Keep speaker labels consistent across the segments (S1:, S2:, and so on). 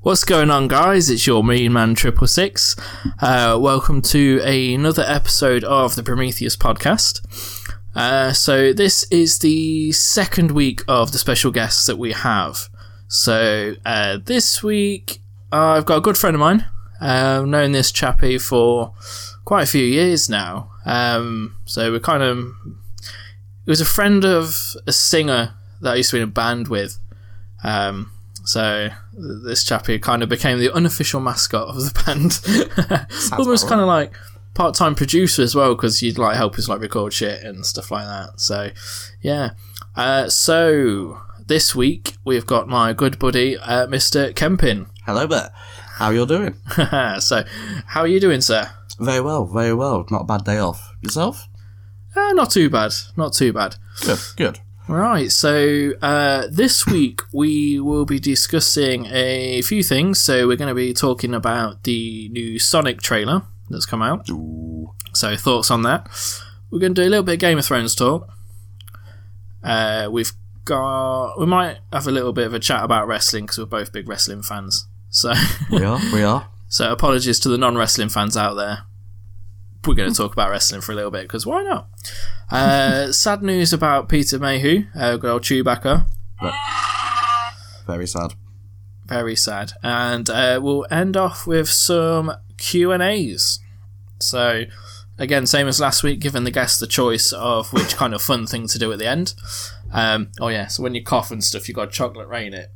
S1: What's going on, guys? It's your Mean Man Triple Six. Uh, welcome to another episode of the Prometheus podcast. Uh, so this is the second week of the special guests that we have. So uh, this week I've got a good friend of mine. Uh, I've known this chappie for quite a few years now. Um, so we're kind of it was a friend of a singer that I used to be in a band with. Um, so th- this chappie kind of became the unofficial mascot of the band, almost
S2: about
S1: kind of like part-time producer as well because you'd like help us like record shit and stuff like that. So yeah, uh, so this week we've got my good buddy uh, Mr. Kempin.
S2: Hello there. How you all doing?
S1: so how are you doing, sir?
S2: Very well, very well. Not a bad day off. Yourself?
S1: Uh, not too bad, not too bad.
S2: Good, good.
S1: Right, so uh, this week we will be discussing a few things. So we're going to be talking about the new Sonic trailer that's come out.
S2: Ooh.
S1: So thoughts on that? We're going to do a little bit of Game of Thrones talk. Uh, we've got we might have a little bit of a chat about wrestling because we're both big wrestling fans. So
S2: We are, we are.
S1: so apologies to the non wrestling fans out there. We're going to talk about wrestling for a little bit because why not? Uh, sad news about Peter Mayhew, uh, good old Chewbacca.
S2: Very sad.
S1: Very sad. And uh, we'll end off with some Q and A's. So again, same as last week, giving the guests the choice of which kind of fun thing to do at the end. Um, oh yeah, so when you cough and stuff, you got chocolate rain it.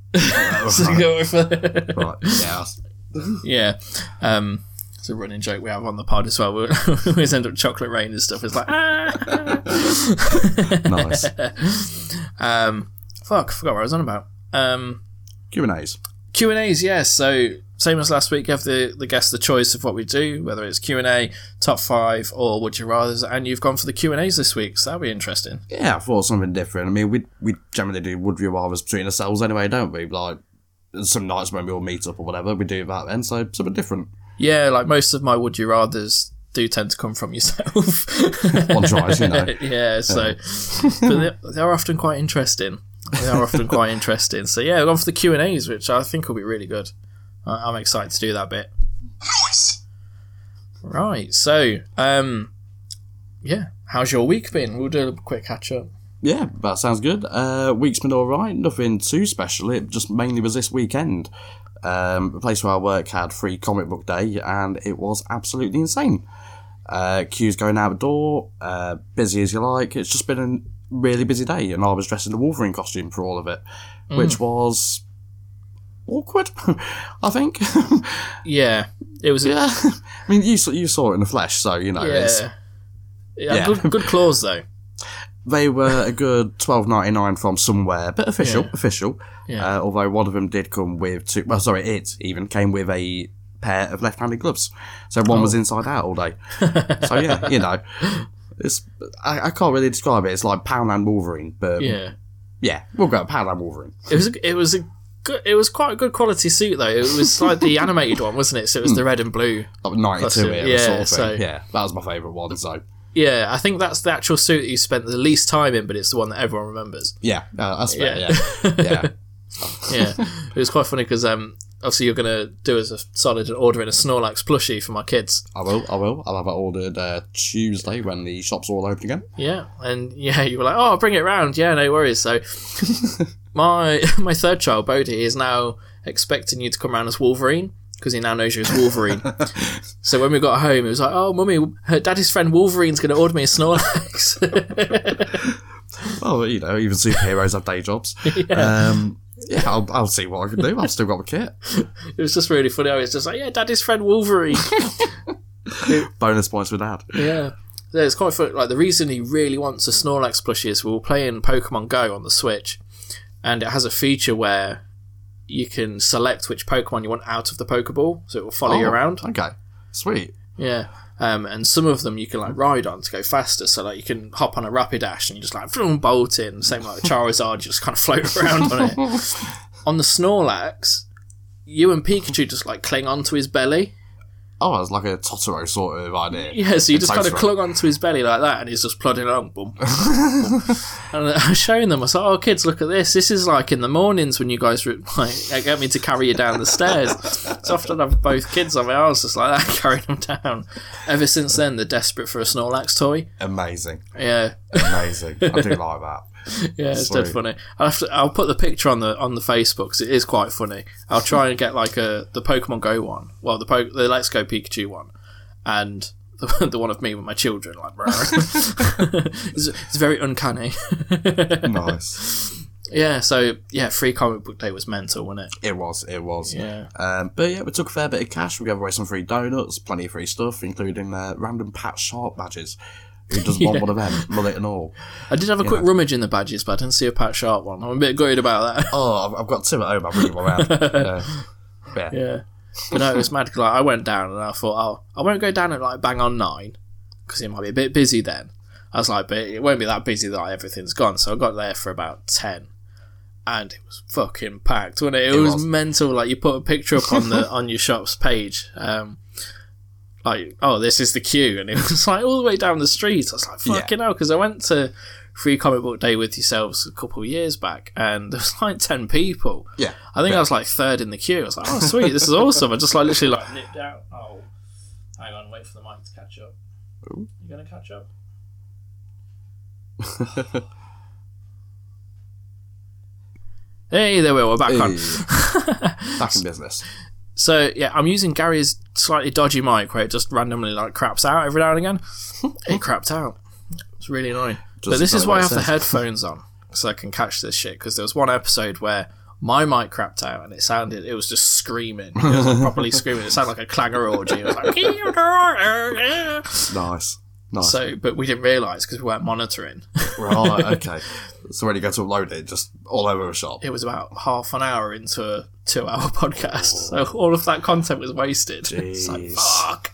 S1: So you go with-
S2: Right, yeah.
S1: Yeah. Um, it's a running joke we have on the pod as well. We always end up chocolate rain and stuff. It's like, ah.
S2: Nice.
S1: um, fuck, I forgot what I was on about. Um,
S2: Q&As.
S1: Q and A's, yes. So same as last week, give the the guests the choice of what we do, whether it's Q and A, top five, or would you rather. And you've gone for the Q and A's this week, so that'll be interesting.
S2: Yeah, I thought something different. I mean, we we generally do would you rather's between ourselves anyway, don't we? Like, some nights when we all meet up or whatever, we do that then, so something different.
S1: Yeah, like most of my would you rather's do tend to come from yourself.
S2: One tries, you know.
S1: yeah, so but they, they are often quite interesting. They are often quite interesting. So yeah, I've gone for the Q and A's, which I think will be really good. I, I'm excited to do that bit. Right. So, um, yeah, how's your week been? We'll do a quick catch up.
S2: Yeah, that sounds good. Uh, week's been all right. Nothing too special. It just mainly was this weekend. Um, the place where I work had free comic book day, and it was absolutely insane. Uh, queues going outdoor, uh, busy as you like. It's just been a really busy day, and I was dressed in the Wolverine costume for all of it, which was awkward. I think.
S1: Yeah, it was.
S2: yeah, I mean, you saw you saw it in the flesh, so you know. It's,
S1: yeah. Yeah,
S2: Yeah.
S1: Good, good claws though.
S2: they were a good twelve ninety nine from somewhere, but official,
S1: Yeah.
S2: official.
S1: Yeah.
S2: Uh, although one of them did come with two. Well, sorry, it even came with a pair of left handed gloves, so one
S1: Oh.
S2: was inside out all day. so yeah, you know, it's I, I can't really describe it. It's like Poundland Wolverine, but yeah,
S1: Yeah.
S2: we'll go Poundland Wolverine.
S1: It was a, it was a good, it was quite a good quality suit though. It was like the animated one, wasn't it? So it
S2: Hmm.
S1: was the red and blue.
S2: Like ninety two
S1: it,
S2: era
S1: yeah,
S2: sort of thing.
S1: so-
S2: Yeah, that was my favourite one. So
S1: Yeah, I think that's the actual suit that you spent the least time in, but it's the one that everyone remembers.
S2: yeah, uh, that's fair.
S1: Yeah.
S2: Yeah, yeah.
S1: Yeah, it was quite funny because um, obviously you're gonna do us a solid and ordering a Snorlax plushie for my kids.
S2: I will. I will. I'll have it ordered uh, Tuesday when the shops all open again.
S1: Yeah, and yeah, you were like, oh, I'll bring it round. Yeah, no worries. So my my third child, Bodhi, is now expecting you to come round as Wolverine. Because he now knows you as Wolverine. so when we got home, it was like, "Oh, mummy, her daddy's friend Wolverine's going to order me a Snorlax."
S2: Well, you know, even superheroes have day jobs. Yeah. Um, yeah, I'll, I'll see what I can do. I've still got my kit.
S1: It was just really funny. I was just like, yeah, daddy's friend Wolverine.
S2: Bonus points for that.
S1: yeah. Yeah, It's quite funny. Like, the reason he really wants a Snorlax plushie is we were playing Pokemon Go on the Switch, and it has a feature where you can select which Pokemon you want out of the Pokeball, so it will follow you
S2: Oh,
S1: around.
S2: Okay, sweet.
S1: Yeah. Um, and some of them you can like ride on to go faster. So like you can hop on a Rapidash and you just like vroom, bolt in. Same like Charizard, you just kind of float around on it. On the Snorlax, you and Pikachu just like cling onto his belly.
S2: oh, it's like a Totoro sort of idea.
S1: Yeah, so you just kind of
S2: Totoro.
S1: clung onto his belly like that, and he's just plodding along. Boom. boom, boom. and I was showing them. I was like, "Oh, kids, look at this. This is like in the mornings when you guys were like, get me to carry you down the stairs." So often I've both kids on my arms, just like that, carrying them down. Ever since then, they're desperate for a Snorlax toy.
S2: Amazing,
S1: Yeah,
S2: amazing. I do like that.
S1: yeah, it's
S2: Sweet.
S1: dead funny. I'll, have to, I'll put the picture on the on the Facebook 'cause it is quite funny. I'll try and get like a the Pokemon Go one, well the po- the Let's Go Pikachu one, and the, the one of me with my children. Like, brr. it's, it's very uncanny.
S2: Nice.
S1: yeah, so yeah, free comic book day was mental, wasn't it?
S2: It was, it was.
S1: Yeah.
S2: Um, but yeah, we took a fair bit of cash. We gave away some free donuts, plenty of free stuff, including uh, random Pat Sharp badges. Who doesn't want one of them, mullet and all?
S1: I did have a quick rummage in the badges, but I didn't see a Pat Sharp one. I'm a bit gutted about that.
S2: Oh, I've, I've got two at home. I'm bringing one round. Yeah. Yeah.
S1: Yeah. But no, it was mad 'cause, like, I went down and I thought, oh, I won't go down at like bang on nine because it might be a bit busy then. I was like, but it won't be that busy that like, everything's gone. So I got there for about 10 and it was fucking packed, wasn't it? It, was,
S2: was.
S1: mental. Like, you put a picture up on the on your shop's page. Um, like, oh, this is the queue. And it was like all the way down the street. I was like,
S2: Yeah.
S1: fucking hell 'cause hell. Because I went to Free Comic Book Day with yourselves a couple of years back and there was like 10 people.
S2: Yeah.
S1: I think I was like third in the queue. I was like, oh sweet, this is awesome. I just like literally like nipped out. Oh, hang on, wait for the mic to catch up.
S2: Ooh.
S1: You gonna catch up? Hey, there we are. We're back on.
S2: Hey. Back in business.
S1: So yeah, I'm using Gary's slightly dodgy mic where it just randomly like craps out every now and again. It crapped out. It's really annoying. but
S2: Doesn't
S1: this is
S2: sound
S1: why I have
S2: like
S1: the
S2: sense.
S1: headphones on so I can catch this shit. Because there was one episode where my mic crapped out and it sounded it was just screaming, it was like, properly screaming. It sounded like a clangor orgy. It was like
S2: Nice. Nice.
S1: so, but we didn't realise because we weren't monitoring.
S2: right, okay. So when you go to upload it, just all over the shop.
S1: It was about half an hour into a two-hour podcast, so all of that content was wasted. It's like
S2: Jeez.
S1: fuck.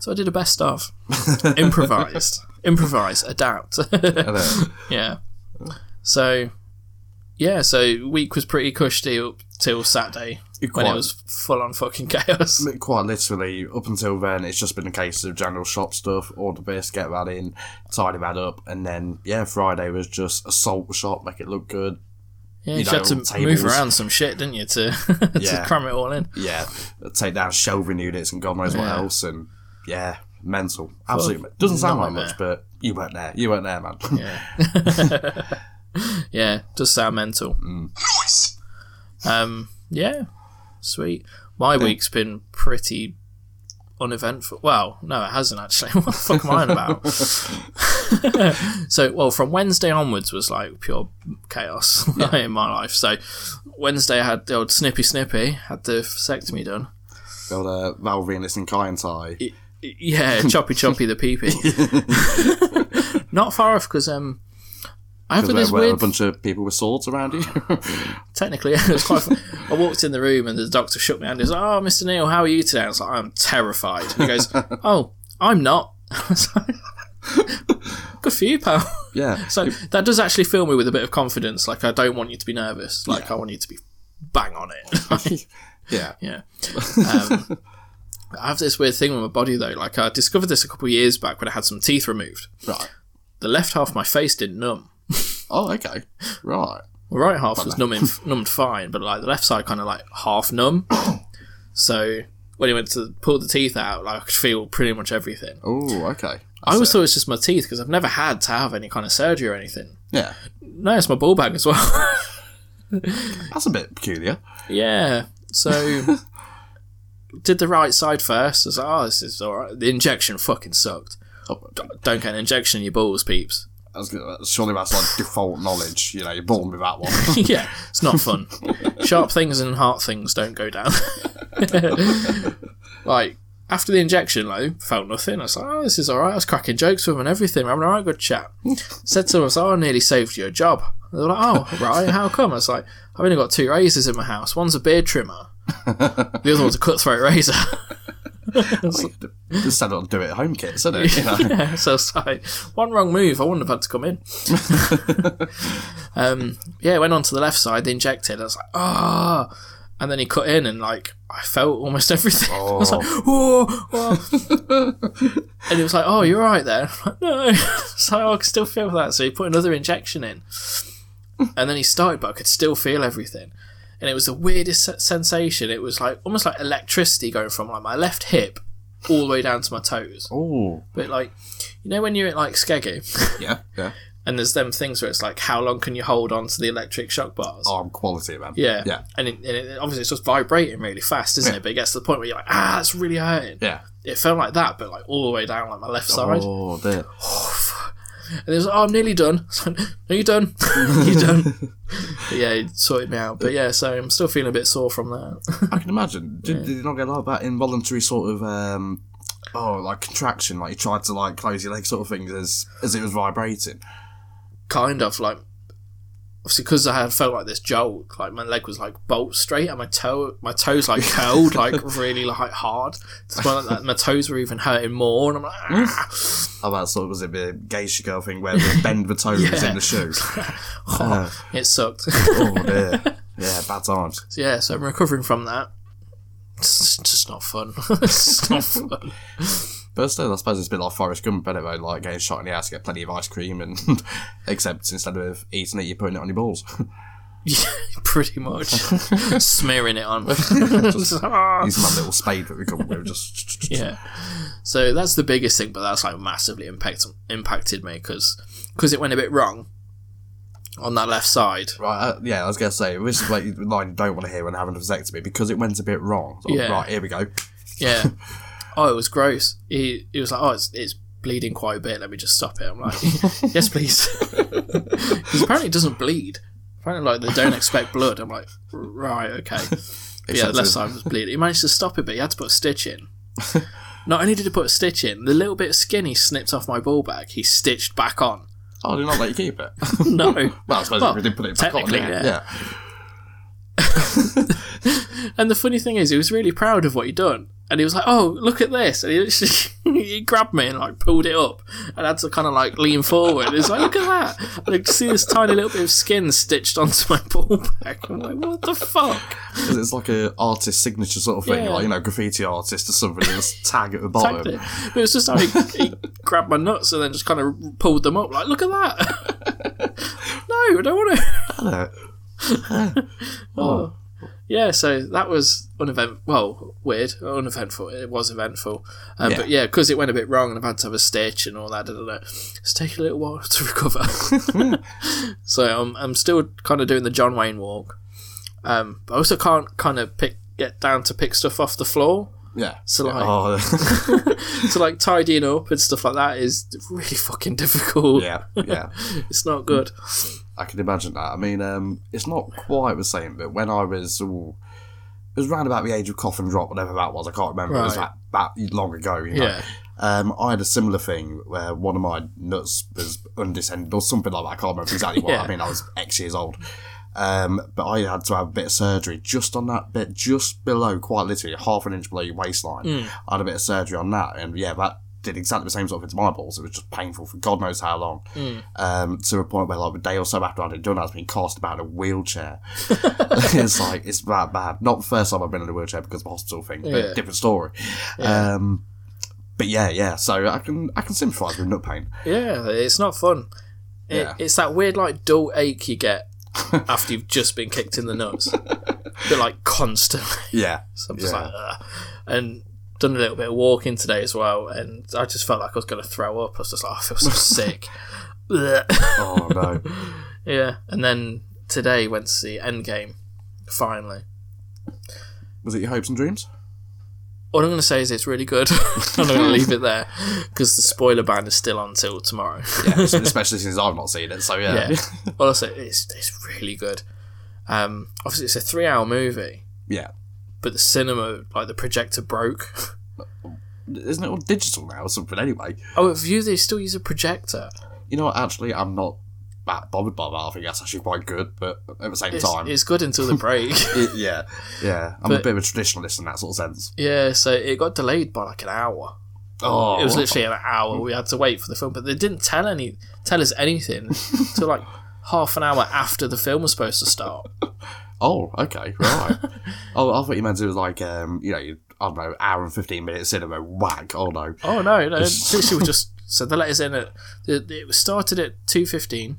S1: So I did a best of, improvised, improvise, adapt.
S2: And then-
S1: Yeah. So, yeah, so week was pretty cushy up till Saturday when
S2: quite-
S1: it was full on fucking chaos.
S2: Quite literally, up until then, it's just been a case of general shop stuff, order this, get that in, tidy that up, and then, yeah, Friday was just assault the shop, make it look good.
S1: Yeah, you,
S2: you know,
S1: had to
S2: tables.
S1: move around some shit, didn't you, to, to
S2: Yeah.
S1: cram it all in?
S2: Yeah, take down shelving units and God knows what
S1: Yeah.
S2: else, and yeah, mental. Absolutely. Doesn't sound like much, but you weren't there. You weren't there, man.
S1: Yeah, does sound mental. Um, yeah, sweet. My week's been pretty uneventful. Well, no, it hasn't actually. what the fuck am I on about? so, well, from Wednesday onwards was like pure chaos in my life. So, Wednesday I had the old snippy snippy, had the vasectomy done.
S2: Got uh, Val Venus and Kai and Tai.
S1: Yeah, choppy choppy the pee pee. Not far off because um, I have
S2: Where,
S1: this
S2: where
S1: weird
S2: a bunch of people with swords around you.
S1: technically it was quite fun. I walked in the room and the doctor shook me hand. He was like, "Oh, Mr. Neil, how are you today?" I was like, "I'm terrified." He goes, "Oh, I'm not." I was like, Good for you, pal.
S2: yeah.
S1: So that does actually fill me with a bit of confidence. Like I don't want you to be nervous. Like I want you to be bang on it.
S2: yeah.
S1: Yeah. Um, I have this weird thing with my body though. Like I discovered this a couple of years back when I had some teeth removed.
S2: Right.
S1: The left half of my face didn't numb.
S2: Oh, okay. Right.
S1: The right half was numbing, numbed fine, but like the left side kind of like half numb. so when he went to pull the teeth out, like I could feel pretty much everything.
S2: Oh, okay.
S1: I always thought it was just my teeth because I've never had to have any kind of surgery or anything.
S2: Yeah.
S1: No, it's my ball bag as well.
S2: That's a bit peculiar.
S1: yeah. So did the right side first. I was like, oh, this is all right. The injection fucking sucked.
S2: Oh,
S1: Don't get an injection in your balls, peeps.
S2: I was gonna- Surely that's like default knowledge. You know, you're born with that one.
S1: yeah, it's not fun. Sharp things and hard things don't go down. like after the injection, though, felt nothing. I was like, "Oh, this is all right." I was cracking jokes with him and everything. We're having a right good chat. Said to him, "I was like, oh, I nearly saved you a job." They were like, "Oh, right? How come?" I was like, "I've only got two razors in my house. One's a beard trimmer. The other one's a cutthroat razor."
S2: Just said it'll do it at home kits, isn't it? You know?
S1: Yeah, so it's like one wrong move, I wouldn't have had to come in. um, yeah, went on to the left side, they injected. I was like, ah. and then he cut in and like I felt almost everything. I was like, whoa, whoa." and he was like, oh, you're right there. I'm like, no, it's like oh, I can still feel that. So he put another injection in, and then he started, but I could still feel everything. And it was the weirdest se- sensation. It was like almost like electricity going from like my left hip all the way down to my toes.
S2: Oh,
S1: But like, you know when you're at like Skeggy,
S2: yeah, yeah.
S1: and there's them things where it's like, how long can you hold on to the electric shock bars?
S2: Arm quality, man.
S1: Yeah.
S2: yeah,
S1: And, it, and it, obviously, it's just vibrating really fast, isn't it? But it gets to the point where you're like, ah, that's really hurting.
S2: yeah.
S1: It felt like that, but like all the way down, like my left side.
S2: Oh, dear.
S1: And it was like, oh, I'm nearly done. It's like, no, you're done. you're done. But yeah, it sorted me out. But yeah, so I'm still feeling a bit sore from that.
S2: I can imagine. Did, did you not get like that involuntary sort of um, oh like contraction, like you tried to like close your leg sort of things as as it was vibrating?
S1: kind of like, obviously, because I had felt like this jolt, like my leg was like bolt straight and my toe, my toes like curled, like really like hard. To the point that my toes were even hurting more. And I'm like, ah.
S2: How about Oh, sort of was it a geisha girl thing where they bend the toes in the shoe? Uh,
S1: it sucked.
S2: Oh dear. Yeah, bad times.
S1: So, yeah, so I'm recovering from that. It's just not fun. it's just not fun.
S2: But still, I suppose it's a bit like Forrest Gump, anyway, like getting shot in the ass, get plenty of ice cream, and except instead of eating it, you're putting it on your balls.
S1: Oh. Yeah, pretty much. Smearing it on. Ah.
S2: just using that little spade that we come with, just
S1: yeah. So that's the biggest thing, but that's like massively impact- impacted me because it went a bit wrong on that left side.
S2: Right, uh, yeah, I was gonna say this is like the line you don't want to hear when having a vasectomy because it went a bit wrong. So,
S1: Yeah.
S2: Right, here we go.
S1: Yeah. oh, it was gross. He, he was like, oh, it's, it's bleeding quite a bit. Let me just stop it. I'm like, yes, please. 'Cause apparently it doesn't bleed. Apparently, like, they don't expect blood. I'm like, right, okay. But yeah, the
S2: Except
S1: left
S2: it-
S1: side was bleeding. He managed to stop it, but he had to put a stitch in. Not only did he put a stitch in, the little bit of skin he snipped off my ball bag, he stitched back on.
S2: Oh, did not let you keep it.
S1: No.
S2: well, I suppose
S1: Well,
S2: we did put it back on.
S1: technically,
S2: Yeah.
S1: yeah. And the funny thing is, he was really proud of what he'd done. And he was like, "Oh, look at this!" And he, literally, he grabbed me and like pulled it up, and I had to kind of like lean forward. It's like, "Look at that!" And I could see this tiny little bit of skin stitched onto my ball bag. I'm like, "What the fuck?"
S2: 'Cause it's like a artist signature sort of thing,
S1: Yeah.
S2: like you know, graffiti artist or something. Just tag at the
S1: Tagged
S2: bottom.
S1: it. But it was just how he, he grabbed my nuts and then just kind of pulled them up. Like, look at that! no, I don't want to.
S2: Hello.
S1: Oh. Yeah, so that was uneventful. Well, weird, uneventful. It was eventful, um,
S2: Yeah.
S1: but yeah, because it went a bit wrong, and I've had to have a stitch and all that. da, da, da. It's taken a little while to recover. so I'm I'm still kind of doing the John Wayne walk. Um, but I also can't kind of pick get down to pick stuff off the floor.
S2: Yeah.
S1: So, like-
S2: Oh,
S1: So like tidying up and stuff like that is really fucking difficult.
S2: Oh. yeah, yeah.
S1: It's not good.
S2: I can imagine that. I mean, um, it's not quite the same, but when I was, ooh, it was round about the age of cough and drop, whatever that was. I can't remember. It was
S1: Right.
S2: that, that long ago. You know?
S1: Yeah.
S2: Um, I had a similar thing where one of my nuts was undescended or something like that. I can't remember exactly what. I
S1: Yeah.
S2: mean, I was X years old. Um, but I had to have a bit of surgery just on that bit, just below, quite literally half an inch below your waistline.
S1: Hmm.
S2: I had a bit of surgery on that, and yeah, that did exactly the same sort of thing to my balls. It was just painful for God knows how long.
S1: Hmm.
S2: Um, to a point where, like, a day or so after I had it done, I was being cast about in a wheelchair. it's like, it's that bad. Not the first time I've been in a wheelchair because of the hospital thing, but
S1: Yeah.
S2: different story. Um, but yeah, yeah. So I can I can sympathise with nut pain.
S1: Yeah, it's not fun. It,
S2: Yeah.
S1: It's that weird, like, dull ache you get after you've just been kicked in the nuts. but, like, constantly.
S2: Yeah,
S1: So I'm just
S2: Yeah.
S1: like, Ugh. And done a little bit of walking today as well, and I just felt like I was going to throw up. I was just like, "Oh, I feel so sick. Ugh.
S2: Oh no.
S1: yeah. And then today went to see Endgame, finally.
S2: Was it your hopes and dreams?
S1: All I'm going to say is it's really good. I'm going to leave it there because the spoiler ban is still on till tomorrow.
S2: Yeah, especially since I've not seen it. So yeah,
S1: yeah. well, also, it's it's really good. Um, obviously, it's a three-hour movie,
S2: yeah.
S1: but the cinema, like the projector, broke.
S2: Isn't it all digital now or something? Anyway,
S1: Oh, at View they still use a projector.
S2: you know what? Actually, I'm not that bothered by that. I think that's actually quite good. But at the same
S1: It's,
S2: time,
S1: it's good until the break.
S2: it- yeah, yeah. I'm a
S1: But-
S2: bit of a traditionalist in that sort of sense.
S1: yeah, so it got delayed by like an hour.
S2: Oh,
S1: It was literally an hour. We had to wait for the film, but they didn't tell any tell us anything till like half an hour after the film was supposed to start.
S2: Oh, okay, right. oh, I thought you meant it was like um, you know, I don't know, hour and fifteen minute cinema whack. Oh no.
S1: Oh no, no literally we just so they let us in at it it was started at two fifteen.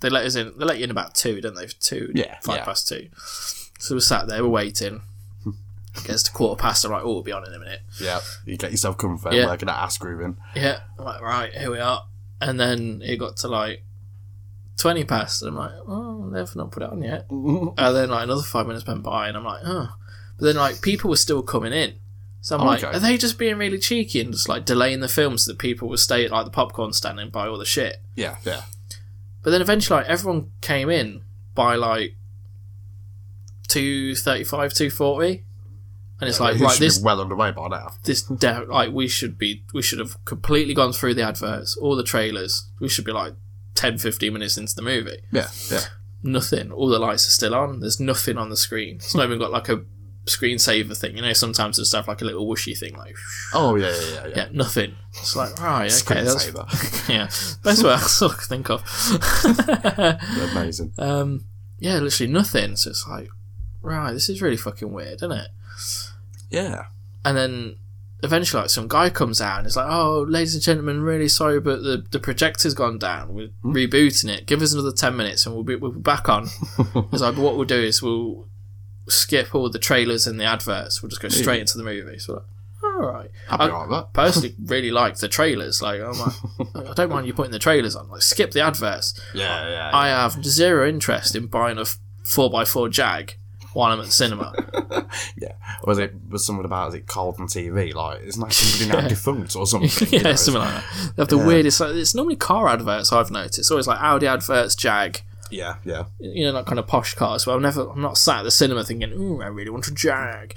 S1: They let us in. They let you in about two, don't they? Two,
S2: Yeah,
S1: five
S2: yeah.
S1: past two. So we sat there, we're waiting. Gets to quarter past. I'm like, oh, we'll be on in a minute.
S2: Yeah, you get yourself comfort
S1: Yeah.
S2: yeah. working at ass grooving.
S1: Yeah, I'm like right here we are. And then it got to like twenty past, and I'm like, oh, they've not put it on yet. And then like another five minutes went by, and I'm like, oh. But then like people were still coming in, so I'm
S2: Oh,
S1: like,
S2: okay.
S1: are they just being really cheeky and just like delaying the film so that people would stay at like the popcorn stand and buy all the shit?
S2: Yeah, yeah.
S1: But then eventually, like everyone came in by like two thirty-five, two forty, and it's like
S2: It
S1: right
S2: should be
S1: this
S2: well underway by now.
S1: this de- like we should be we should have completely gone through the adverts all the trailers we should be like 10 15 minutes into the movie
S2: Yeah, yeah.
S1: nothing all the lights are still on there's nothing on the screen it's not even got like a screensaver thing you know sometimes there's stuff like a little whooshy thing like
S2: Oh yeah, yeah, yeah, yeah.
S1: yeah nothing it's like right okay that's
S2: Screensaver.
S1: yeah best way I sort of think of
S2: Amazing.
S1: um yeah literally nothing so it's like right this is really fucking weird isn't it
S2: Yeah.
S1: and then eventually like some guy comes out and is like oh ladies and gentlemen really sorry but the, the projector's gone down we're rebooting it give us another 10 minutes and we'll be, we'll be back on it's like but what we'll do is we'll skip all the trailers and the adverts we'll just go straight into the movie so we're like, all right
S2: Happy
S1: I-
S2: like that.
S1: personally really liked the trailers like I'm like, I don't mind you putting the trailers on like skip the adverts
S2: Yeah, yeah.
S1: I have zero interest in buying a f- 4x4 Jag while I'm at the cinema
S2: was it was something about is it cold on TV? Like it's not somebody now defunct or something? you
S1: yeah,
S2: know, it's-
S1: something like that. They have the weirdest. Like, it's normally car adverts I've noticed. It's always like Audi adverts, Jag,
S2: Yeah, yeah.
S1: you know, like kind of posh cars. But I've never, I'm not sat at the cinema thinking, "Ooh, I really want a Jag."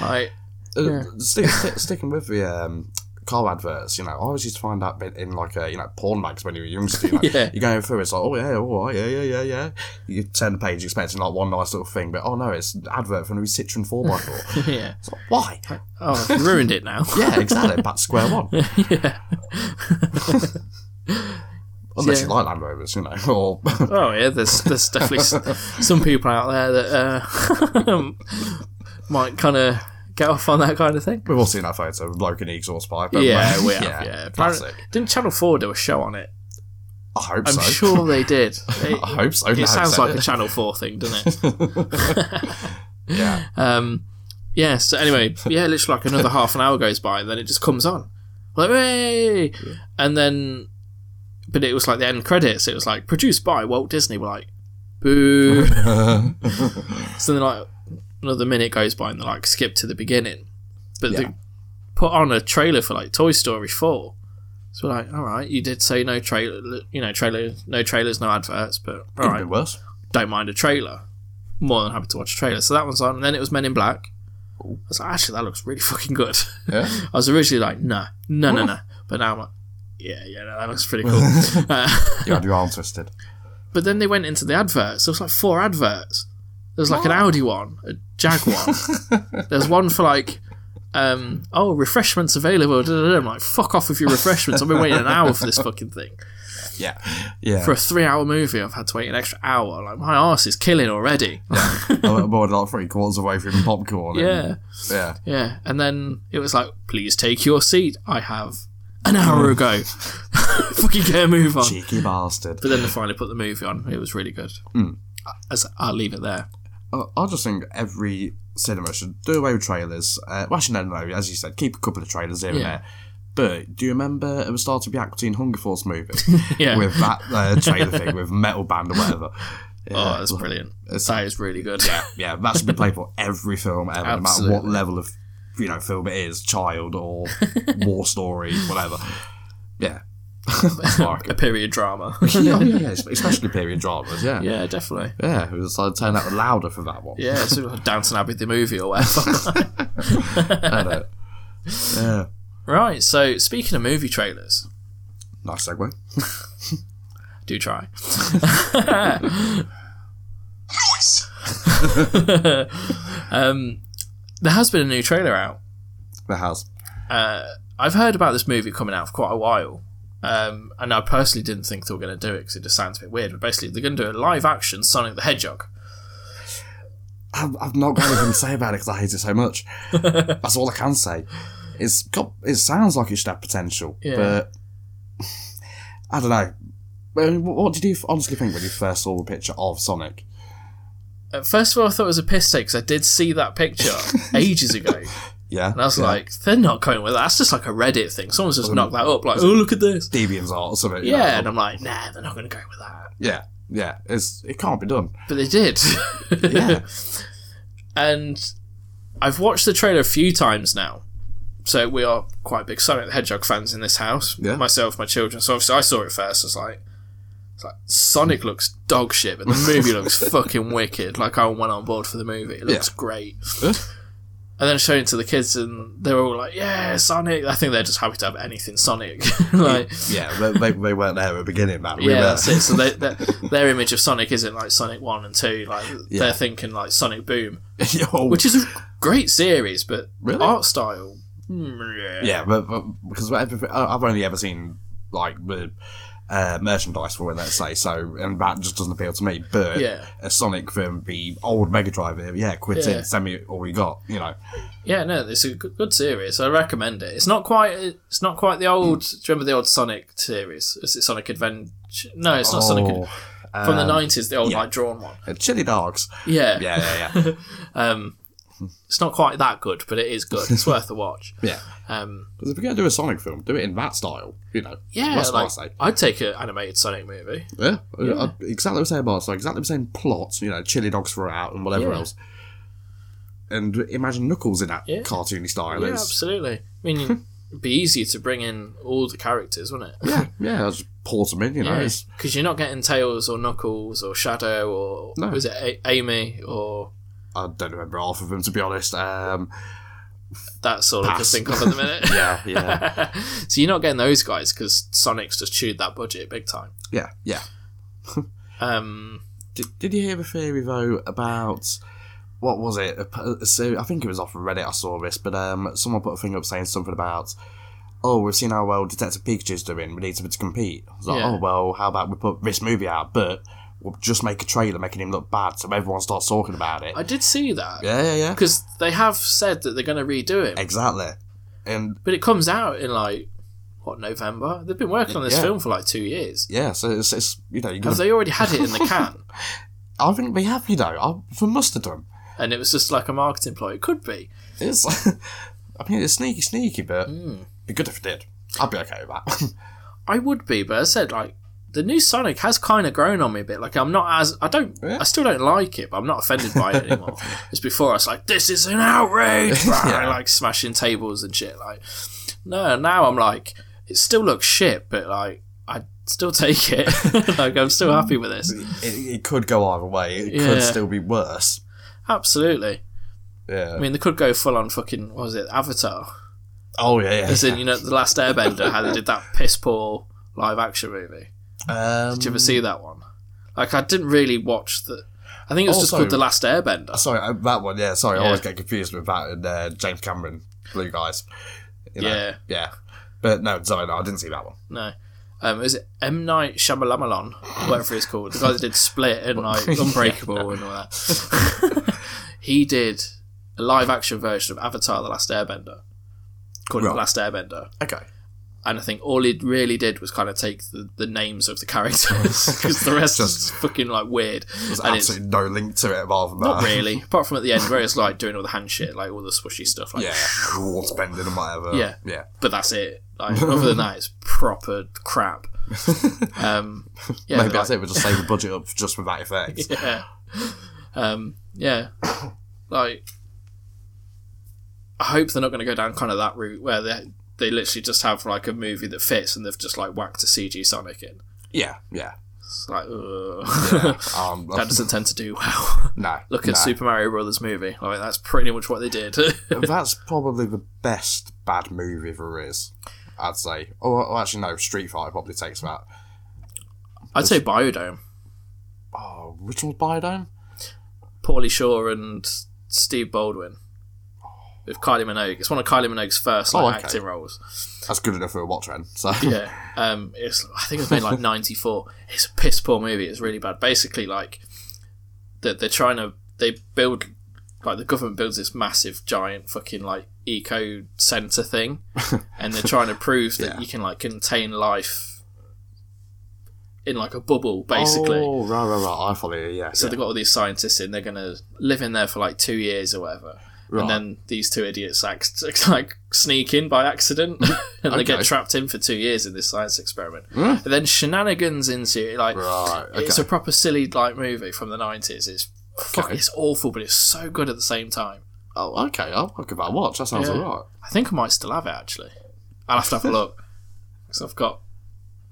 S1: like,
S2: Uh, Stick, stick, sticking with the um, car adverts, you know, I always used to find that bit in like a you know porn mags when you were youngster. You know,
S1: Yeah.
S2: you're going through, it's like oh yeah, all right, yeah, yeah, yeah, yeah. You turn the page expecting like one nice little thing, but oh no, it's an advert for a new Citroen four x four.
S1: yeah.
S2: Why?
S1: Oh, I've ruined it now.
S2: Yeah, exactly. Back to square one.
S1: yeah.
S2: Unless
S1: Yeah.
S2: you like Land Rovers, you know, or
S1: Oh yeah. There's there's definitely s- some people out there that uh, might kind of get off on that kind of thing.
S2: we've all seen that photo of a bloke in the exhaust pipe. haven't
S1: Yeah, we have. Yeah,
S2: classic.
S1: Apparently- didn't Channel Four do a show on it?
S2: I hope
S1: I'm
S2: so.
S1: sure they did. It,
S2: I hope so.
S1: it sounds like a Channel Four thing, doesn't it?
S2: yeah,
S1: Um, yeah, so anyway, yeah, it looks like another half an hour goes by and then it just comes on. Like, hey! And then, but it was like the end credits. It was like, produced by Walt Disney. We're like, boo. so then, like, another minute goes by and they like, skip to the beginning. But they
S2: Yeah.
S1: put on a trailer for like Toy Story 4. So we're like, all right, you did say no trailer, you know, trailer, no trailers, no adverts, but all
S2: could have
S1: right,
S2: been worse.
S1: don't mind a trailer. More than happy to watch a trailer. So that one's on. And then it was Men in Black. I was like, actually, that looks really fucking good.
S2: Yeah.
S1: I was originally like, no, no, no, no. But now I'm like, yeah, yeah, no, that looks pretty cool. uh,
S2: You had your arm twisted.
S1: but then they went into the adverts. There was like four adverts. There was like an Audi one, a Jag one. There's one for like, um, oh, refreshments available. da, da, da. I'm like, fuck off with your refreshments. I've been waiting an hour for this fucking thing.
S2: Yeah, yeah.
S1: For a three hour movie, I've had to wait an extra hour. Like, my arse is killing already.
S2: I'm oh, more than like three quarters away from popcorn. and-
S1: yeah.
S2: yeah.
S1: Yeah, and then it was like, please take your seat. I have an hour ago.
S2: Mm.
S1: Fucking get a move on.
S2: Cheeky bastard.
S1: But then they finally put the movie on. It was really good.
S2: Mm.
S1: I- I s- I'll leave it there.
S2: I I just think every cinema should do away with trailers. Uh, well, actually, no, no, no, as you said, keep a couple of trailers here and
S1: Yeah.
S2: there. But do you remember at the start of the Aquatine Hunger Force movie
S1: Yeah.
S2: with that uh, trailer thing with Metal Band or whatever? Yeah,
S1: oh, that's brilliant. That is really good. Yeah.
S2: yeah, that should be played for every film ever, no matter
S1: Absolutely.
S2: what level of you know film it is, child or war story, whatever. Yeah, Mark.
S1: A period drama.
S2: Oh, yeah, yeah, yeah, especially period dramas. Yeah, yeah,
S1: yeah, definitely.
S2: it was like turn out louder for that one.
S1: Yeah, it's like Downton Abbey the movie or whatever.
S2: I know. yeah.
S1: right, so speaking of movie trailers,
S2: Nice segue.
S1: do try. um, there has been a new trailer out.
S2: The house.
S1: uh, I've heard about this movie coming out for quite a while, um, and I personally didn't think they were going to do it because it just sounds a bit weird. But basically, they're going to do a live action Sonic the Hedgehog.
S2: I've, I've not got anything to say about it because I hate it so much. That's all I can say. It's got. It sounds like it should have potential,
S1: Yeah.
S2: but I don't know. I mean, wh- What did you honestly think when you first saw the picture of Sonic?
S1: Uh, First of all, I thought it was a piss take because I did see that picture ages ago, and
S2: Yeah,
S1: I was
S2: yeah.
S1: like, "They're not going with that. That's just like a Reddit thing. Someone's just knocked that up. Like, oh, look at this."
S2: deviant art or something. you know?
S1: Yeah, and I'm like, "Nah, they're not going to go with that."
S2: yeah, yeah. It's it can't be done.
S1: But they did.
S2: Yeah,
S1: and I've watched the trailer a few times now. So we are quite big Sonic the Hedgehog fans in this house.
S2: Yeah.
S1: Myself, my children. So obviously I saw it first. I was like, it's like Sonic looks dog shit, but the movie looks fucking wicked. Like I went on board for the movie. It looks great.
S2: Good.
S1: And then I showed it to the kids, and they were all like, "Yeah, Sonic." I think they're just happy to have anything Sonic. like,
S2: yeah. They, they, they weren't there at the beginning, man. We
S1: yeah,
S2: were.
S1: that's it. So they, their- their image of Sonic isn't like Sonic One and Two. Like
S2: Yeah.
S1: they're thinking like Sonic Boom,
S2: Yo.
S1: which is a great series, but
S2: Really?
S1: art style. mm,
S2: Yeah, but, but because everything, I- I've only ever seen like the uh, merchandise for it, let's say. So, and that just doesn't appeal to me. But
S1: Yeah.
S2: a Sonic from the old Mega Drive, era, yeah, quit
S1: Yeah.
S2: it. Send me all you got. You know,
S1: yeah, no, it's a good, good series. I recommend it. It's not quite. It's not quite the old. Do you remember the old Sonic series? Is it Sonic Adventure? No, it's not Sonic.
S2: Oh,
S1: Ad- From the nineties, the old like drawn one.
S2: Uh, chili dogs.
S1: Yeah,
S2: um,
S1: Um,
S2: Yeah, yeah, yeah,
S1: It's not quite that good, but it is good. It's worth a watch.
S2: yeah.
S1: Um,
S2: Because if you're gonna do a Sonic film, do it in that style. You know,
S1: yeah,
S2: That's what I
S1: like,
S2: say.
S1: I'd take an animated Sonic movie.
S2: Yeah, Uh, exactly the same art, so exactly the same plot. You know, chili dogs for out and whatever
S1: Yeah.
S2: else. And imagine Knuckles in that
S1: Yeah.
S2: cartoony style.
S1: Yeah,
S2: It's-
S1: absolutely. I mean, it'd be easier to bring in all the characters, wouldn't it?
S2: yeah, yeah. Just pour them in. You know, it's-
S1: Because you're not getting Tails or Knuckles or Shadow or
S2: No.
S1: was it a- Amy or
S2: I don't remember half of them to be honest. Um,
S1: that sort of
S2: Pass.
S1: just think of at the minute.
S2: yeah, yeah,
S1: so you're not getting those guys because Sonic's just chewed that budget big time.
S2: yeah, yeah.
S1: Um,
S2: Did, did you hear the theory though about what was it? A p- So I think it was off of Reddit. I saw this, but um, someone put a thing up saying something about, oh, we've seen how well Detective Pikachu's doing. We need something to compete. I was like,
S1: Yeah.
S2: oh well, how about we put this movie out, but we'll just make a trailer making him look bad, so everyone starts talking about it.
S1: I did see that
S2: yeah, yeah, yeah.
S1: because they have said that they're going to redo it,
S2: Exactly. And
S1: but it comes out in like what November. They've been working on this
S2: Yeah.
S1: film for like two years.
S2: yeah, so it's, it's you know, you're
S1: Have
S2: gonna,
S1: they already had it in the can?
S2: I think we have, you know, I, for must have done.
S1: and it was just like a marketing ploy. It could be.
S2: It's, I mean, it's sneaky, sneaky, but it'd be good if it did. I'd be okay with that.
S1: I would be, but as I said, like, the new Sonic has kind of grown on me a bit. Like, I'm not as. I don't.
S2: Yeah.
S1: I still don't like it, but I'm not offended by it anymore. As before, I was like, this is an outrage!
S2: Yeah.
S1: Like, smashing tables and shit. Like, no, now I'm like, it still looks shit, but, like, I still take it. like, I'm still happy with this.
S2: it, it could go either way. It
S1: Yeah.
S2: could still be worse.
S1: Absolutely.
S2: Yeah.
S1: I mean, they could go full on fucking, what was it, Avatar?
S2: oh yeah. yeah.
S1: As in, you know, The Last Airbender, how they did that piss poor live action movie.
S2: um,
S1: Did you ever see that one? Like, I didn't really watch the. I think it was just
S2: Also-
S1: called The Last Airbender.
S2: sorry, uh, that one. Yeah. Sorry, I
S1: Yeah.
S2: always get confused with that and uh, James Cameron, Blue Guys. You know,
S1: Yeah.
S2: Yeah. But no, sorry, no, I didn't see that one.
S1: No. Um, is it M Night Shyamalan, whatever it's called? The guy that did Split and like Unbreakable and all that. he did a live action version of Avatar: The Last Airbender, called it The
S2: Right.
S1: Last Airbender.
S2: Okay.
S1: And I think all he really did was kind of take the, the names of the characters because the rest is fucking like weird.
S2: There's
S1: And it's-
S2: absolutely no link to it rather than
S1: Not
S2: that.
S1: really, apart from at the end where it's like doing all the hand shit, like all the swishy stuff. Like,
S2: Yeah. Water bending and whatever.
S1: Yeah.
S2: Yeah.
S1: but that's it. Like, other than that, it's proper crap. Um, yeah,
S2: Maybe
S1: like-
S2: that's it. We'll just save the budget up just for that effect.
S1: Yeah, um, yeah. like, I hope they're not going to go down kind of that route where they they literally just have like a movie that fits and they've just like whacked a CG Sonic in.
S2: Yeah. Yeah.
S1: It's like ugh.
S2: Um,
S1: that doesn't tend to do well.
S2: no.
S1: Look at
S2: no.
S1: Super Mario Brothers movie. Like that's pretty much what they did.
S2: That's probably the best bad movie there is. I'd say. Or, or actually, no. Street Fighter probably takes that.
S1: I'd say Biodome.
S2: Oh, which one's Biodome?
S1: Paulie Shaw and Steve Baldwin with Kylie Minogue. It's one of Kylie Minogue's first like,
S2: Oh, okay.
S1: acting roles.
S2: That's good enough for a watch end. So
S1: Yeah, um, it's I think it was made like '94. It's a piss poor movie. It's really bad. Basically, like that they're trying to they build like the government builds this massive giant fucking like eco center thing and they're trying to prove that
S2: Yeah.
S1: you can like contain life in like a bubble basically
S2: Oh, right, right, right. I follow you. Yeah.
S1: so
S2: yeah.
S1: they've got all these scientists in they're gonna live in there for like two years or whatever
S2: Right.
S1: and then these two idiots act, like sneak in by accident and they get
S2: Okay.
S1: trapped in for two years in this science experiment
S2: Huh?
S1: and then shenanigans ensue like
S2: Right. Okay.
S1: it's a proper silly like movie from the 90s it's fuck,
S2: Okay.
S1: it's awful but it's so good at the same time
S2: oh, okay. I'll, I'll give that a watch. That sounds
S1: Yeah.
S2: alright.
S1: I think I might still have it actually. I'll have to have a look because I've got.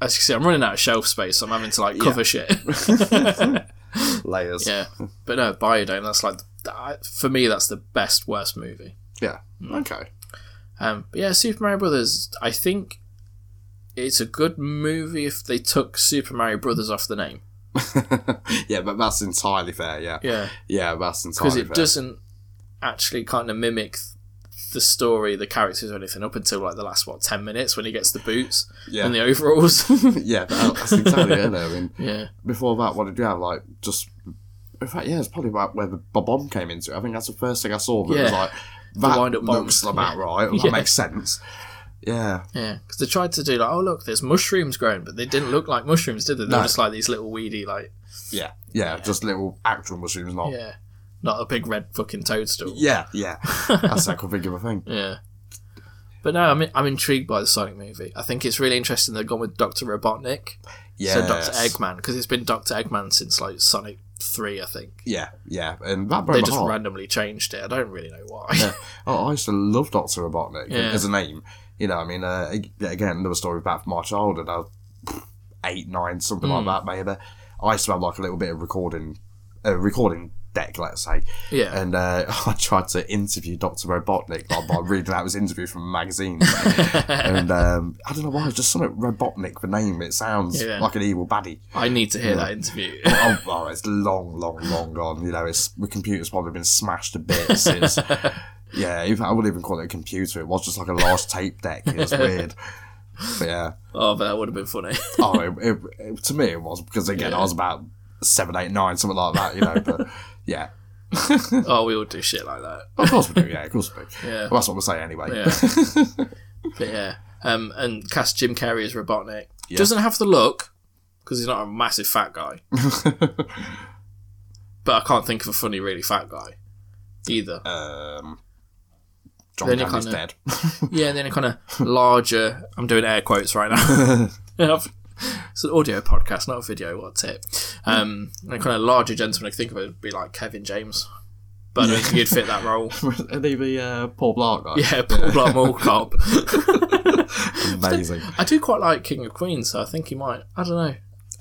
S1: As you see, I'm running out of shelf space. So I'm having to like cover shit.
S2: Layers.
S1: yeah, but no, Biodome. That's like that, for me. That's the best worst movie.
S2: Yeah. Okay.
S1: Um, but yeah, Super Mario Brothers. I think it's a good movie if they took Super Mario Brothers off the name.
S2: yeah, but that's entirely fair. Yeah.
S1: Yeah,
S2: Yeah, that's entirely
S1: because
S2: fair.
S1: it doesn't actually kind of mimic the story, the characters, or anything up until like the last what ten minutes when he gets the boots
S2: Yeah.
S1: and the overalls.
S2: yeah, that- that's exactly it. though. I mean,
S1: yeah.
S2: before that, what did you have? Like, just. In fact, yeah, it's probably about where the Bob bomb came into. it. I think that's the first thing I saw that was
S1: Yeah.
S2: like, that
S1: wind-up bomb.
S2: looks about right. That
S1: Yeah.
S2: makes sense. Yeah.
S1: Yeah, because they tried to do like, oh look, there's mushrooms growing, but they didn't look like mushrooms, did they? They
S2: No.
S1: were just like these little weedy, like
S2: Yeah. Yeah. Just little actual mushrooms, not. Yeah.
S1: yeah, not a big red fucking toadstool. Yeah,
S2: Yeah. that's that could think of a thing.
S1: but no, I'm I'm intrigued by the Sonic movie. I think it's really interesting they've gone with Doctor Robotnik,
S2: Yeah.
S1: so Doctor Eggman, because it's been Doctor Eggman since like Sonic Three, I think.
S2: Yeah. Yeah. And
S1: They
S2: that broke my
S1: just
S2: heart.
S1: randomly changed it. I don't really know why.
S2: Oh, I used to love Doctor Robotnik
S1: Yeah.
S2: as a name. You know, I mean, uh, ag- again, another story back from my childhood. I was eight, nine, something
S1: Hmm.
S2: like that, maybe. I used to have like a little bit of recording, uh, recording deck, let's say.
S1: Yeah.
S2: And uh, I tried to interview Doctor Robotnik by, by reading out his interview from a magazine. and um, I don't know why, just something Robotnik the name. It sounds
S1: Yeah.
S2: like an evil baddie.
S1: I need to hear that interview.
S2: Oh, oh, it's long, long, long gone. You know, it's the computer's probably been smashed to bits. It's, yeah, even, I wouldn't even call it a computer. It was just like a large tape deck. It was weird. But yeah,
S1: oh, but that would have been funny.
S2: oh, it, it, it- to me it was because again I was about seven, eight, nine, something like that. You know, but yeah,
S1: oh, we all do shit like that.
S2: of course we do. Yeah, of course we do.
S1: Yeah.
S2: Well, that's what we're saying anyway.
S1: Yeah. but yeah, um, and cast Jim Carrey as Robotnik. Doesn't have the look because he's not a massive fat guy. but I can't think of a funny, really fat guy either.
S2: Um, John
S1: Then you
S2: Candy's
S1: kinda-
S2: dead.
S1: yeah, and then a kind of larger. I'm doing air quotes right now. I've- it's an audio podcast, not a video. What a tip? Um, and a kind of larger gentleman. I think of it would be like Kevin James, but I don't think he'd fit that role.
S2: and he the uh, Paul Blart guy.
S1: Yeah, Paul Blart Mall Cop.
S2: Amazing.
S1: I do quite like King of Queens, so I think he might. I don't know.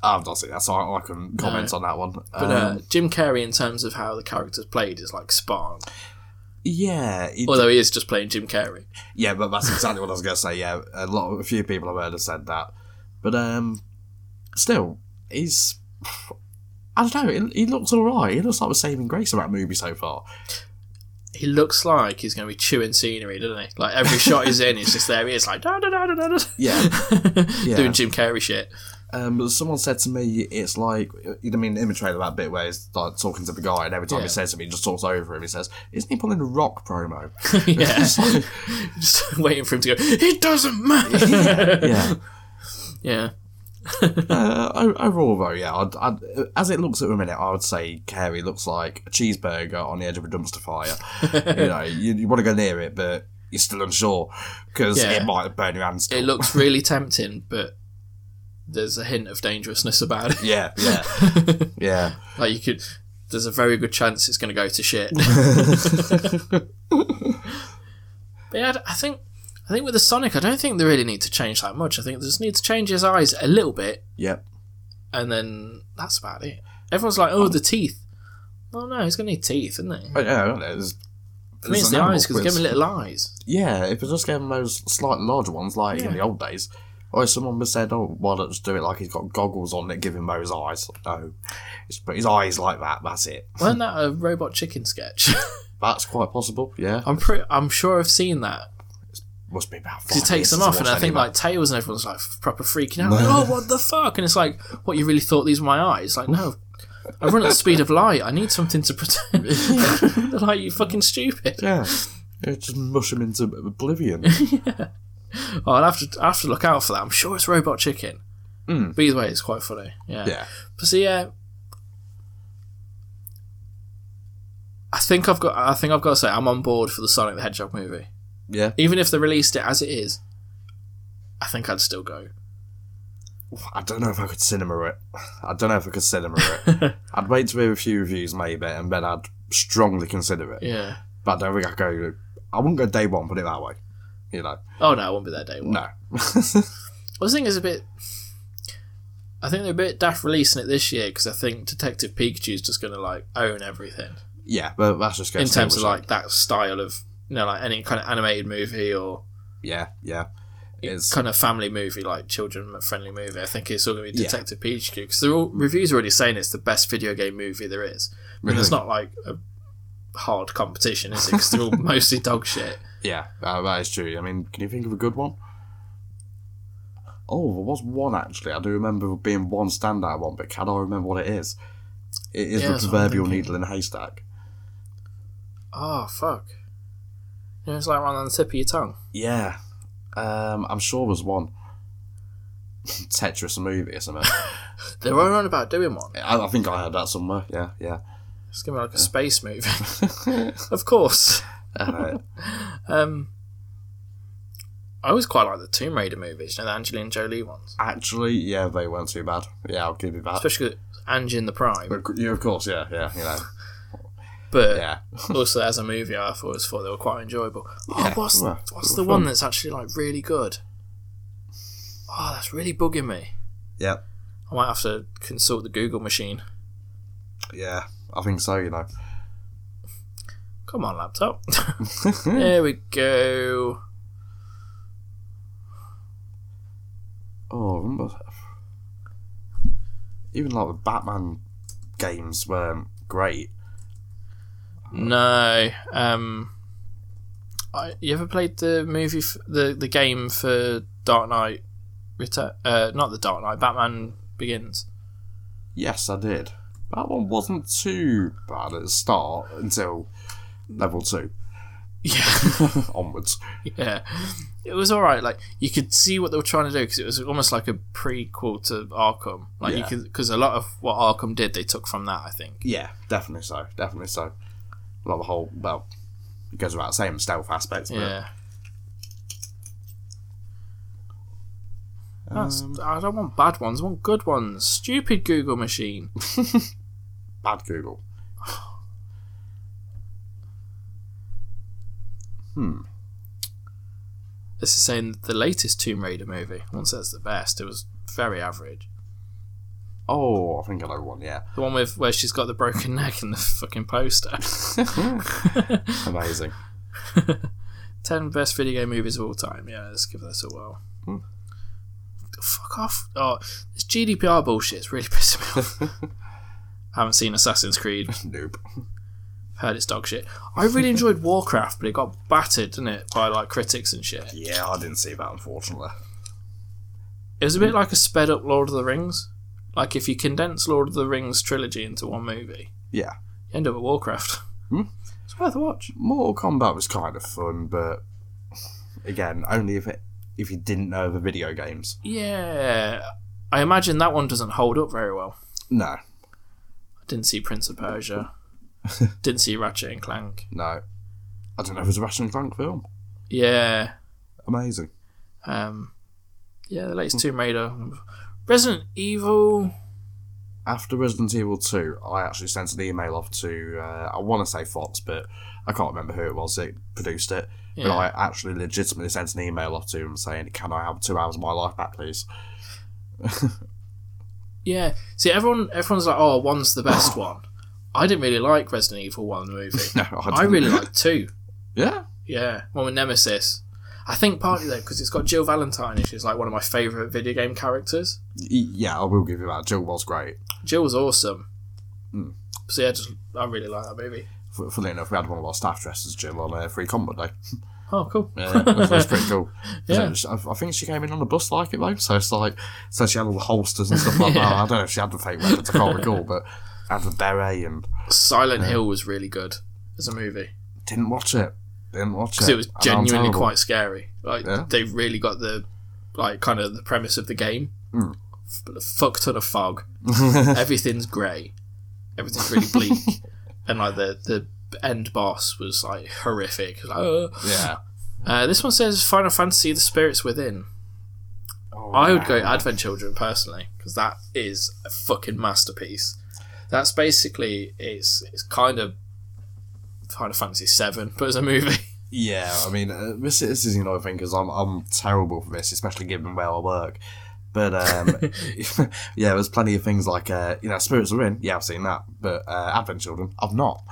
S2: I've not seen that, so I, I couldn't comment on that one.
S1: But
S2: Um,
S1: uh, Jim Carrey, in terms of how the character's played, is like Spawn.
S2: yeah, he
S1: Although he is just playing Jim Carrey.
S2: Yeah, but that's exactly what I was going to say. Yeah, a lot, a few people I've heard have said that, but um, still, he's. I don't know. He, he looks all right. He looks like the saving grace of that movie so far.
S1: He looks like he's going to be chewing scenery, doesn't he? Like every shot he's in, he's just there. He is like da da da da da. da.
S2: Yeah.
S1: doing Jim Carrey shit.
S2: Um, but someone said to me, it's like you know, I mean, in the trailer that bit where he's like talking to the guy, and every time
S1: Yeah.
S2: he says something, he just talks over him. He says, "Isn't he pulling a rock promo?"
S1: yeah,
S2: It's like,
S1: just waiting for him to go. It doesn't matter.
S2: yeah.
S1: yeah,
S2: Uh, o- overall, though, yeah, I'd, I'd, as it looks at the minute, I would say Carey looks like a cheeseburger on the edge of a dumpster fire. you know, you, you want to go near it, but you're still unsure because
S1: Yeah.
S2: it might burn your hands.
S1: it looks really tempting, but there's a hint of dangerousness about it.
S2: yeah, yeah, yeah.
S1: Like you could, there's a very good chance it's going to go to shit. but yeah, I think I think with the Sonic, I don't think they really need to change that much. I think they just need to change his eyes a little bit,
S2: Yep.
S1: and then that's about it. Everyone's like, "Oh, the teeth." Oh no, he's going to need teeth, isn't he?
S2: But, Oh, yeah, I don't know, there's-
S1: I mean,
S2: there's
S1: it's
S2: an
S1: the
S2: animal
S1: eyes because
S2: quiz.
S1: give him little eyes.
S2: Yeah, if you just gave him those slightly larger ones like in the old days. Or if someone was said, oh, why not just do it like he's got goggles on that give him those eyes? No. It's, but his eyes like that, that's it.
S1: Weren't that a robot chicken sketch?
S2: That's quite possible, yeah.
S1: I'm pretty, I'm sure I've seen that.
S2: Must be about five
S1: He takes
S2: years
S1: them
S2: since I
S1: off, and
S2: watched
S1: I think
S2: any of
S1: like tails, and everyone's like proper freaking out. Like, oh, what the fuck! And it's like, what you really thought these were my eyes? Like, no, I run at the speed of light. I need something to protect. They're like, you fucking stupid.
S2: Yeah. Yeah, just mush them into oblivion.
S1: Oh, I'll have to, I'll have to look out for that. I'm sure it's Robot Chicken.
S2: Mm.
S1: But either way, it's quite funny. Yeah.
S2: yeah.
S1: But see, yeah. I think I've got. I think I've got to say, I'm on board for the Sonic the Hedgehog movie.
S2: Yeah.
S1: Even if they released it as it is, I think I'd still go.
S2: I don't know if I could cinema it. I don't know if I could cinema it. I'd wait to hear a few reviews maybe, and then I'd strongly consider it.
S1: Yeah.
S2: But I don't think I'd go. I wouldn't go day one. Put it that way. You know.
S1: Oh no, I won't be there day one.
S2: No.
S1: Well, the thing is a bit. I think they're a bit daft releasing it this year because I think Detective Pikachu's just going to like own everything
S2: yeah, but that's just going
S1: in terms of like that style of you know like any kind of animated movie or
S2: Yeah, yeah. It's
S1: kind of family movie like children friendly movie. I think it's all going to be
S2: Yeah.
S1: Detective Pikachu because all reviews are already saying it's the best video game movie there is. But it's not like a hard competition, is it? Because they're all mostly dog shit.
S2: yeah. Uh, that is true. I mean, can you think of a good one? Oh, there was one actually. I do remember being one standout one, but can I remember what it is? It is
S1: Yeah,
S2: the
S1: that's what I'm
S2: proverbial
S1: thinking.
S2: needle in a haystack.
S1: Oh fuck! You know, it's like right on the tip of your tongue.
S2: Yeah, um, I'm sure there's one. Tetris movie or something.
S1: They're all on about doing one.
S2: I, I think I heard that somewhere. Yeah, yeah.
S1: It's gonna be like a space movie, of course.
S2: Uh,
S1: Um, I always quite like the Tomb Raider movies, you know, the Angelina Jolie ones,
S2: actually, yeah, they weren't too bad. Yeah, I'll give you that.
S1: especially Angie in the Prime.
S2: Uh, But, yeah, of course, yeah, yeah, you know,
S1: But
S2: yeah.
S1: also as a movie, I always thought they were quite enjoyable. Oh,
S2: Yeah,
S1: what's
S2: well,
S1: what's
S2: it
S1: the
S2: was
S1: one
S2: fun.
S1: that's actually like really good? Oh, that's really bugging me.
S2: Yeah,
S1: I might have to consult the Google machine.
S2: yeah, I think so, you know.
S1: Come on, laptop. there we go.
S2: Oh, I remember. Even like the Batman games weren't great.
S1: No. Um, I, you ever played the movie, f- the the game for Dark Knight? Return, uh, not the Dark Knight. Batman Begins.
S2: Yes, I did. That one wasn't too bad at the start until level two
S1: Yeah,
S2: onwards.
S1: yeah. It was all right. Like you could see what they were trying to do because it was almost like a prequel to Arkham. Like you
S2: Yeah.
S1: could because a lot of what Arkham did, they took from that. I think.
S2: Yeah, definitely so. Definitely so. Like the whole well, it goes without saying the stealth aspects. But
S1: Yeah. That's, I don't want bad ones. I want good ones. Stupid Google machine.
S2: Bad Google.
S1: This is saying the latest Tomb Raider movie. One says the best. It was very average.
S2: Oh, I think I know one. Yeah,
S1: The one with where she's got the broken neck in the fucking poster.
S2: amazing.
S1: Ten best video game movies of all time. Yeah, let's give this a whirl. Fuck off! Oh, this GDPR bullshit is really pissing me off. Haven't seen Assassin's Creed.
S2: nope.
S1: Heard it's dog shit. I really enjoyed Warcraft, but it got battered, didn't it, by like critics and shit.
S2: Yeah, I didn't see that unfortunately.
S1: It was a bit like a sped up Lord of the Rings. Like if you condense Lord of the Rings trilogy into one movie,
S2: Yeah,
S1: you end up with Warcraft. It's worth a watch.
S2: Mortal Kombat was kind of fun, but again, only if it if you didn't know the video games.
S1: Yeah, I imagine that one doesn't hold up very well.
S2: No,
S1: I didn't see Prince of Persia. didn't see Ratchet and Clank.
S2: no. I don't know if it was a Ratchet and Clank film.
S1: Yeah,
S2: Amazing.
S1: um, yeah, the latest Tomb Raider, Resident Evil.
S2: After Resident Evil 2, I actually sent an email off to, uh, I want to say Fox, but I can't remember who it was that produced it. But
S1: Yeah.
S2: I actually legitimately sent an email off to him saying, Can I have two hours of my life back, please?
S1: Yeah, see, everyone, everyone's like, oh, one's the best one. I didn't really like Resident Evil One the movie.
S2: No, I,
S1: I
S2: didn't.
S1: really like two.
S2: Yeah.
S1: Yeah, one with Nemesis. I think partly though because it's got Jill Valentine, and she's like one of my favorite video game characters.
S2: Y- Yeah, I will give you that. Jill was great.
S1: Jill's awesome.
S2: Hmm.
S1: So yeah, just I really like that movie.
S2: F- Funnily enough, we had one of our staff dressed as Jill on a free combat day.
S1: Oh, cool.
S2: Yeah, that was pretty cool.
S1: Yeah.
S2: So, I I think she came in on the bus like it though, so it's like so she had all the holsters and stuff like that. I don't know if she had the fake weapons, I can't recall, but had the beret and
S1: Silent Hill was really good as a movie
S2: didn't watch it. Didn't watch it.
S1: because it was
S2: And I'm
S1: genuinely
S2: terrible.
S1: quite scary. Like
S2: Yeah.
S1: they really got the like kind of the premise of the game.
S2: Mm.
S1: F- a fuck ton of fog. Everything's grey. Everything's really bleak. and like the the end boss was like horrific. Like, "Ugh."
S2: yeah.
S1: Uh, this one says Final Fantasy: The Spirits Within.
S2: Oh,
S1: I would
S2: yeah.
S1: go Advent Children personally because that is a fucking masterpiece. That's basically it's it's kind of Final Fantasy Seven, but as a movie.
S2: Yeah, I mean, uh, this, this is another thing because I'm I'm terrible for this, especially given where I work. But um, yeah, there's plenty of things like uh, you know, Spirits are in. Yeah, I've seen that, but uh, Advent Children, I've not.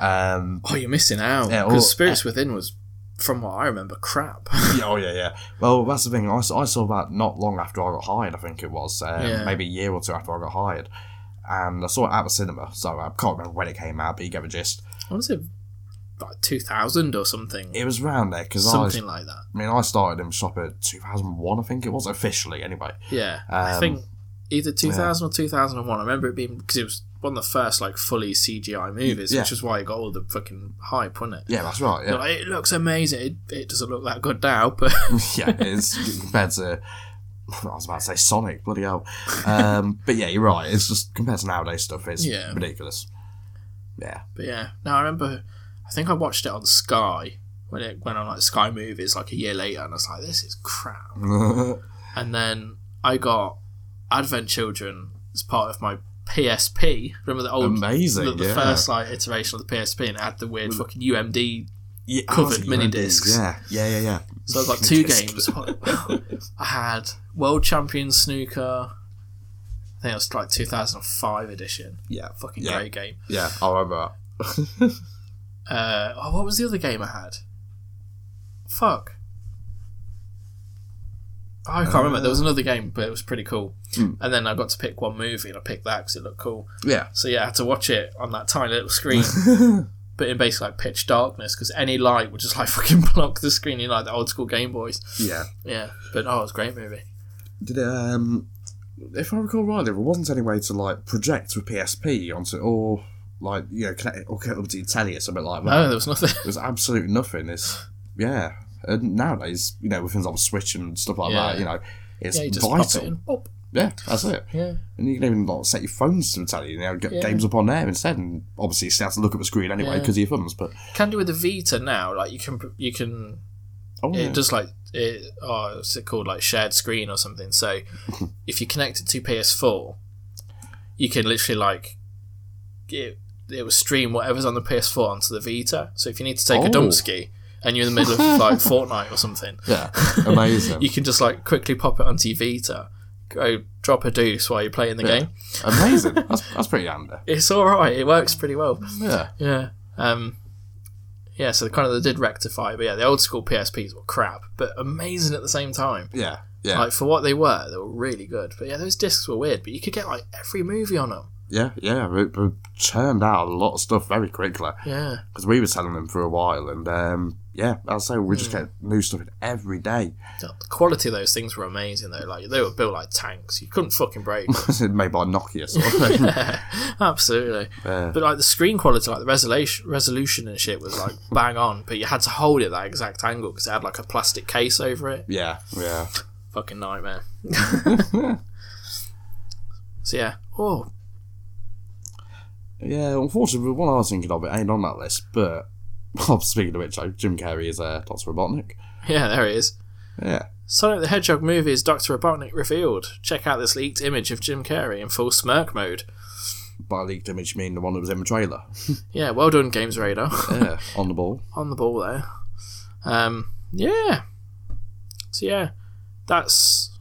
S2: Um,
S1: Oh, you're missing out
S2: Yeah,
S1: because
S2: or-
S1: Spirits Within was, from what I remember, crap.
S2: yeah, oh yeah, yeah. Well, that's the thing. I, s- I saw that not long after I got hired. I think it was um,
S1: Yeah.
S2: maybe a year or two after I got hired, and I saw it at the cinema. So I can't remember when it came out, but you get the gist.
S1: I want to say like 2000 or something,
S2: It was round there because I, was-
S1: something like that.
S2: I mean, I started in shop at 2001. I think it was officially anyway.
S1: Yeah, I
S2: Um,
S1: think either 2000 or 2001. I remember it being because it was one of the first like fully CGI movies,
S2: Yeah.
S1: which is why it got all the fucking hype, wasn't it?
S2: Yeah, that's right. Yeah.
S1: They're like, it looks amazing. It, it doesn't look that good now, but
S2: yeah, it's compared to. I was about to say Sonic, bloody hell. Um, but yeah, you're right. It's just compared to nowadays stuff, it's
S1: Yeah.
S2: ridiculous. Yeah.
S1: but yeah. Now I remember, I think I watched it on Sky when it went on like Sky Movies like a year later, and I was like, this is crap. and then I got Advent Children as part of my PSP. Remember the old
S2: Amazing,
S1: the, the
S2: yeah.
S1: first like iteration of the PSP, and it had the weird fucking UMD.
S2: yeah
S1: Covered
S2: honestly,
S1: mini
S2: you did.
S1: discs.
S2: Yeah, yeah, yeah, yeah.
S1: So I got two games. I had World Champion Snooker. I think it was like 2005 edition.
S2: Yeah,
S1: Fucking
S2: yeah,
S1: great game.
S2: yeah. I remember
S1: Uh, oh, what was the other game I had? Fuck. Oh, I can't remember. There was another game, but it was pretty cool. And then I got to pick one movie, and I picked that because it looked cool.
S2: that. Yeah,
S1: So yeah, I had to watch it on that tiny little screen, but in basically like pitch darkness because any light would just like fucking block the screen in like the old school Game Boys.
S2: yeah.
S1: Yeah, but oh, it was a great movie.
S2: Did it, um, if I recall rightly, there wasn't any way to like project with PSP onto or like you know connect it or connect it up to your telly or something like that.
S1: No, there was nothing.
S2: There's absolute nothing. It's yeah. And nowadays, you know, with things like Switch and stuff like
S1: Yeah.
S2: that, you know, it's
S1: yeah, you just pop it
S2: vital.
S1: in. Pop.
S2: Yeah, that's it.
S1: Yeah,
S2: And you can even like set your phones to tell you, you know, get
S1: Yeah.
S2: games up on there instead. And obviously, you still have to look at the screen anyway
S1: Yeah.
S2: because of your thumbs. But
S1: can do with the Vita now. Like you can, you can.
S2: oh, yeah.
S1: It does like it. Oh, what's it called? Like shared screen or something. So if you connect it to PS4, you can literally like it. It will stream whatever's on the PS4 onto the Vita. So if you need to take a
S2: Oh.
S1: dumpski and you're in the middle of like Fortnite or something,
S2: yeah, amazing,
S1: you can just like quickly pop it onto your Vita, go drop a deuce while you're playing the game.
S2: amazing. That's that's pretty handy.
S1: It's all right. It works pretty well.
S2: Yeah,
S1: Yeah. Um. Yeah. So kind of they did rectify, but yeah, the old school PSPs were crap, but amazing at the same time.
S2: yeah, yeah,
S1: Like for what they were, they were really good. But yeah, those discs were weird, but you could get like every movie on them.
S2: yeah, yeah. We, we churned out a lot of stuff very quickly
S1: Yeah.
S2: because we were selling them for a while, and um, yeah, I'd say we just get new stuff in every day.
S1: The quality of those things were amazing though. Like they were built like tanks. You couldn't fucking break.
S2: Made by Nokia, sort of. Uh,
S1: Absolutely.
S2: Yeah.
S1: But like the screen quality, like the resolution, resolution and shit was like bang on. But you had to hold it that exact angle because it had like a plastic case over it.
S2: yeah, yeah.
S1: Fucking nightmare. so yeah. Oh
S2: Yeah, unfortunately, the one I was thinking of it ain't on that list. But oh, speaking of which, though, Jim Carrey is uh, Doctor Robotnik.
S1: yeah, there it is.
S2: Yeah,
S1: Sonic the Hedgehog movie is Dr. Robotnik revealed. Check out this leaked image of Jim Carrey in full smirk mode.
S2: by leaked image, you mean the one that was in the trailer?
S1: Yeah, well done, Games Radar.
S2: Yeah, on the ball.
S1: on the ball there. Um, yeah. So yeah, that's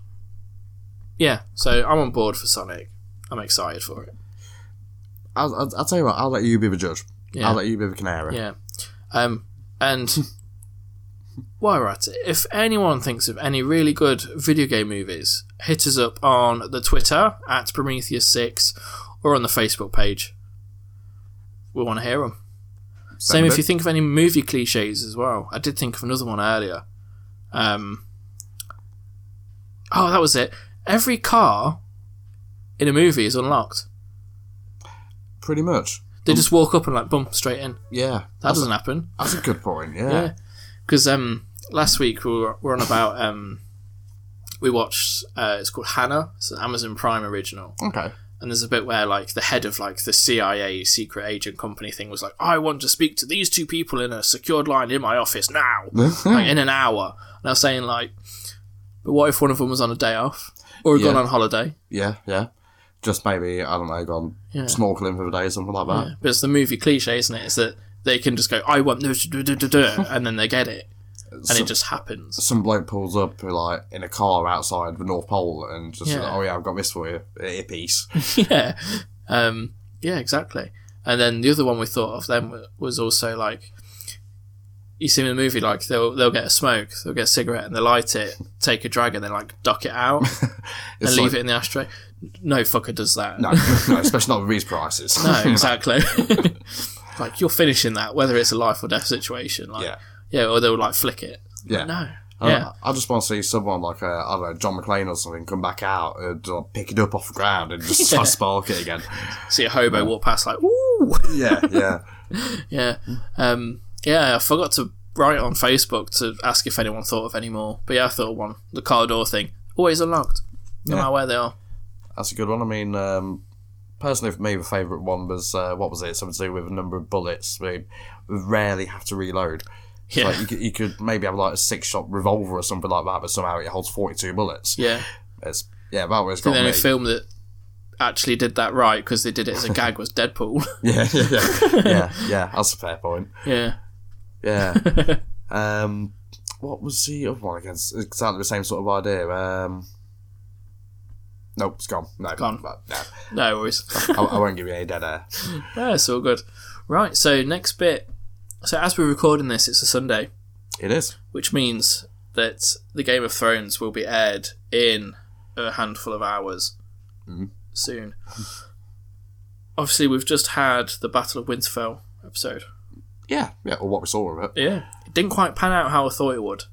S1: yeah. So I'm on board for Sonic. I'm excited for it.
S2: I'll, I'll, I'll tell you what. I'll let you be the judge.
S1: Yeah.
S2: I'll let you be the canary.
S1: Yeah. Um, and while we're at it, if anyone thinks of any really good video game movies, hit us up on the Twitter at Prometheus6 or on the Facebook page. We want to hear them. Same if you think of any movie cliches as well. I did think of another one earlier. Um, oh, that was it. Every car in a movie is unlocked.
S2: pretty much.
S1: They just walk up and like bump straight in.
S2: Yeah,
S1: That doesn't happen.
S2: that's a good point. Yeah,
S1: Yeah, because um, last week we were, we are on about um, we watched uh, it's called Hannah. It's an Amazon Prime original,
S2: okay,
S1: and there's a bit where like the head of like the CIA secret agent company thing was like, I want to speak to these two people in a secured line in my office now, like
S2: Hmm.
S1: in an hour. And I was saying like, but what if one of them was on a day off or had gone
S2: Yeah.
S1: on holiday?
S2: yeah, yeah. Just maybe I don't know, gone
S1: Yeah.
S2: snorkeling for the day, something like that.
S1: But it's the movie cliche, isn't it? Is that they can just go, I want this, duh, duh, duh, duh," and then they get it, and it just happens.
S2: Some bloke pulls up like in a car outside the North Pole and just,
S1: Yeah.
S2: oh yeah, I've got this for you, earpiece.
S1: yeah, um, yeah, exactly. And then the other one we thought of then wa- was also like, you see in the movie, like they'll they'll get a smoke, they'll get a cigarette, and they light it, take a drag, and then like duck it out and
S2: It's
S1: leave
S2: like-
S1: it in the ashtray. No fucker does that.
S2: No, no, especially not with these prices.
S1: No, exactly. like you're finishing that, whether it's a life or death situation. Like,
S2: Yeah.
S1: yeah, or they'll like flick it.
S2: yeah. Uh,
S1: No,
S2: I,
S1: yeah,
S2: I just want to see someone like uh, I don't know John McClane or something come back out and uh, pick it up off the ground and just
S1: Yeah.
S2: spark it again.
S1: see a hobo walk past like, ooh.
S2: Yeah, yeah.
S1: Yeah. Um, yeah, I forgot to write on Facebook to ask if anyone thought of any more. But yeah, I thought of one. The car door thing. Always unlocked. No
S2: Yeah.
S1: matter where they are.
S2: That's a good one. I mean, um, personally, for me, the favourite one was uh, what was it? Something to do with a number of bullets. We we rarely have to reload.
S1: Yeah.
S2: Like you could, you could maybe have like a six-shot revolver or something like that, but somehow it holds forty-two bullets.
S1: yeah.
S2: It's yeah, that was
S1: The
S2: got me.
S1: only film that actually did that right because they did it as a gag was Deadpool.
S2: yeah, yeah, yeah, yeah, yeah. That's a fair point.
S1: yeah.
S2: Yeah. um, what was the other one again? It's Exactly the same sort of idea. Um, nope, it's gone. No,
S1: Gone.
S2: but, no.
S1: No worries.
S2: I, I won't give you any dead air.
S1: yeah, it's all good. Right, so next bit. So as we're recording this, it's a Sunday,
S2: It is.
S1: which means that the Game of Thrones will be aired in a handful of hours soon. Obviously, we've just had the Battle of Winterfell episode.
S2: Yeah, yeah, or what we saw of it.
S1: Yeah, it didn't quite pan out how I thought it would.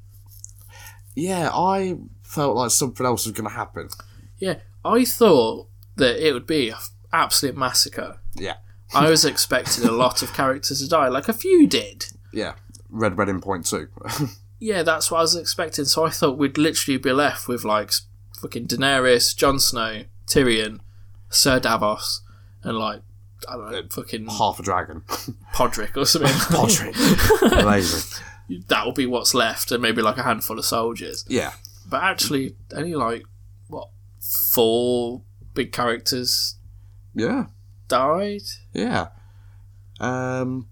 S2: Yeah, I felt like something else was going to happen.
S1: Yeah, I thought that it would be an absolute massacre.
S2: Yeah,
S1: I was expecting a lot of characters to die, like a few did.
S2: yeah. Red Red in point two.
S1: Yeah, that's what I was expecting. So I thought we'd literally be left with like s- fucking Daenerys, Jon Snow, Tyrion, Ser Davos, and like I don't
S2: Uh,
S1: know, fucking
S2: Half a dragon.
S1: Podrick or something.
S2: Pottery. Amazing.
S1: That'll be what's left, and maybe like a handful of soldiers.
S2: Yeah,
S1: But actually, only like what four big characters
S2: yeah,
S1: died.
S2: yeah. Um,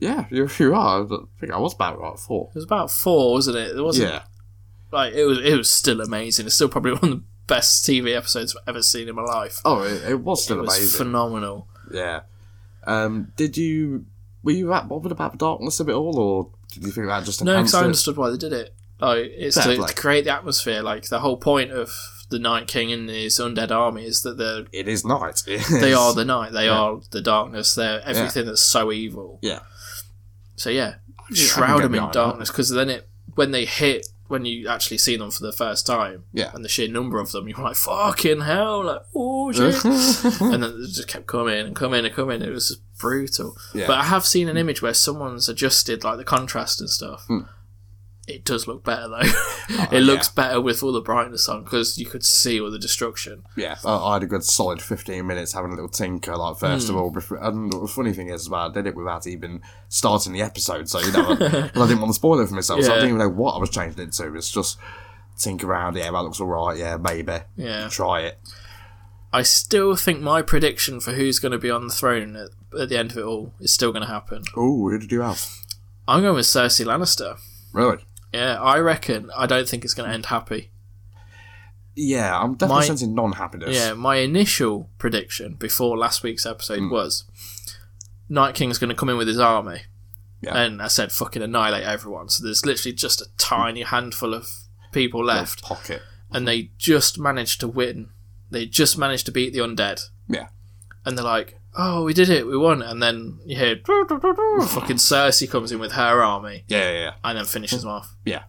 S2: yeah, you, you are. I think I was about right four.
S1: It was about four, wasn't it? There wasn't
S2: Yeah,
S1: like it was. It was still amazing. It's still probably one of the best TV episodes I've ever seen in my life.
S2: Oh, it, it was still
S1: It
S2: amazing.
S1: was phenomenal.
S2: yeah. Um, did you were you that bothered about the darkness of it all, or did you think that just
S1: No, because
S2: enhanced
S1: I
S2: it?
S1: understood why they did it. Like it's
S2: Fair
S1: to,
S2: play.
S1: to create the atmosphere. Like the whole point of the Night King and his undead army is that they're
S2: It is night.
S1: they are the night. They are the darkness. They're everything that's so evil.
S2: Yeah.
S1: So yeah,
S2: can
S1: shroud
S2: get
S1: them in
S2: behind that.
S1: darkness because then it when they hit when you actually see them for the first time.
S2: Yeah.
S1: And the sheer number of them, you're like fucking hell, like oh shit, and then they just kept coming and coming and coming. It was just brutal.
S2: Yeah.
S1: But I have seen an image where someone's adjusted like the contrast and stuff. It does look better though. it looks better with all the brightness on because you could see all the destruction.
S2: Yeah, I, I had a good solid fifteen minutes having a little tinker. Like first
S1: Hmm.
S2: of all, before, and the funny thing is, well, I did it without even starting the episode, so you know, I, I didn't want to spoil it for myself. So
S1: Yeah.
S2: I didn't even know what I was changing it to. It's just tinker around. Yeah, that looks all right. Yeah, maybe
S1: Yeah.
S2: try it.
S1: I still think my prediction for who's going to be on the throne at, at the end of it all is still going to happen.
S2: Oh, who did you have?
S1: I'm going with Cersei Lannister.
S2: Really?
S1: Yeah, I reckon. I don't think it's going to end happy.
S2: Yeah, I'm definitely
S1: My-
S2: sensing non-happiness.
S1: Yeah, my initial prediction before last week's episode
S2: Hmm.
S1: was Night King's going to come in with his army.
S2: Yeah.
S1: And I said, fucking annihilate everyone. So there's literally just a tiny handful of people left.
S2: pocket.
S1: And they just managed to win. They just managed to beat the undead.
S2: Yeah.
S1: And they're like, oh, we did it, we won. And then you hear, "Doo, doo, doo, doo." fucking Cersei comes in with her army
S2: Yeah, yeah, yeah.
S1: and then finishes them off.
S2: Yeah,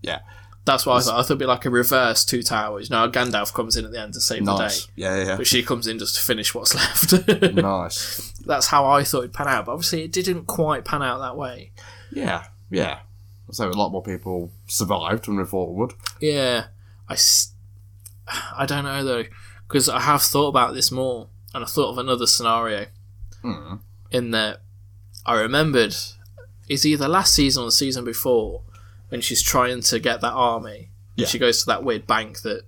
S2: yeah.
S1: That's what I thought. I thought it'd be like a reverse Two Towers. You know, Gandalf comes in at the end to save the
S2: Nice.
S1: day,
S2: Yeah, yeah,
S1: but she comes in just to finish what's left.
S2: yeah. nice.
S1: That's how I thought it'd pan out, but obviously it didn't quite pan out that way.
S2: Yeah, yeah. So a lot more people survived than we thought would.
S1: Yeah, I, s- I don't know though, because I have thought about this more, and I thought of another scenario.
S2: Mm.
S1: In that, I remembered it's either last season or the season before when she's trying to get that army.
S2: Yeah.
S1: She goes to that weird bank that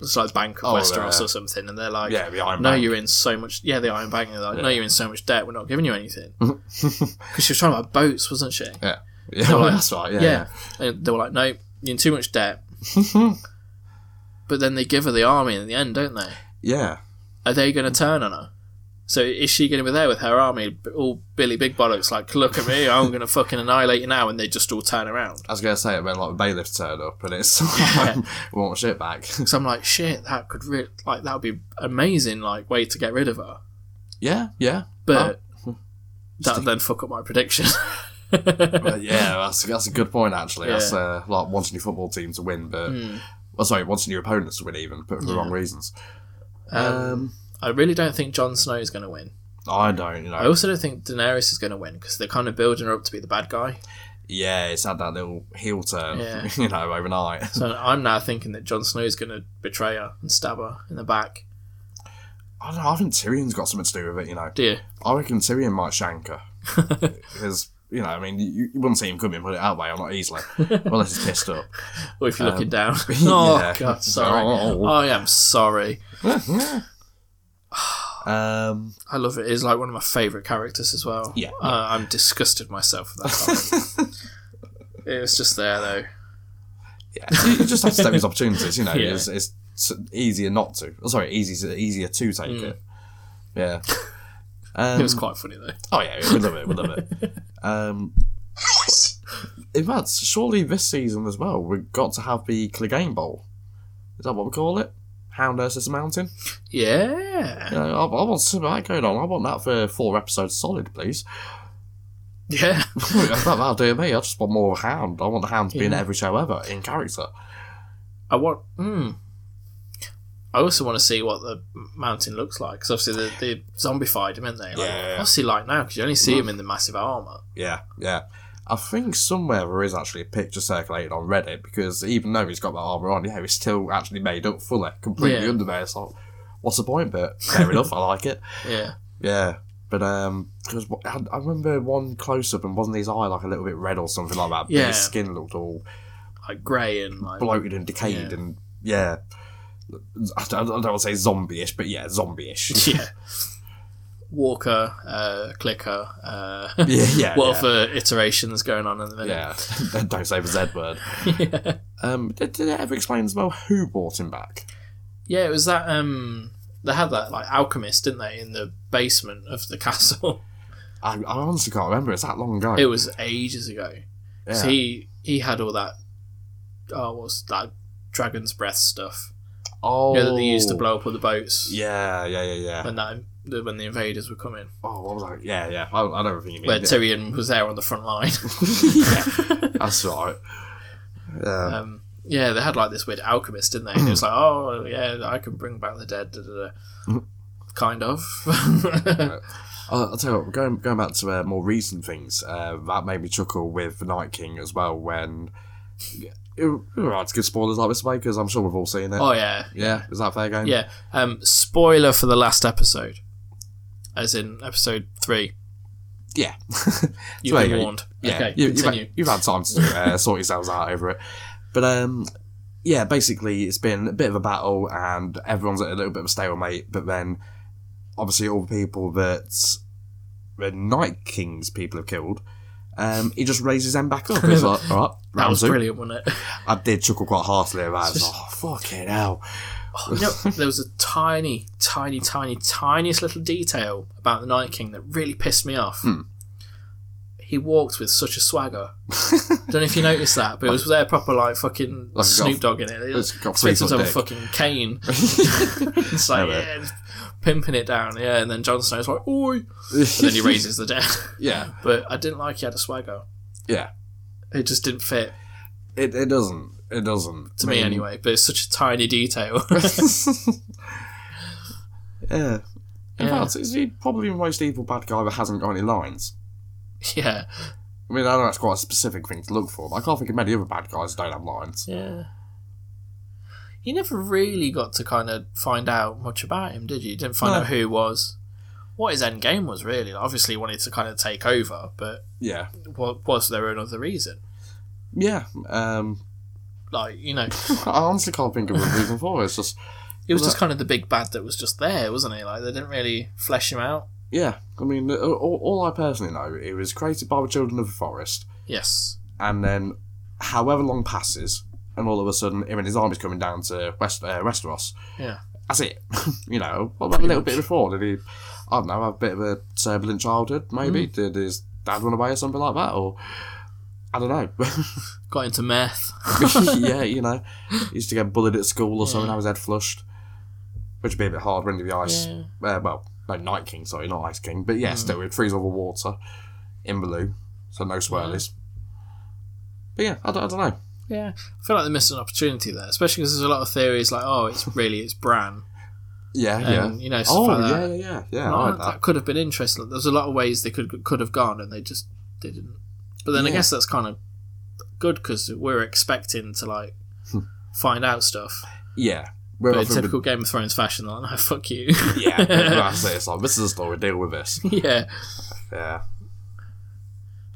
S1: it's like Bank of
S2: Oh,
S1: Westeros
S2: yeah.
S1: or something, and they're like,
S2: Yeah, the Iron
S1: "No,
S2: Man.
S1: you're in so much." Yeah, the Iron Bank. and They're like, "No, you're in so much debt. We're not giving you anything." Because she was trying about boats, wasn't she?
S2: Yeah, yeah.
S1: like-
S2: that's right. Yeah,
S1: Yeah.
S2: yeah.
S1: And they were like, no, you're in too much debt. Mm-hmm. but then they give her the army in the end, don't they?
S2: yeah.
S1: Are they going to turn on her? So is she going to be there with her army, b- all Billy Big Bollocks, like, look at me, I'm going to fucking annihilate you now, and they just all turn around?
S2: I was gonna say it when like the bailiffs turned up and it's we want shit back.
S1: Because I'm like, shit, that could re- like that would be amazing, like way to get rid of her.
S2: yeah, yeah.
S1: But that would then fuck up my prediction.
S2: But yeah, that's that's a good point actually.
S1: Yeah. Mm.
S2: That's uh, like wanting your football team to win, but well, sorry, wanting your opponents to win even, but for the wrong reasons. Um,
S1: I really don't think Jon Snow is going to win.
S2: I don't, you know.
S1: I also don't think Daenerys is going to win because they're kind of building her up to be the bad guy.
S2: Yeah, it's had that little heel turn,
S1: Yeah.
S2: you know, overnight.
S1: So I'm now thinking that Jon Snow is going to betray her and stab her in the back.
S2: I don't know. I think Tyrion's got something to do with it, you know.
S1: Do you?
S2: I reckon Tyrion might shank her because you know, I mean, you, you wouldn't see him coming, put it that way, or not easily, unless he's pissed up.
S1: Or if you're looking down. oh,
S2: Um, yeah.
S1: God, sorry.
S2: Oh.
S1: I am sorry.
S2: Um,
S1: I love it. It's like one of my favourite characters as well.
S2: Yeah.
S1: Uh, I'm disgusted myself with that comment. it was just there, though.
S2: yeah, you you just have to take these opportunities, you know.
S1: Yeah.
S2: It's, it's s- easier not to. Oh, sorry, easy, easier to take it. Yeah. Um,
S1: Mm. It was quite funny, though.
S2: Oh yeah, we love it. We love it. Um, in fact, surely this season as well, we've got to have the Clegane Bowl. Is that what we call it? Hound versus Mountain.
S1: Yeah.
S2: You know, I, I want some of that going on. I want that for four episodes solid, please.
S1: Yeah.
S2: that, that'll do me. I just want more Hound. I want the Hound to be in every show ever, in character.
S1: I want. Mm. I also want to see what the mountain looks like because obviously they, they zombified him, didn't they? Like,
S2: Yeah, yeah.
S1: What's he like now? Because you only see him in the massive armor.
S2: Yeah, yeah. I think somewhere there is actually a picture circulating on Reddit because even though he's got that armour on, yeah, he's still actually made up fully, completely
S1: Yeah.
S2: under there. So, what's the point? But fair enough, I like it.
S1: Yeah.
S2: Yeah, but um, because I, I remember one close up and wasn't his eye like a little bit red or something like that? but
S1: Yeah.
S2: his skin looked all
S1: Like grey and like
S2: bloated and decayed
S1: Yeah.
S2: and yeah. I don't, I don't want to say zombie-ish, but yeah, zombie-ish.
S1: yeah. Walker, uh, Clicker, uh,
S2: Yeah, yeah,
S1: what
S2: yeah.
S1: other iterations going on in the minute?
S2: yeah, don't say the Z word.
S1: Yeah.
S2: Um, did, did it ever explain as well who brought him back?
S1: Yeah, it was that. Um, they had that like alchemist, didn't they, in the basement of the castle?
S2: I, I honestly can't remember. It's that long ago.
S1: it was ages ago. 'Cause
S2: Yeah.
S1: he he had all that. Oh, what was that dragon's breath stuff?
S2: oh,
S1: You know, that they used to blow up all the boats
S2: Yeah, yeah, yeah, yeah.
S1: when that the- when the invaders were coming.
S2: oh, what was that? Yeah, yeah. I, I don't think you mean.
S1: Where Tyrion was there on the front line.
S2: That's right. Yeah.
S1: Um, yeah, they had like this weird alchemist, didn't they? And it was like, oh yeah, I can bring back the dead. Da, da, da. kind of.
S2: I'll, I'll tell you what, going, going back to uh, more recent things, uh, that made me chuckle with The Night King as well when. You're right to give spoilers like this away because I'm sure we've all seen it.
S1: oh yeah,
S2: yeah, is that fair game?
S1: yeah. Um, spoiler for the last episode, as in episode three.
S2: Yeah.
S1: You've
S2: There
S1: been
S2: you go.
S1: warned.
S2: Yeah,
S1: okay,
S2: you, have
S1: continue.
S2: had, you've had time to uh, sort yourselves out over it. But um, yeah, basically, it's been a bit of a battle, and everyone's at a little bit of a stalemate. But then, obviously, all the people that the Night King's people have killed, um, he just raises them back up. It's like, all right,
S1: That
S2: round
S1: was
S2: two.
S1: brilliant, wasn't it?
S2: I did chuckle quite heartily about it. oh, fucking hell.
S1: Oh, You know, there was a tiny, tiny, tiny, tiniest little detail about the Night King that really pissed me off.
S2: Hmm.
S1: He walked with such a swagger. Don't know if you noticed that, but it was there proper like fucking
S2: Like he's got-
S1: Snoop Dogg in it. It
S2: he's
S1: was
S2: got
S1: spits
S2: three-foot
S1: on a
S2: dick.
S1: fucking cane. it's like
S2: Yeah,
S1: yeah, just pimping it down, yeah. And then Jon Snow's like, "Oi!" And then he raises the dead.
S2: Yeah,
S1: but I didn't like he had a swagger.
S2: yeah.
S1: It just didn't fit.
S2: It, it doesn't. It doesn't.
S1: to
S2: I
S1: me
S2: mean,
S1: anyway. But it's such a tiny detail.
S2: Yeah. In
S1: Yeah.
S2: fact, is he probably the most evil bad guy that hasn't got any lines?
S1: yeah,
S2: I mean, I know that's quite a specific thing to look for, but I can't think of many other bad guys that don't have lines.
S1: yeah. You never really got to kind of find out much about him, did you? You Didn't find
S2: No.
S1: out who he was, what his end game was really. Like, obviously, he wanted to kind of take over, but
S2: Yeah.
S1: wa- was there another reason?
S2: Yeah. Um,
S1: Like you know,
S2: I honestly can't think of a reason for it. It's just,
S1: it was
S2: Well,
S1: just kind of the big bad that was just there, wasn't he? Like they didn't really flesh him out.
S2: yeah. I mean, uh, all, all I personally know, it was created by the children of the forest,
S1: Yes.
S2: and then however long passes, and all of a sudden, him and his army's coming down to West uh, Westeros.
S1: Yeah.
S2: That's it. you know, what about a little bit before? Did he, I don't know, have a bit of a turbulent childhood, maybe?
S1: Mm.
S2: Did his dad run away or something like that? Or, I don't know.
S1: Got into meth.
S2: yeah, you know, he used to get bullied at school or something, have his head flushed, which would be a bit hard when you're the ice.
S1: Yeah. Mm.
S2: Uh, well, no, Night King, sorry, not Ice King, but yeah, still, it freeze over water in Baloo, so no swirlies. But yeah, I don't, I don't know.
S1: Yeah. I feel like they missed an opportunity there, especially because there's a lot of theories like, oh, it's really it's Bran,
S2: Yeah, yeah.
S1: and you know, stuff
S2: Oh,
S1: like that.
S2: yeah, yeah, yeah, yeah.
S1: Like,
S2: I
S1: that,
S2: like that.
S1: could have been interesting. There's a lot of ways they could could have gone, and they just they didn't. But then I
S2: Yeah.
S1: guess that's kind of good because we're expecting to like
S2: Hmm.
S1: find out stuff.
S2: Yeah. We're
S1: But
S2: off
S1: in
S2: with-
S1: typical Game of Thrones fashion, they're like, no, fuck you.
S2: yeah, that's it. It's like, this is the story, deal with this.
S1: yeah,
S2: Yeah.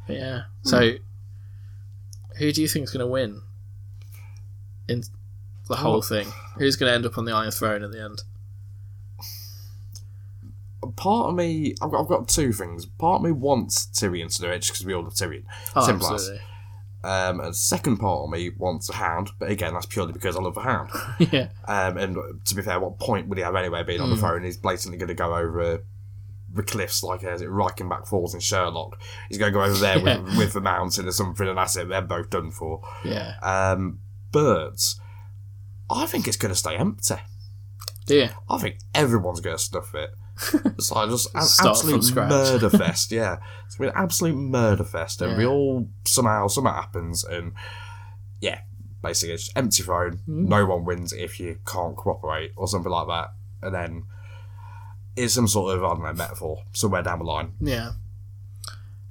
S1: yeah.
S2: Hmm.
S1: So, who do you think's going to win in the whole thing? Who's going to end up on the Iron Throne at the end?
S2: Part of me, I've got, I've got two things. Part of me wants Tyrion to do it just because we all love Tyrion.
S1: Oh,
S2: Simple as.
S1: absolutely.
S2: Um, and second part of me wants a hound, but again, that's purely because I love a hound.
S1: yeah,
S2: Um, and to be fair, what point would he have anyway being
S1: Hmm.
S2: on the throne? He's blatantly going to go over the cliffs like uh, is it Reichenbach Falls in Sherlock. He's going to go over there with, with the mountain or something, and that's it. They're both done for.
S1: yeah.
S2: Um, but I think it's going to stay empty.
S1: Yeah,
S2: I think everyone's going to stuff it. It's like just an
S1: Start from
S2: absolute
S1: scratch.
S2: murder fest, yeah. It's going to be an absolute murder fest, and we
S1: Yeah.
S2: all somehow something happens, and yeah, basically it's just empty throne. No
S1: Mm.
S2: one wins if you can't cooperate or something like that, and then it's some sort of I don't know metaphor somewhere down the line.
S1: yeah.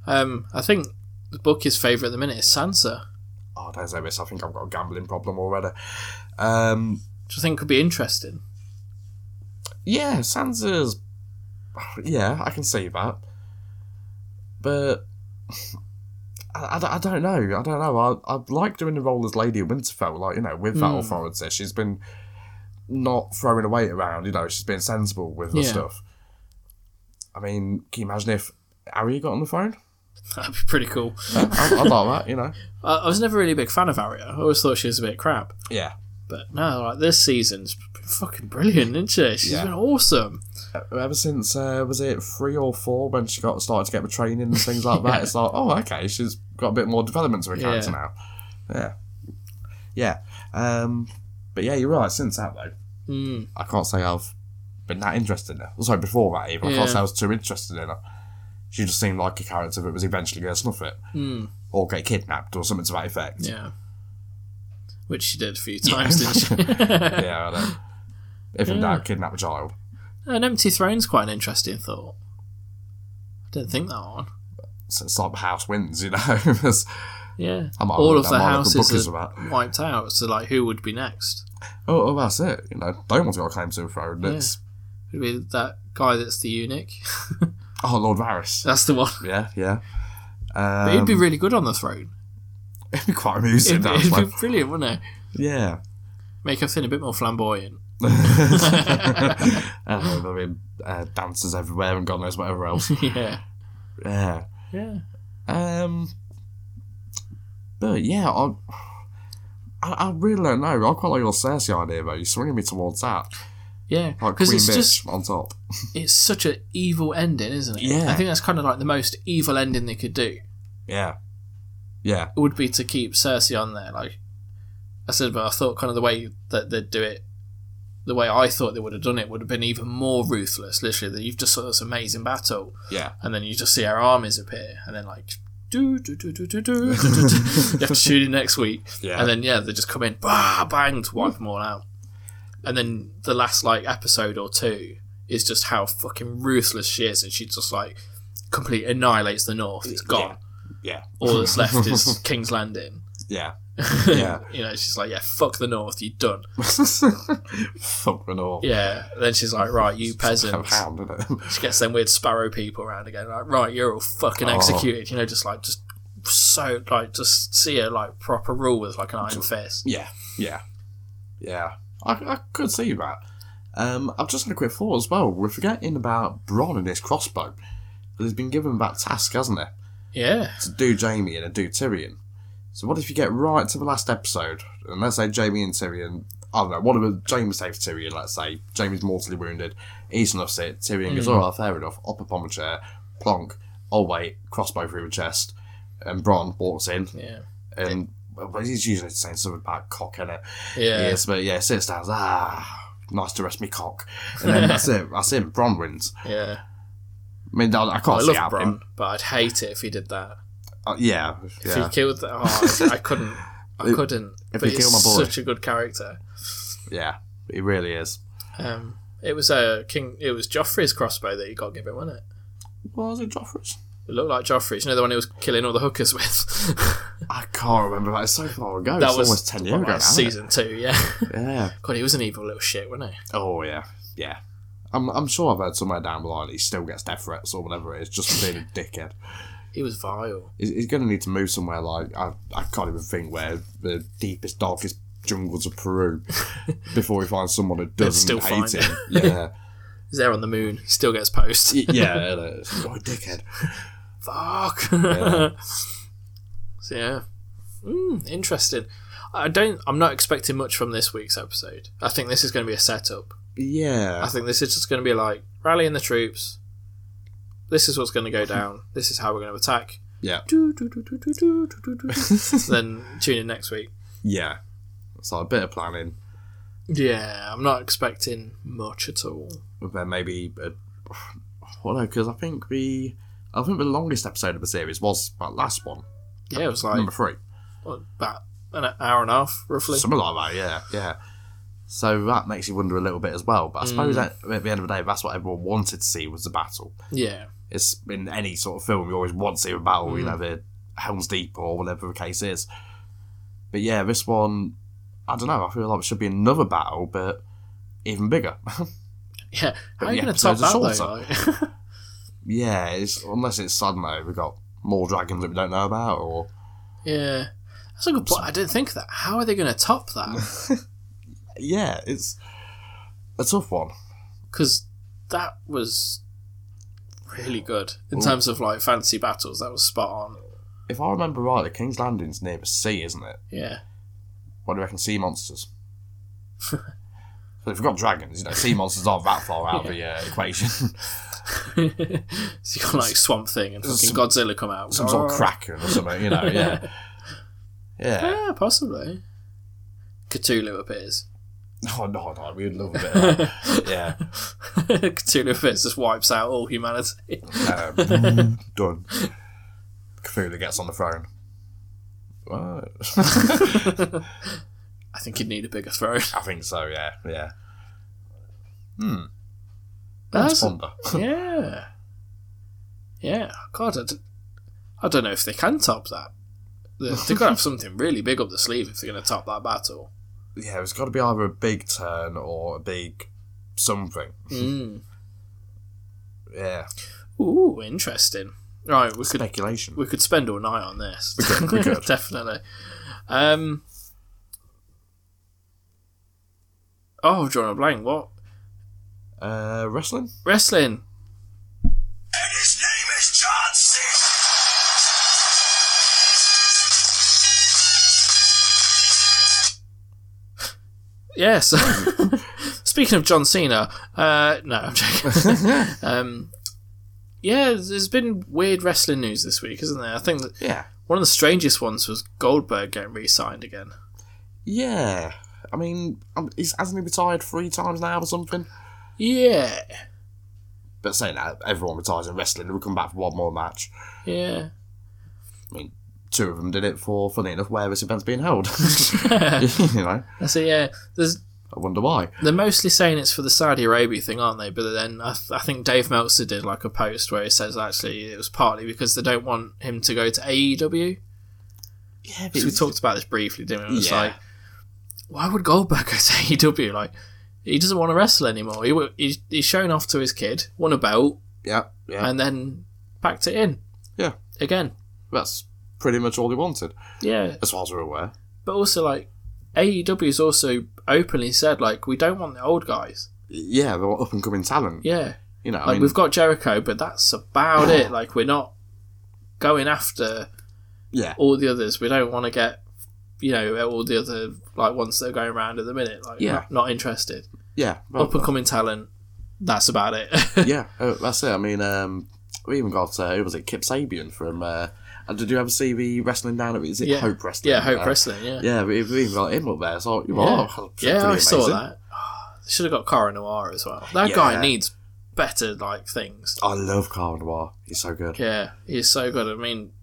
S1: Um, I think the book is favourite at the minute is Sansa.
S2: Oh, don't say this. I think I've got a gambling problem already. Um,
S1: which I think could be interesting.
S2: Yeah, Sansa's. Yeah, I can see that. But. I, I don't- I don't know. I don't know. I, I like doing the role as Lady of Winterfell, like, you know, with that authority. She's been not throwing her weight around, you know, she's been sensible with her
S1: Yeah.
S2: stuff. I mean, can you imagine if Arya got on the phone?
S1: That'd be pretty cool.
S2: Yeah, I'd, I'd like that, you know?
S1: I, I was never really a big fan of Arya. I always thought she was a bit crap.
S2: Yeah.
S1: But no, like this season's been fucking brilliant, isn't she? She's
S2: Yeah.
S1: been awesome.
S2: Ever since, uh, was it three or four when she got started to get the training and things like that? It's like, oh, okay, she's got a bit more development to her character now. Yeah. Yeah. Um, but yeah, you're right. Since that, though,
S1: Mm.
S2: I can't say I've been that interested in her. Sorry, before that, even. I
S1: Yeah.
S2: can't say I was too interested in her. She just seemed like a character that was eventually going to snuff it
S1: Mm.
S2: or get kidnapped or something to that effect.
S1: Yeah. Which she did a few times, didn't she?
S2: Yeah, I know. If in doubt, kidnap a child.
S1: An empty throne's quite an interesting thought. I didn't think that one.
S2: It's, it's like the house wins, you know? It's-
S1: Yeah.
S2: I might-
S1: All of
S2: I
S1: the
S2: might look at
S1: houses
S2: bookies
S1: are
S2: about-
S1: wiped out, so like who would be next?
S2: oh, oh, that's it. You know, no one's got a claim to the throne. It's,
S1: Would be that guy that's the eunuch.
S2: Oh, Lord Varys.
S1: that's the one.
S2: Yeah, yeah. Um,
S1: He'd be really good on the throne.
S2: it'd be quite amusing.
S1: It'd,
S2: that
S1: it'd be
S2: one.
S1: brilliant, wouldn't it?
S2: yeah.
S1: Make her feel a bit more flamboyant.
S2: I don't know, there'll be uh, dancers everywhere and God knows whatever else.
S1: yeah.
S2: Yeah.
S1: Yeah.
S2: Um, but yeah, I, I, I really don't know. I quite like your Cersei idea, though. You're swinging me towards that.
S1: Yeah.
S2: Like
S1: Because
S2: Queen
S1: it's
S2: Bitch
S1: just,
S2: on top.
S1: it's such an evil ending, isn't it?
S2: Yeah.
S1: I think that's kind of like the most evil ending they could do
S2: Yeah. Yeah.
S1: would be to keep Cersei on there. Like I said, but I thought kind of the way that they'd do it, the way I thought they would have done it, would have been even more ruthless. Literally, that you've just saw this amazing battle,
S2: Yeah.
S1: and then you just see our armies appear, and then like do, do, do, do, do, do. you have to shoot it next week.
S2: Yeah.
S1: And then, yeah, they just come in, bah, bang, to wipe them all out. And then the last, like, episode or two is just how fucking ruthless she is. And she just, like, completely annihilates the North. It's gone.
S2: Yeah.
S1: All that's left is King's Landing.
S2: Yeah. Yeah.
S1: You know, she's like, yeah, fuck the North, you're done.
S2: Fuck the north.
S1: Yeah. And then she's like, right, you peasants.
S2: Pound, isn't it?
S1: She gets them weird sparrow people around again, like, right, you're all fucking
S2: Oh.
S1: executed, you know, just like, just so, like, just see her, like, proper rule with, like, an iron fist.
S2: Yeah, yeah, yeah. I, I could see that. Um, I've just had a quick thought as well. We're forgetting about Bron and his crossbow. He's been given that task, hasn't he?
S1: Yeah.
S2: To do Jamie and to do Tyrion. So what if you get right to the last episode, and let's say Jamie and Tyrion. I don't know. One of them, James saves Tyrion. Let's say Jamie's mortally wounded. He snuffs it. Tyrion
S1: Hmm.
S2: goes, "All right, fair enough." Up upon a chair, plonk. Oh wait, crossbow through the chest, and Bron walks in,
S1: Yeah.
S2: and well, he's usually saying something about cock in it.
S1: Yeah.
S2: Yes, but yeah, sits down. Ah, nice to rest me cock. And then that's it. That's it. Bron wins.
S1: Yeah.
S2: I mean, I, I can't
S1: I
S2: see
S1: love
S2: how.
S1: Bron,
S2: him-
S1: but I'd hate it if he did that.
S2: uh, yeah,
S1: If
S2: yeah,
S1: he killed that, oh, I, I couldn't. I
S2: If-
S1: couldn't.
S2: if
S1: but
S2: he
S1: he's
S2: killed my boy.
S1: such a good character.
S2: yeah. It really is.
S1: Um, it was uh, King. It was Joffrey's crossbow that he got given, wasn't it?
S2: Was it Joffrey's?
S1: It looked like Joffrey's. You know the one he was killing all the hookers with.
S2: I can't remember. That was so far ago.
S1: that
S2: It's
S1: was
S2: almost ten years
S1: like,
S2: ago. hasn't
S1: season two. Yeah.
S2: it? Yeah.
S1: God, he was an evil little shit, wasn't he?
S2: Oh yeah. Yeah. I'm, I'm sure I've heard somewhere down the line he still gets death threats or whatever it is just for being a dickhead.
S1: He was vile.
S2: He's, he's going to need to move somewhere like I, I can't even think where the deepest darkest jungles of Peru before he finds someone who doesn't
S1: still
S2: hate
S1: find
S2: him. Yeah.
S1: He's there on the moon. He still gets post.
S2: Y- yeah, it is. what a dickhead.
S1: Fuck. so yeah, mm, interesting. I don't. I'm not expecting much from this week's episode. I think this is going to be a setup. I
S2: Yeah,
S1: think this is just going to be like rallying the troops. This is what's going to go down. This is how we're going to attack.
S2: yeah,
S1: Do, do, do, do, do, do, do, do, do. then tune in next week.
S2: yeah. So a bit of planning,
S1: Yeah, I'm not expecting much at all.
S2: but then maybe. uh, A, well, no, because I think the I think the longest episode of the series was that last one,
S1: Yeah, it was like
S2: number three,
S1: what, about an hour and a half, roughly.
S2: something like that. Yeah, yeah. So that makes you wonder a little bit as well. But I suppose at, at the end of the day, that's what everyone wanted to see was the battle.
S1: Yeah,
S2: It's in any sort of film, you always want to see a battle, you know, the Helm's Deep or whatever the case is. But yeah, this one, I don't know. I feel like it should be another battle, but even bigger.
S1: yeah. How are you
S2: the
S1: going to top
S2: episodes
S1: that
S2: are
S1: though? Like,
S2: yeah, it's unless it's suddenly we've got more dragons that we don't know about, or
S1: yeah, that's a good point. I didn't think of that. How are they going to top that?
S2: yeah, it's a tough one.
S1: Because that was really good in terms of like fancy battles. That was spot on.
S2: If I remember right, the King's Landing's near the sea, isn't it?
S1: Yeah.
S2: What do you reckon? Sea monsters. So if we've got dragons, you know, sea monsters aren't that far out of the uh, equation.
S1: so you got like Swamp Thing and fucking
S2: Some-
S1: Godzilla come out.
S2: Some sort of kraken or something, you know, yeah. Yeah.
S1: Yeah, possibly. Cthulhu appears.
S2: Oh, no, no, we would love a bit of that. Yeah.
S1: Cthulhu appears, just wipes out all humanity.
S2: Uh, boom, done. Cthulhu gets on the throne. What?
S1: I think you'd need a bigger throne.
S2: I think so, yeah, yeah. Let's
S1: That's-
S2: ponder.
S1: yeah. Yeah. God, I, d- I don't know if they can top that. They- They've got to have something really big up the sleeve if they're going to top that battle.
S2: Yeah, it's got to be either a big turn or a big something.
S1: Mm.
S2: Yeah.
S1: Ooh, interesting. Right, we could
S2: Speculation.
S1: we could spend all night on this.
S2: could, we could.
S1: Definitely. Um, oh, I've drawn a blank. What?
S2: Uh, wrestling?
S1: Wrestling.
S3: And his name is John Cena.
S1: Yes. Speaking of John Cena, uh, no, I'm joking. um, yeah, there's been weird wrestling news this week, isn't there? I think that
S2: Yeah.
S1: one of the strangest ones was Goldberg getting re signed again.
S2: Yeah. I mean, um, he's, hasn't he retired three times now or something?
S1: Yeah.
S2: But saying that, everyone retires in wrestling. We'll come back for one more match.
S1: Yeah.
S2: I mean, two of them did it for, funny enough, where this event's being held. you know,
S1: I say, yeah, there's,
S2: I wonder why.
S1: they're mostly saying it's for the Saudi Arabia thing, aren't they? But then I, th- I think Dave Meltzer did like a post where he says actually it was partly because they don't want him to go to AEW.
S2: Yeah,
S1: Because we talked about this briefly, didn't we? It's
S2: Yeah.
S1: like, why would Goldberg go to AEW? Like, he doesn't want to wrestle anymore. He, wa- he's, he's shown off to his kid, won a belt,
S2: yeah, yeah.
S1: and then packed it in.
S2: Yeah.
S1: Again.
S2: That's pretty much all he wanted,
S1: Yeah.
S2: as far as we're aware.
S1: But also, like, AEW's also openly said, like, we don't want the old guys.
S2: Yeah, they're up and coming talent.
S1: Yeah.
S2: You know, I
S1: Like,
S2: mean,
S1: we've got Jericho, but that's about it. Like, we're not going after
S2: yeah,
S1: all the others. We don't want to get, you know, all the other, like, ones that are going around at the minute. Like,
S2: Yeah.
S1: not, not interested.
S2: yeah. well,
S1: Up and coming talent, that's about it.
S2: yeah, uh, that's it. I mean, um, we even got uh, who was it? Kip Sabian from. Uh, and did you ever see the wrestling down at? Is it
S1: Yeah.
S2: Hope Wrestling?
S1: yeah, Hope
S2: Uh,
S1: Wrestling, yeah.
S2: Yeah, we we even got him up there. So yeah, oh,
S1: yeah, I
S2: pretty
S1: saw
S2: amazing.
S1: that. They should have got Cara Noir as well. That
S2: Yeah.
S1: guy needs better, like, things.
S2: I love Carl Noir. He's so good.
S1: Yeah, he's so good. I mean,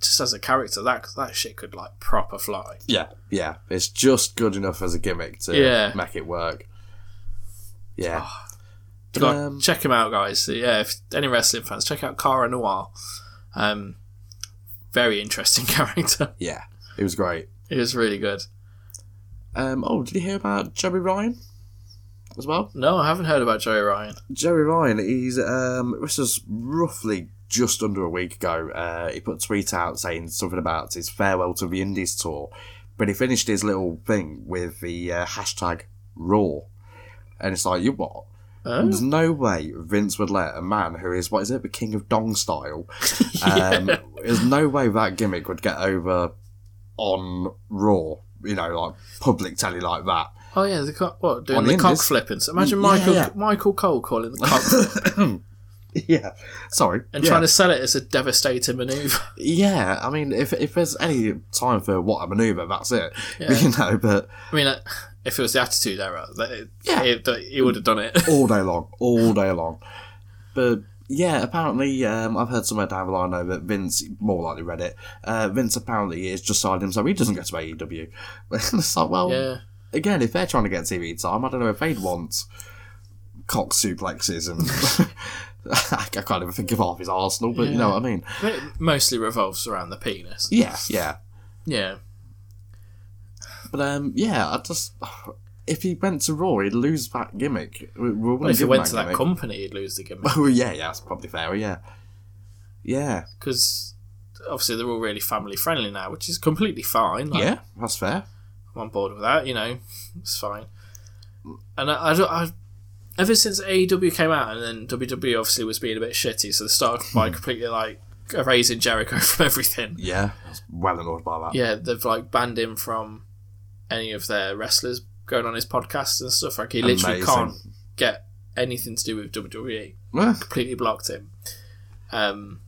S1: just as a character, that that shit could like proper fly.
S2: Yeah, yeah. It's just good enough as a gimmick to
S1: Yeah.
S2: make it work. Yeah.
S1: Go on,
S2: Um,
S1: check him out, guys. So, yeah, if any wrestling fans, check out Cara Noir. Um, very interesting character.
S2: yeah, it was great.
S1: He was really good.
S2: Um, oh, did you hear about Jerry Ryan as well?
S1: No, I haven't heard about Joey Ryan.
S2: Jerry Ryan, he's um, this was roughly just under a week ago. Uh, he put a tweet out saying something about his farewell to the Indies tour, but he finished his little thing with the uh, hashtag Raw, and it's like you what?
S1: Oh,
S2: There's no way Vince would let a man who is what is it, the King of Dong style? Um, There's no way that gimmick would get over on Raw. You know, like public telly like that.
S1: oh yeah, the co- what doing
S2: On
S1: the
S2: the
S1: cock
S2: Indies?
S1: flipping? So imagine
S2: Yeah,
S1: Michael
S2: yeah.
S1: Michael Cole calling the cock flip
S2: Yeah, sorry.
S1: and
S2: yeah.
S1: trying to sell it as a devastating maneuver.
S2: Yeah, I mean, if if there's any time for what a maneuver, that's it. You know, but
S1: I mean, uh, if it was the Attitude Era, that it,
S2: Yeah.
S1: it, that he would have done it.
S2: all day long, all day long. But yeah, apparently, um, I've heard somewhere down the line though that Vince more likely read it. Uh, Vince apparently has just signed himself. He doesn't go to AEW. it's like, well,
S1: yeah.
S2: again, if they're trying to get TV time, I don't know if they'd want cock suplexes and. I can't even think of half his arsenal, but you know what I mean.
S1: But It mostly revolves around the penis.
S2: Yeah, yeah.
S1: Yeah.
S2: But um, yeah, I just if he went to Raw, he'd lose that gimmick. We, we wouldn't
S1: Well, if it
S2: give him
S1: went to that
S2: gimmick.
S1: company, he'd lose the gimmick
S2: Oh yeah, yeah, that's probably fair. Yeah, yeah,
S1: because obviously they're all really family friendly now, which is completely fine. Like,
S2: yeah, that's fair.
S1: I'm on board with that. You know, it's fine. And I, I, don't- I ever since AEW came out, and then WWE obviously was being a bit shitty, so they started
S2: Hmm.
S1: by completely like erasing Jericho from everything.
S2: Yeah, I was well annoyed by that.
S1: Yeah, they've like banned him from any of their wrestlers going on his podcasts and stuff. Like he literally
S2: Amazing.
S1: can't get anything to do with E. WWE.
S2: Yeah,
S1: Completely blocked him. Um,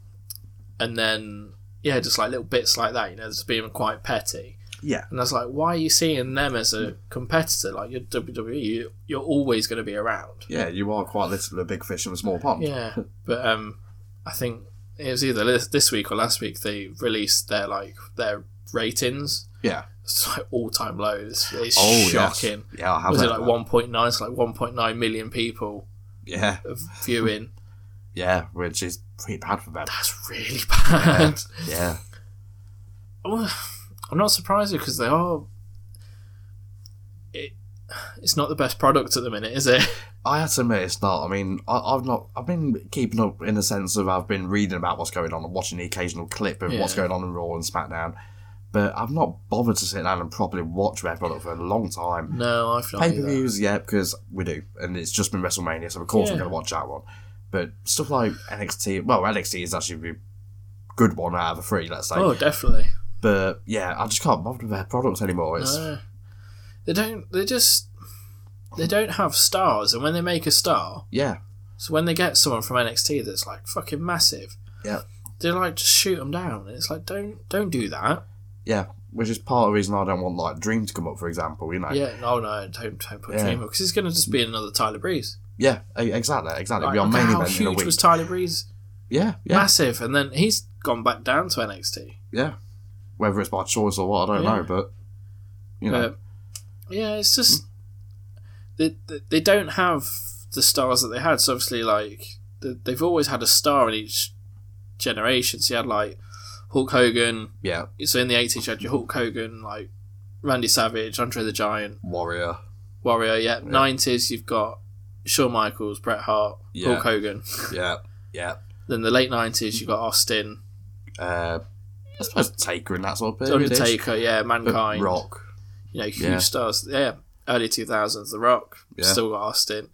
S1: and then yeah, just like little bits like that, you know, just being quite petty.
S2: yeah,
S1: And I was like, why are you seeing them as a competitor? Like you're WWE, you, you're always going to be around.
S2: yeah. You are quite literally a big fish in a small pond.
S1: Yeah, but um, I think it was either this, this week or last week they released their like their ratings
S2: yeah.
S1: it's like all time low. It's, it's
S2: Oh, yes.
S1: shocking.
S2: Yeah, I have
S1: Was it
S2: heard
S1: like
S2: that.
S1: one point nine? It's like one point nine million people
S2: Yeah,
S1: viewing.
S2: yeah, which is pretty bad for them.
S1: That's really bad.
S2: Yeah,
S1: Oh, I'm not surprised because they are. It, it's not the best product at the minute, is it?
S2: I have to admit it's not. I mean, I, I've not. I've been keeping up in the sense of I've been reading about what's going on and watching the occasional clip of what's
S1: Yeah.
S2: going on in Raw and SmackDown, but I've not bothered to sit down and properly watch their product for a long time.
S1: No, I've not.
S2: Pay per
S1: either.
S2: views, yeah, because we do, and it's just been WrestleMania, so of course
S1: Yeah.
S2: we're going to watch that one. But stuff like NXT, well, NXT is actually a good one out of the three, let's say.
S1: Oh, definitely.
S2: But yeah, I just can't bother with their product anymore. It's
S1: No. They don't. They just. They don't have stars, and when they make a star,
S2: yeah,
S1: so when they get someone from NXT that's like fucking massive,
S2: Yeah.
S1: they like just shoot them down. And it's like don't don't do that.
S2: yeah, which is part of the reason I don't want like Dream to come up, for example. You know,
S1: Yeah, no, no, don't, don't put
S2: Yeah.
S1: Dream because he's going to just be another Tyler Breeze.
S2: Yeah, e- exactly, exactly.
S1: Like,
S2: we are
S1: look at
S2: main
S1: how
S2: event in a
S1: huge
S2: week.
S1: was Tyler Breeze?
S2: Yeah, yeah,
S1: Massive. And then he's gone back down to NXT.
S2: yeah. Whether it's by choice or what, I don't
S1: Yeah. Uh,
S2: know, but you know,
S1: But yeah, it's just they, they they don't have the stars that they had. So obviously, like they- they've always had a star in each generation. So you had like Hulk Hogan.
S2: yeah,
S1: So in the eighties, you had your Hulk Hogan, like Randy Savage, Andre the Giant,
S2: warrior.
S1: Warrior. Yeah, nineties, you've got Shawn Michaels, Bret Hart,
S2: Yeah.
S1: Hulk Hogan.
S2: Yeah, yeah.
S1: Then the late nineties, you got Austin,
S2: Uh, I suppose Taker and that sort of period.
S1: Undertaker, yeah, Mankind,
S2: Rock.
S1: you know, huge
S2: Yeah.
S1: stars. Yeah, early two thousands, The Rock,
S2: Yeah.
S1: still got Austin.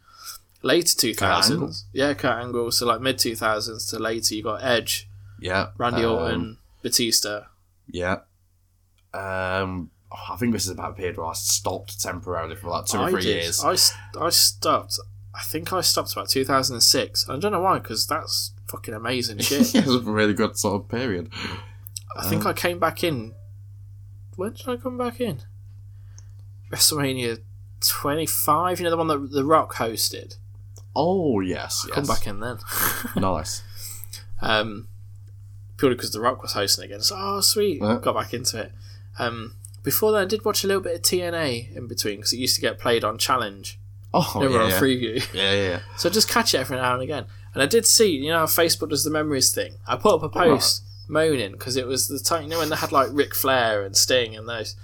S1: Later two
S2: Angle.
S1: thousands, yeah, Kurt Angle. So like mid two thousands to later, you got Edge,
S2: Yeah,
S1: Randy
S2: um,
S1: Orton, Batista.
S2: Yeah. Um, oh, I think this is about a period where I stopped temporarily for like two or
S1: I
S2: three
S1: did. Oh,
S2: years.
S1: I s- I stopped. I think I stopped about two thousand and six. I don't know why, because that's fucking amazing shit.
S2: it was a really good sort of period.
S1: I think
S2: Uh-huh.
S1: I came back in. When did I come back in? WrestleMania twenty five. You know the one that The Rock hosted.
S2: Oh yes, yes.
S1: Come back in then.
S2: Nice.
S1: um, purely because The Rock was hosting again. So, oh, sweet,
S2: Yeah.
S1: got back into it. Um, before then, I did watch a little bit of TNA in between because it used to get played on Challenge.
S2: Oh
S1: They were
S2: yeah,
S1: on
S2: yeah.
S1: Freeview,
S2: yeah, yeah, yeah.
S1: so I just catch it every now and again. And I did see, you know, how Facebook does the memories thing. I put up a post moaning because it was the time, you know, when they had like Ric Flair and Sting and those,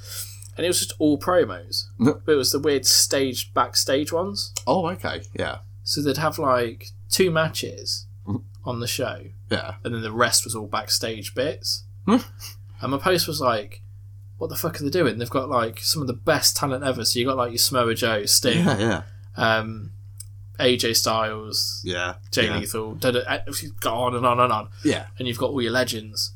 S1: and it was just all promos,
S2: Yeah.
S1: but it was the weird staged backstage ones.
S2: Oh okay, yeah,
S1: So they'd have like two matches
S2: Mm-hmm.
S1: on the show,
S2: yeah.
S1: and then the rest was all backstage bits.
S2: Hmm.
S1: and my post was like, "What the fuck are they doing? They've got like some of the best talent ever. So you got like your Samoa Joe, Sting,
S2: Yeah, yeah,
S1: um, AJ Styles,
S2: yeah.
S1: Jay
S2: yeah.
S1: Lethal, da, da, uh, you've got on and on and on,
S2: Yeah,
S1: and you've got all your legends.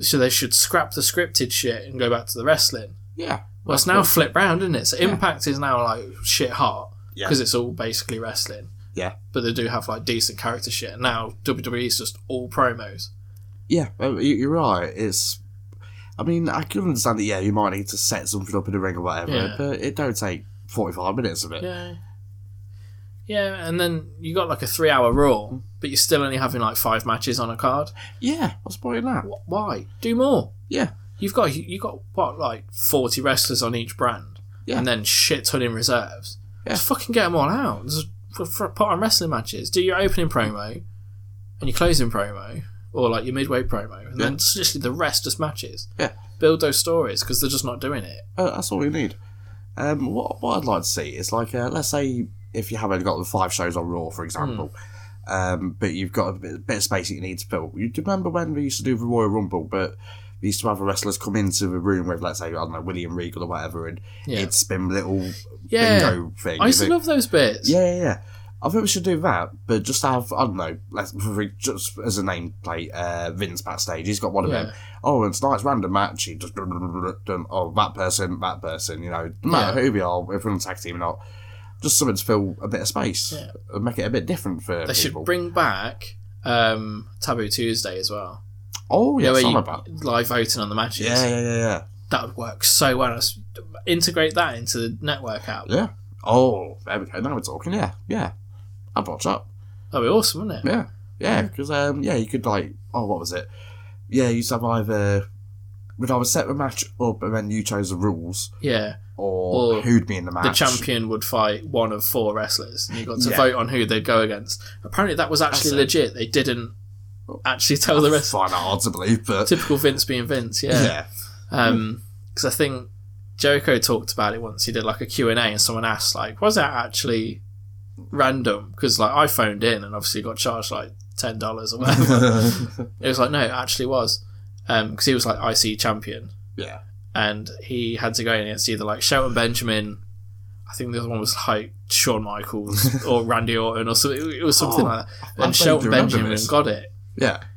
S1: So they should scrap the scripted shit and go back to the wrestling.
S2: yeah.
S1: Well, it's now flipped round, isn't it? So Impact is now like shit hot
S2: Yeah.
S1: because it's all basically wrestling.
S2: Yeah.
S1: But they do have like decent character shit, and now WWE is just all promos.
S2: Yeah, uh, you- you're right. It's. I mean, I can understand that. Yeah, you might need to set something up in the ring or whatever,
S1: Yeah.
S2: but it don't take forty five minutes of it.
S1: Yeah. Yeah, and then you got like a three hour Raw, but you're still only having like five matches on a card.
S2: Yeah, what's the point in that?
S1: Wh- Why? Do more.
S2: Yeah,
S1: You've got you got what like forty wrestlers on each brand,
S2: Yeah.
S1: and then shit ton in reserves.
S2: Yeah.
S1: Just fucking get them all out. Just f- f- put on wrestling matches. Do your opening promo, and your closing promo, or like your midway promo, and then just literally the rest just matches.
S2: Yeah.
S1: Build those stories because they're just not doing it.
S2: uh, that's all we need. Um, what what I'd like to see is like, uh, let's say if you haven't got the five shows on Raw, for example.
S1: Hmm.
S2: Um, but you've got a bit, bit of space that you need to fill. You do remember when we used to do the Royal Rumble, but we used to have the wrestlers come into the room with, let's say, I don't know, William Regal or whatever, and
S1: Yeah.
S2: it'd spin little
S1: Yeah.
S2: bingo thing.
S1: I used to
S2: It'd be-
S1: love those bits.
S2: Yeah, yeah, yeah. I think we should do that, but just have I don't know, let's just as a nameplate, uh, Vince backstage. He's got one of
S1: Yeah.
S2: them. Oh, it's nice random match. He just done. Oh, that person, that person. You know, no matter
S1: Yeah.
S2: who we are, if we're on tag team or not, just something to fill a bit of space,
S1: Yeah.
S2: and make it a bit different for
S1: They
S2: people.
S1: should bring back um, Taboo Tuesday as well.
S2: oh, yeah,
S1: Yeah,
S2: some
S1: where
S2: about.
S1: you live voting on the matches.
S2: Yeah, yeah, yeah, yeah,
S1: That would work so well. Let's Integrate that into the network app.
S2: yeah. Oh, there we go. Now we're talking. Yeah, yeah. I'd watch that.
S1: That'd be awesome, wouldn't it?
S2: Yeah, yeah,
S1: Mm.
S2: because um, yeah, you could like, oh, what was it? Yeah, you used to have either would I would set the match up and then you chose the rules
S1: Yeah.
S2: or,
S1: Or
S2: who'd be in the
S1: The
S2: match.
S1: champion would fight one of four wrestlers, and you got to
S2: Yeah.
S1: vote on who they'd go against. Apparently, that was actually
S2: That's
S1: legit. They didn't actually tell the rest.
S2: Fine, hard to believe, but
S1: Typical Vince being Vince, yeah.
S2: yeah,
S1: Um, because I think Jericho talked about it once. He did like a Q and A, and someone asked like, "Was that actually random?" Because like I phoned in and obviously got charged like ten dollars or whatever. it was like, no, it actually was, because he was like IC champion,
S2: yeah,
S1: and he had to go in against either like Shelton Benjamin. I think the other one was like Shawn Michaels or Randy Orton or something. It was something
S2: Oh,
S1: like that.
S2: I
S1: And
S2: vaguely
S1: Shelton
S2: remember
S1: Benjamin
S2: this.
S1: got it.
S2: yeah.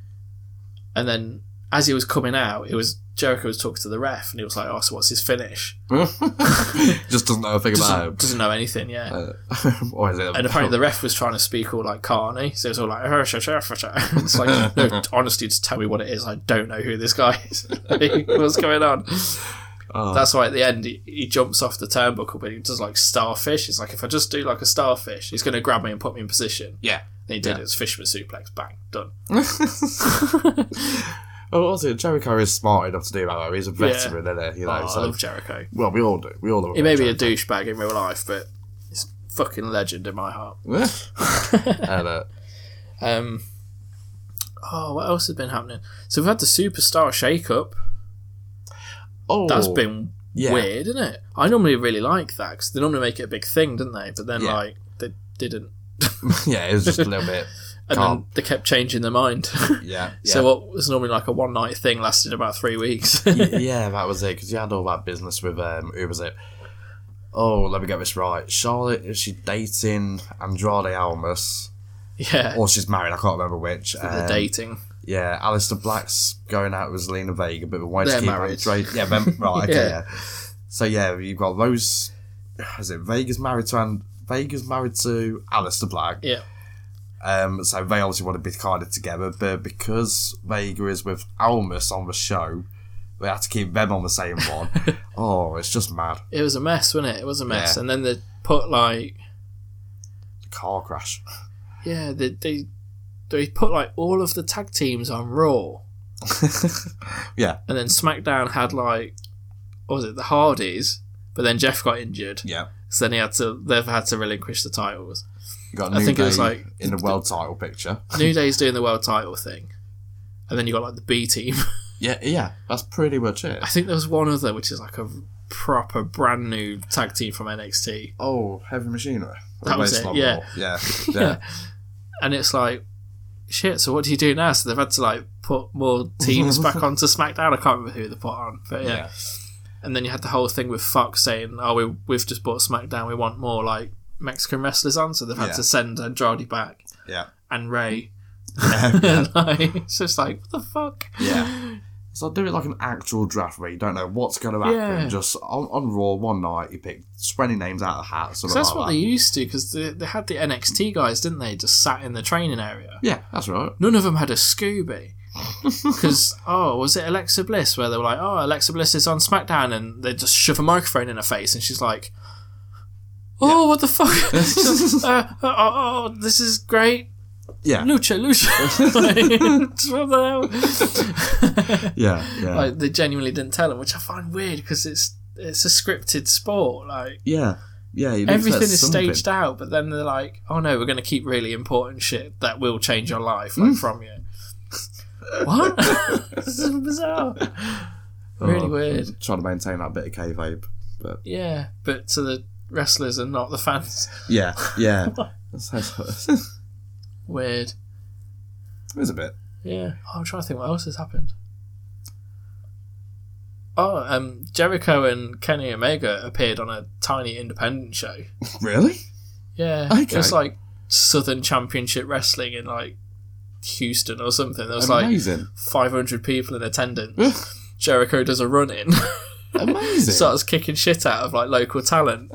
S1: And then as he was coming out, it was Jericho was talking to the ref and he was like, Oh, so what's his finish?
S2: Just doesn't know a thing about
S1: doesn't,
S2: it.
S1: doesn't know anything, yeah.
S2: Uh, or is it?
S1: and apparently the ref was trying to speak all like carney, so it was all like, "Oh, sure, sure, sure, sure." it's like, no, honestly, just tell me what it is. I don't know who this guy is. Like, What's going on?
S2: Oh.
S1: That's why at the end he, he jumps off the turnbuckle, but he does like starfish. It's like if I just do like a starfish, he's going to grab me and put me in position.
S2: yeah,
S1: They did
S2: Yeah.
S1: it's Fisherman suplex, bang, done.
S2: Oh, also, Jericho is smart enough to do that. though. He's a veteran, isn't he? You know,
S1: Oh,
S2: so,
S1: I love Jericho.
S2: well, we all do. We all love
S1: He may be a
S2: Jericho.
S1: douchebag in real life, but he's a fucking legend in my heart.
S2: and, uh,
S1: Um, oh, what else has been happening? So we've had the superstar shake-up.
S2: oh,
S1: That's been
S2: yeah.
S1: weird, isn't it? I normally really like that because they normally make it a big thing, didn't they? But then
S2: Yeah.
S1: like they didn't,
S2: yeah, it was just a little bit.
S1: and
S2: Calm.
S1: then they kept changing their mind.
S2: Yeah. yeah.
S1: So what was normally like a one night thing lasted about three weeks.
S2: yeah, that was it. Because you had all that business with um, who was it? Oh, let me get this right. Charlotte is she dating Andrade Almas,
S1: yeah,
S2: or she's married? I can't remember which.
S1: the
S2: Um,
S1: dating.
S2: Yeah, Alistair Black's going out with Zelina Vega, but we wanted
S1: They're
S2: to keep
S1: married.
S2: Andrade. Yeah, then, right. Okay,
S1: Yeah.
S2: yeah. So yeah, you've got those. Is it Vega's married to and Vega's married to Alistair Black?
S1: Yeah,
S2: Um, so they obviously want to be kind of together, but because Vega is with Almas on the show, they had to keep them on the same one. oh, it's just mad.
S1: it was a mess, wasn't it? It was a mess,
S2: Yeah.
S1: and then they put like
S2: Car crash.
S1: yeah they they they put like all of the tag teams on Raw.
S2: Yeah.
S1: and then SmackDown had like what was it the Hardys, but then Jeff got injured,
S2: Yeah.
S1: so then he had to they've had to relinquish the titles.
S2: You got
S1: I
S2: New
S1: think it
S2: Day
S1: was like-
S2: in the world title picture.
S1: New Day's doing the world title thing. And then you got like the B team.
S2: Yeah, yeah, that's pretty much it.
S1: I think there was one other which is like a proper brand new tag team from NXT.
S2: Oh, heavy machinery.
S1: That was it,
S2: Wasteland
S1: yeah.
S2: War. yeah, yeah,
S1: And it's like shit, so what do you do now? So they've had to like put more teams back onto SmackDown. I can't remember who they put on. But yeah.
S2: Yeah.
S1: And then you had the whole thing with Fox saying, Oh, we we've just bought SmackDown, we want more like Mexican wrestlers on, so they've had
S2: Yeah.
S1: to send Andrade back
S2: yeah,
S1: and Ray.
S2: yeah.
S1: And like, it's just like, what the fuck?
S2: yeah. So do it like an actual draft where you don't know what's going to happen.
S1: Yeah.
S2: Just on, on Raw one night, you pick twenty names out of a hat. Something
S1: So that's
S2: like
S1: what
S2: that.
S1: they used to because they, they had the NXT guys, didn't they? Just sat in the training area.
S2: Yeah, that's right.
S1: None of them had a Scooby. Because, oh, was it Alexa Bliss where they were like, oh, Alexa Bliss is on SmackDown and they just shove a microphone in her face and she's like, oh, what the fuck? She's like, uh, oh, oh, oh, this is great.
S2: Yeah.
S1: Lucha, Lucha. Just what the hell?
S2: Yeah, yeah,
S1: like, they genuinely didn't tell them, which I find weird because it's, it's a scripted sport. Like,
S2: yeah, yeah. you'd
S1: everything
S2: expect
S1: is
S2: something.
S1: staged out, but then they're like, "Oh no, we're going to keep really important shit that will change your life
S2: Hmm.
S1: like, from you." what? this is bizarre. Really
S2: Oh,
S1: weird.
S2: Trying to maintain that bit of kayfabe, but
S1: Yeah, but to the wrestlers and not the fans,
S2: yeah, yeah. That's-
S1: weird.
S2: it was a bit.
S1: Yeah, oh, I'm trying to think what else has happened. Oh, um, Jericho and Kenny Omega appeared on a tiny independent show.
S2: Really?
S1: Yeah, it
S2: Okay.
S1: was like Southern Championship Wrestling in like Houston or something. There was like
S2: Amazing.
S1: 500 people in attendance.
S2: Mm.
S1: Jericho does a run in,
S2: Amazing.
S1: starts kicking shit out of like local talent.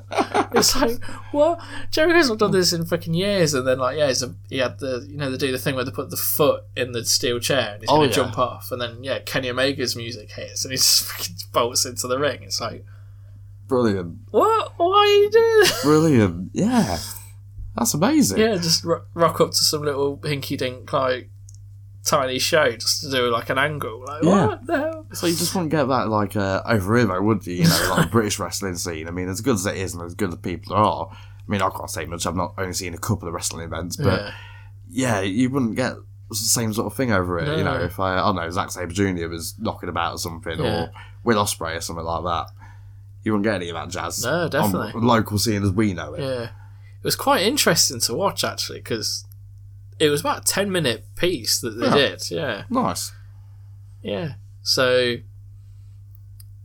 S1: it's like, what? Jericho's not done this in fucking years. And then, like, yeah, he's a, he had the, you know, they do the thing where they put the foot in the steel chair and he's going to
S2: Oh, yeah.
S1: jump off. And then, yeah, Kenny Omega's music hits and he just fucking bolts into the ring. It's like,
S2: Brilliant.
S1: what? Why are you doing this?
S2: Brilliant. Yeah. That's amazing.
S1: Yeah, just ro- rock up to some little hinky dink, like, tiny show just to do like an angle. Like,
S2: Yeah.
S1: what the hell?
S2: So you just wouldn't get that like uh, over here, though, would you? You know, like British wrestling scene. I mean, as good as it is, and as good as people there are. I mean, I can't say much. I've not only seen a couple of wrestling events, but
S1: Yeah.
S2: yeah, you wouldn't get the same sort of thing over it. You
S1: No.
S2: know, if I, I don't know, Zack Sabre Jr. was knocking about or something,
S1: Yeah.
S2: or Will Ospreay or something like that, you wouldn't get any of that jazz.
S1: No, definitely.
S2: On local scene as we know it.
S1: Yeah, it was quite interesting to watch actually because it was about a ten minute piece that they
S2: Yeah.
S1: did. Yeah,
S2: Nice.
S1: yeah. So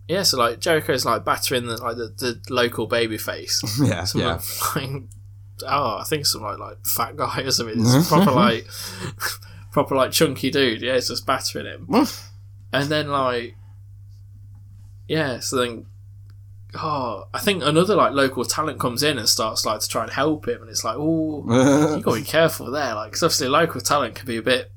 S1: yeah, so like Jericho's like battering the like the, the local baby face.
S2: yeah,
S1: Some
S2: yeah.
S1: like, oh, I think some like like fat guy or something. It's proper like proper like chunky dude. Yeah, it's just battering him. And then like, yeah. So then, oh, I think another like local talent comes in and starts like to try and help him, and it's like, oh, you got to be careful there, like, because obviously local talent can be a bit.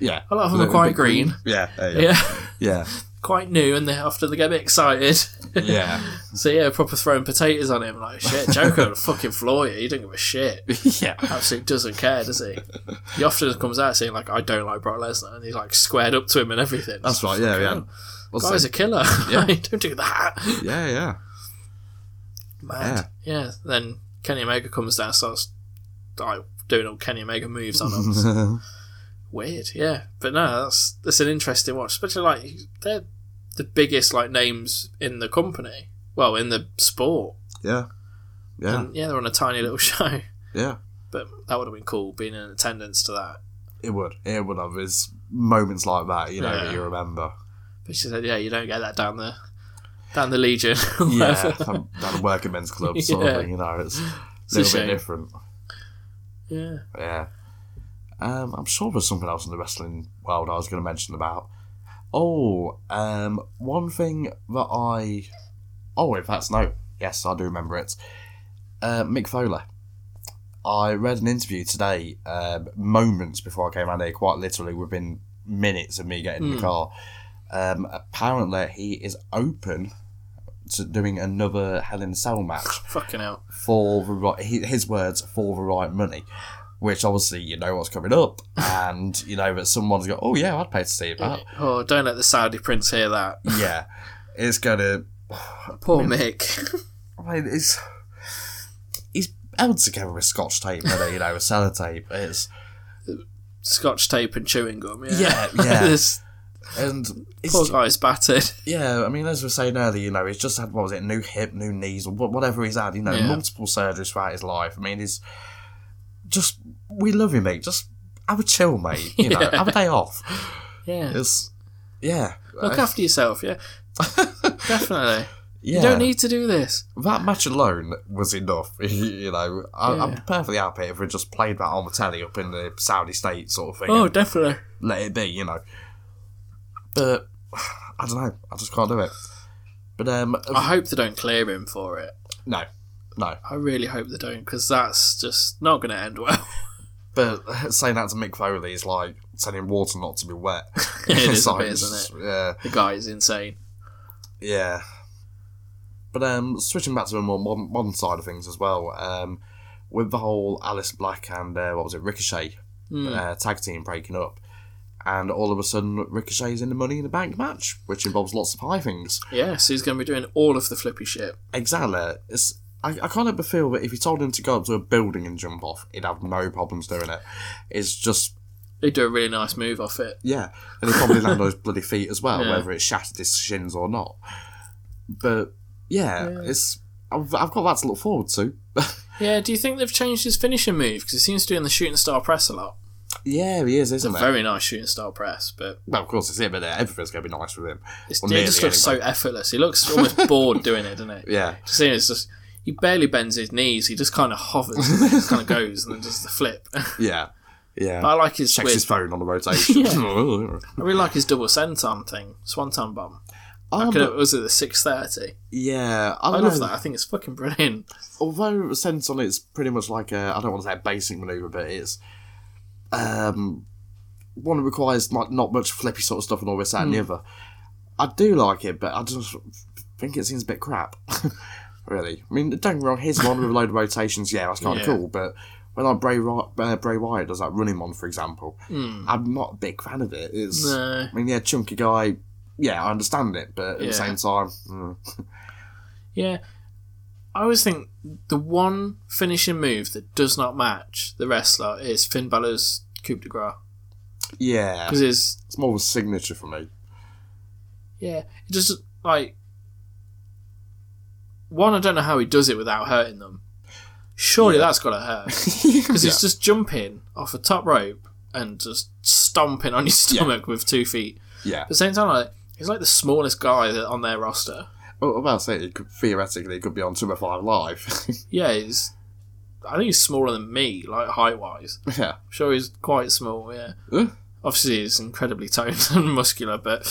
S2: yeah.
S1: A lot of them are quite green.
S2: Yeah, yeah, yeah.
S1: Yeah,
S2: yeah.
S1: quite new and they have to they get a bit excited.
S2: Yeah.
S1: so yeah, proper throwing potatoes on him like shit. Jericho will fucking floor you. He don't give a shit.
S2: yeah.
S1: Absolutely doesn't care, does he? He often comes out saying like, "I don't like Brock Lesnar," and he like squared up to him and everything.
S2: That's right. Yeah, yeah. What's
S1: Guy's
S2: that?
S1: a killer.
S2: Yeah.
S1: don't do that.
S2: yeah, yeah.
S1: Mad. Yeah. Then Kenny Omega comes down, starts like doing all Kenny Omega moves on him. Weird, yeah. But no, that's that's an interesting watch, especially like they're the biggest like names in the company. Well, in the sport.
S2: yeah. Yeah.
S1: And yeah, they're on a tiny little show.
S2: yeah.
S1: But that would have been cool being in attendance to that.
S2: It would. It would have. It's moments like that, you know,
S1: Yeah.
S2: that you remember.
S1: But she said, Yeah, you don't get that down the down the Legion. or
S2: Yeah.
S1: whatever.
S2: Down at working men's club sort
S1: Yeah.
S2: of thing, you know. It's a
S1: a
S2: little bit
S1: shame.
S2: different.
S1: yeah.
S2: Yeah. Um, I'm sure there's something else in the wrestling world I was going to mention about. Oh, um, one thing that I. Oh, if that's no. Yes, I do remember it. Uh, Mick Foley. I read an interview today, um, moments before I came out here, quite literally within minutes of me getting in the car. Um, apparently, he is open to doing another Hell in a Cell match
S1: Fucking hell.
S2: for the right, hi- his words, for the right money. Which obviously you know what's coming up, and you know that someone's got. Oh yeah, I'd pay to see that.
S1: Oh, don't let the Saudi prince hear that.
S2: yeah, it's gonna.
S1: Poor Mick.
S2: I mean, it's he's held together with scotch tape, and you know, with sellotape. It's
S1: Scotch tape and chewing gum, yeah.
S2: Yeah, yeah.
S1: This
S2: and it's
S1: poor guy's battered.
S2: yeah. I mean, as we were saying earlier, you know, he's just had what was it, new hip, new knees, or wha- whatever he's had. You know,
S1: Yeah.
S2: multiple surgeries throughout his life. I mean, he's just we love you, mate. Just have a chill, mate. You know, have a day off.
S1: Yeah.
S2: It's yeah.
S1: Look
S2: Uh,
S1: after yourself, yeah. Definitely.
S2: yeah.
S1: You don't need to do this.
S2: that match alone was enough. you know, I, I'm
S1: Yeah.
S2: perfectly happy if we just played that on the telly up in the Saudi state sort of thing.
S1: Oh,
S2: and
S1: definitely.
S2: let it be, you know. But I don't know. I just can't do it. But um,
S1: I hope they don't clear him for it.
S2: no, no.
S1: I really hope they don't, because that's just not going to end well.
S2: But saying that to Mick Foley is like telling water not to be wet.
S1: It is
S2: It's
S1: a
S2: like,
S1: bit, isn't
S2: Yeah.
S1: The guy is insane.
S2: Yeah. But um, switching back to the more modern, modern side of things as well, um, with the whole Alice Black and uh, what was it, Ricochet
S1: Hmm.
S2: uh, tag team breaking up, and all of a sudden Ricochet's in the Money in the Bank match, which involves lots of high things.
S1: Yes, he's going to be doing all of the flippy shit.
S2: Exactly. It's I, I can't help but feel that if you told him to go up to a building and jump off, he'd have no problems doing it. It's just
S1: They do a really nice move off it.
S2: yeah, and he'd probably land on his bloody feet as well,
S1: Yeah.
S2: whether it shattered his shins or not. But yeah, it's I've, I've got that to look forward to.
S1: Yeah, do you think they've changed his finishing move? Because he seems to be in the shooting star press a lot.
S2: Yeah, he is,
S1: It's a
S2: isn't he?
S1: very nice shooting star press, but
S2: well, of course, it's him, but everything's going to be nice with him.
S1: it's,
S2: Well,
S1: it just
S2: nearly
S1: looks
S2: anyway.
S1: so effortless. He looks almost bored doing it, doesn't he?
S2: Yeah,
S1: Just seeing it's just he barely bends his knees. He just kind of hovers, he just kind of goes, and then does the flip.
S2: yeah, yeah.
S1: I like his
S2: Checks
S1: weird,
S2: his phone on the rotation. oh,
S1: I really like his double senton thing, swanton bomb. Could it
S2: Oh, but- Oh,
S1: was it the six thirty?
S2: yeah, I,
S1: I
S2: love
S1: love that. I think it's fucking brilliant.
S2: Although sense on it's pretty much like a I don't want to say a basic maneuver, but it's um one that requires like not much flippy sort of stuff and all this that and the
S1: Hmm.
S2: other. I do like it, but I just think it seems a bit crap. really, I mean, don't get me wrong. His one with a load of rotations, yeah, that's kind
S1: Yeah.
S2: of cool, but. When like Bray, Ry- uh, Bray Wyatt does that running one, for example, I'm not a big fan of it. It's,
S1: Hmm. No.
S2: I mean, yeah, chunky guy, yeah, I understand it, but at
S1: Yeah.
S2: the same time, mm,
S1: Yeah, I always think the one finishing move that does not match the wrestler is Finn Balor's coup de grace
S2: yeah,
S1: because his
S2: it's more of a signature for me.
S1: yeah, it just like one. I don't know how he does it without hurting them. Surely that's got to hurt. Because it's just jumping off a top rope and just stomping on your stomach with two feet. But
S2: Yeah.
S1: at the same time, like, he's like the smallest guy that- on their roster.
S2: Well, well, Oh, I say it could, theoretically it could be on Super Five Live.
S1: Yeah, he's. I think he's smaller than me, like height wise.
S2: yeah,
S1: Sure, he's quite small, yeah.
S2: Huh?
S1: Obviously, he's incredibly toned and muscular, but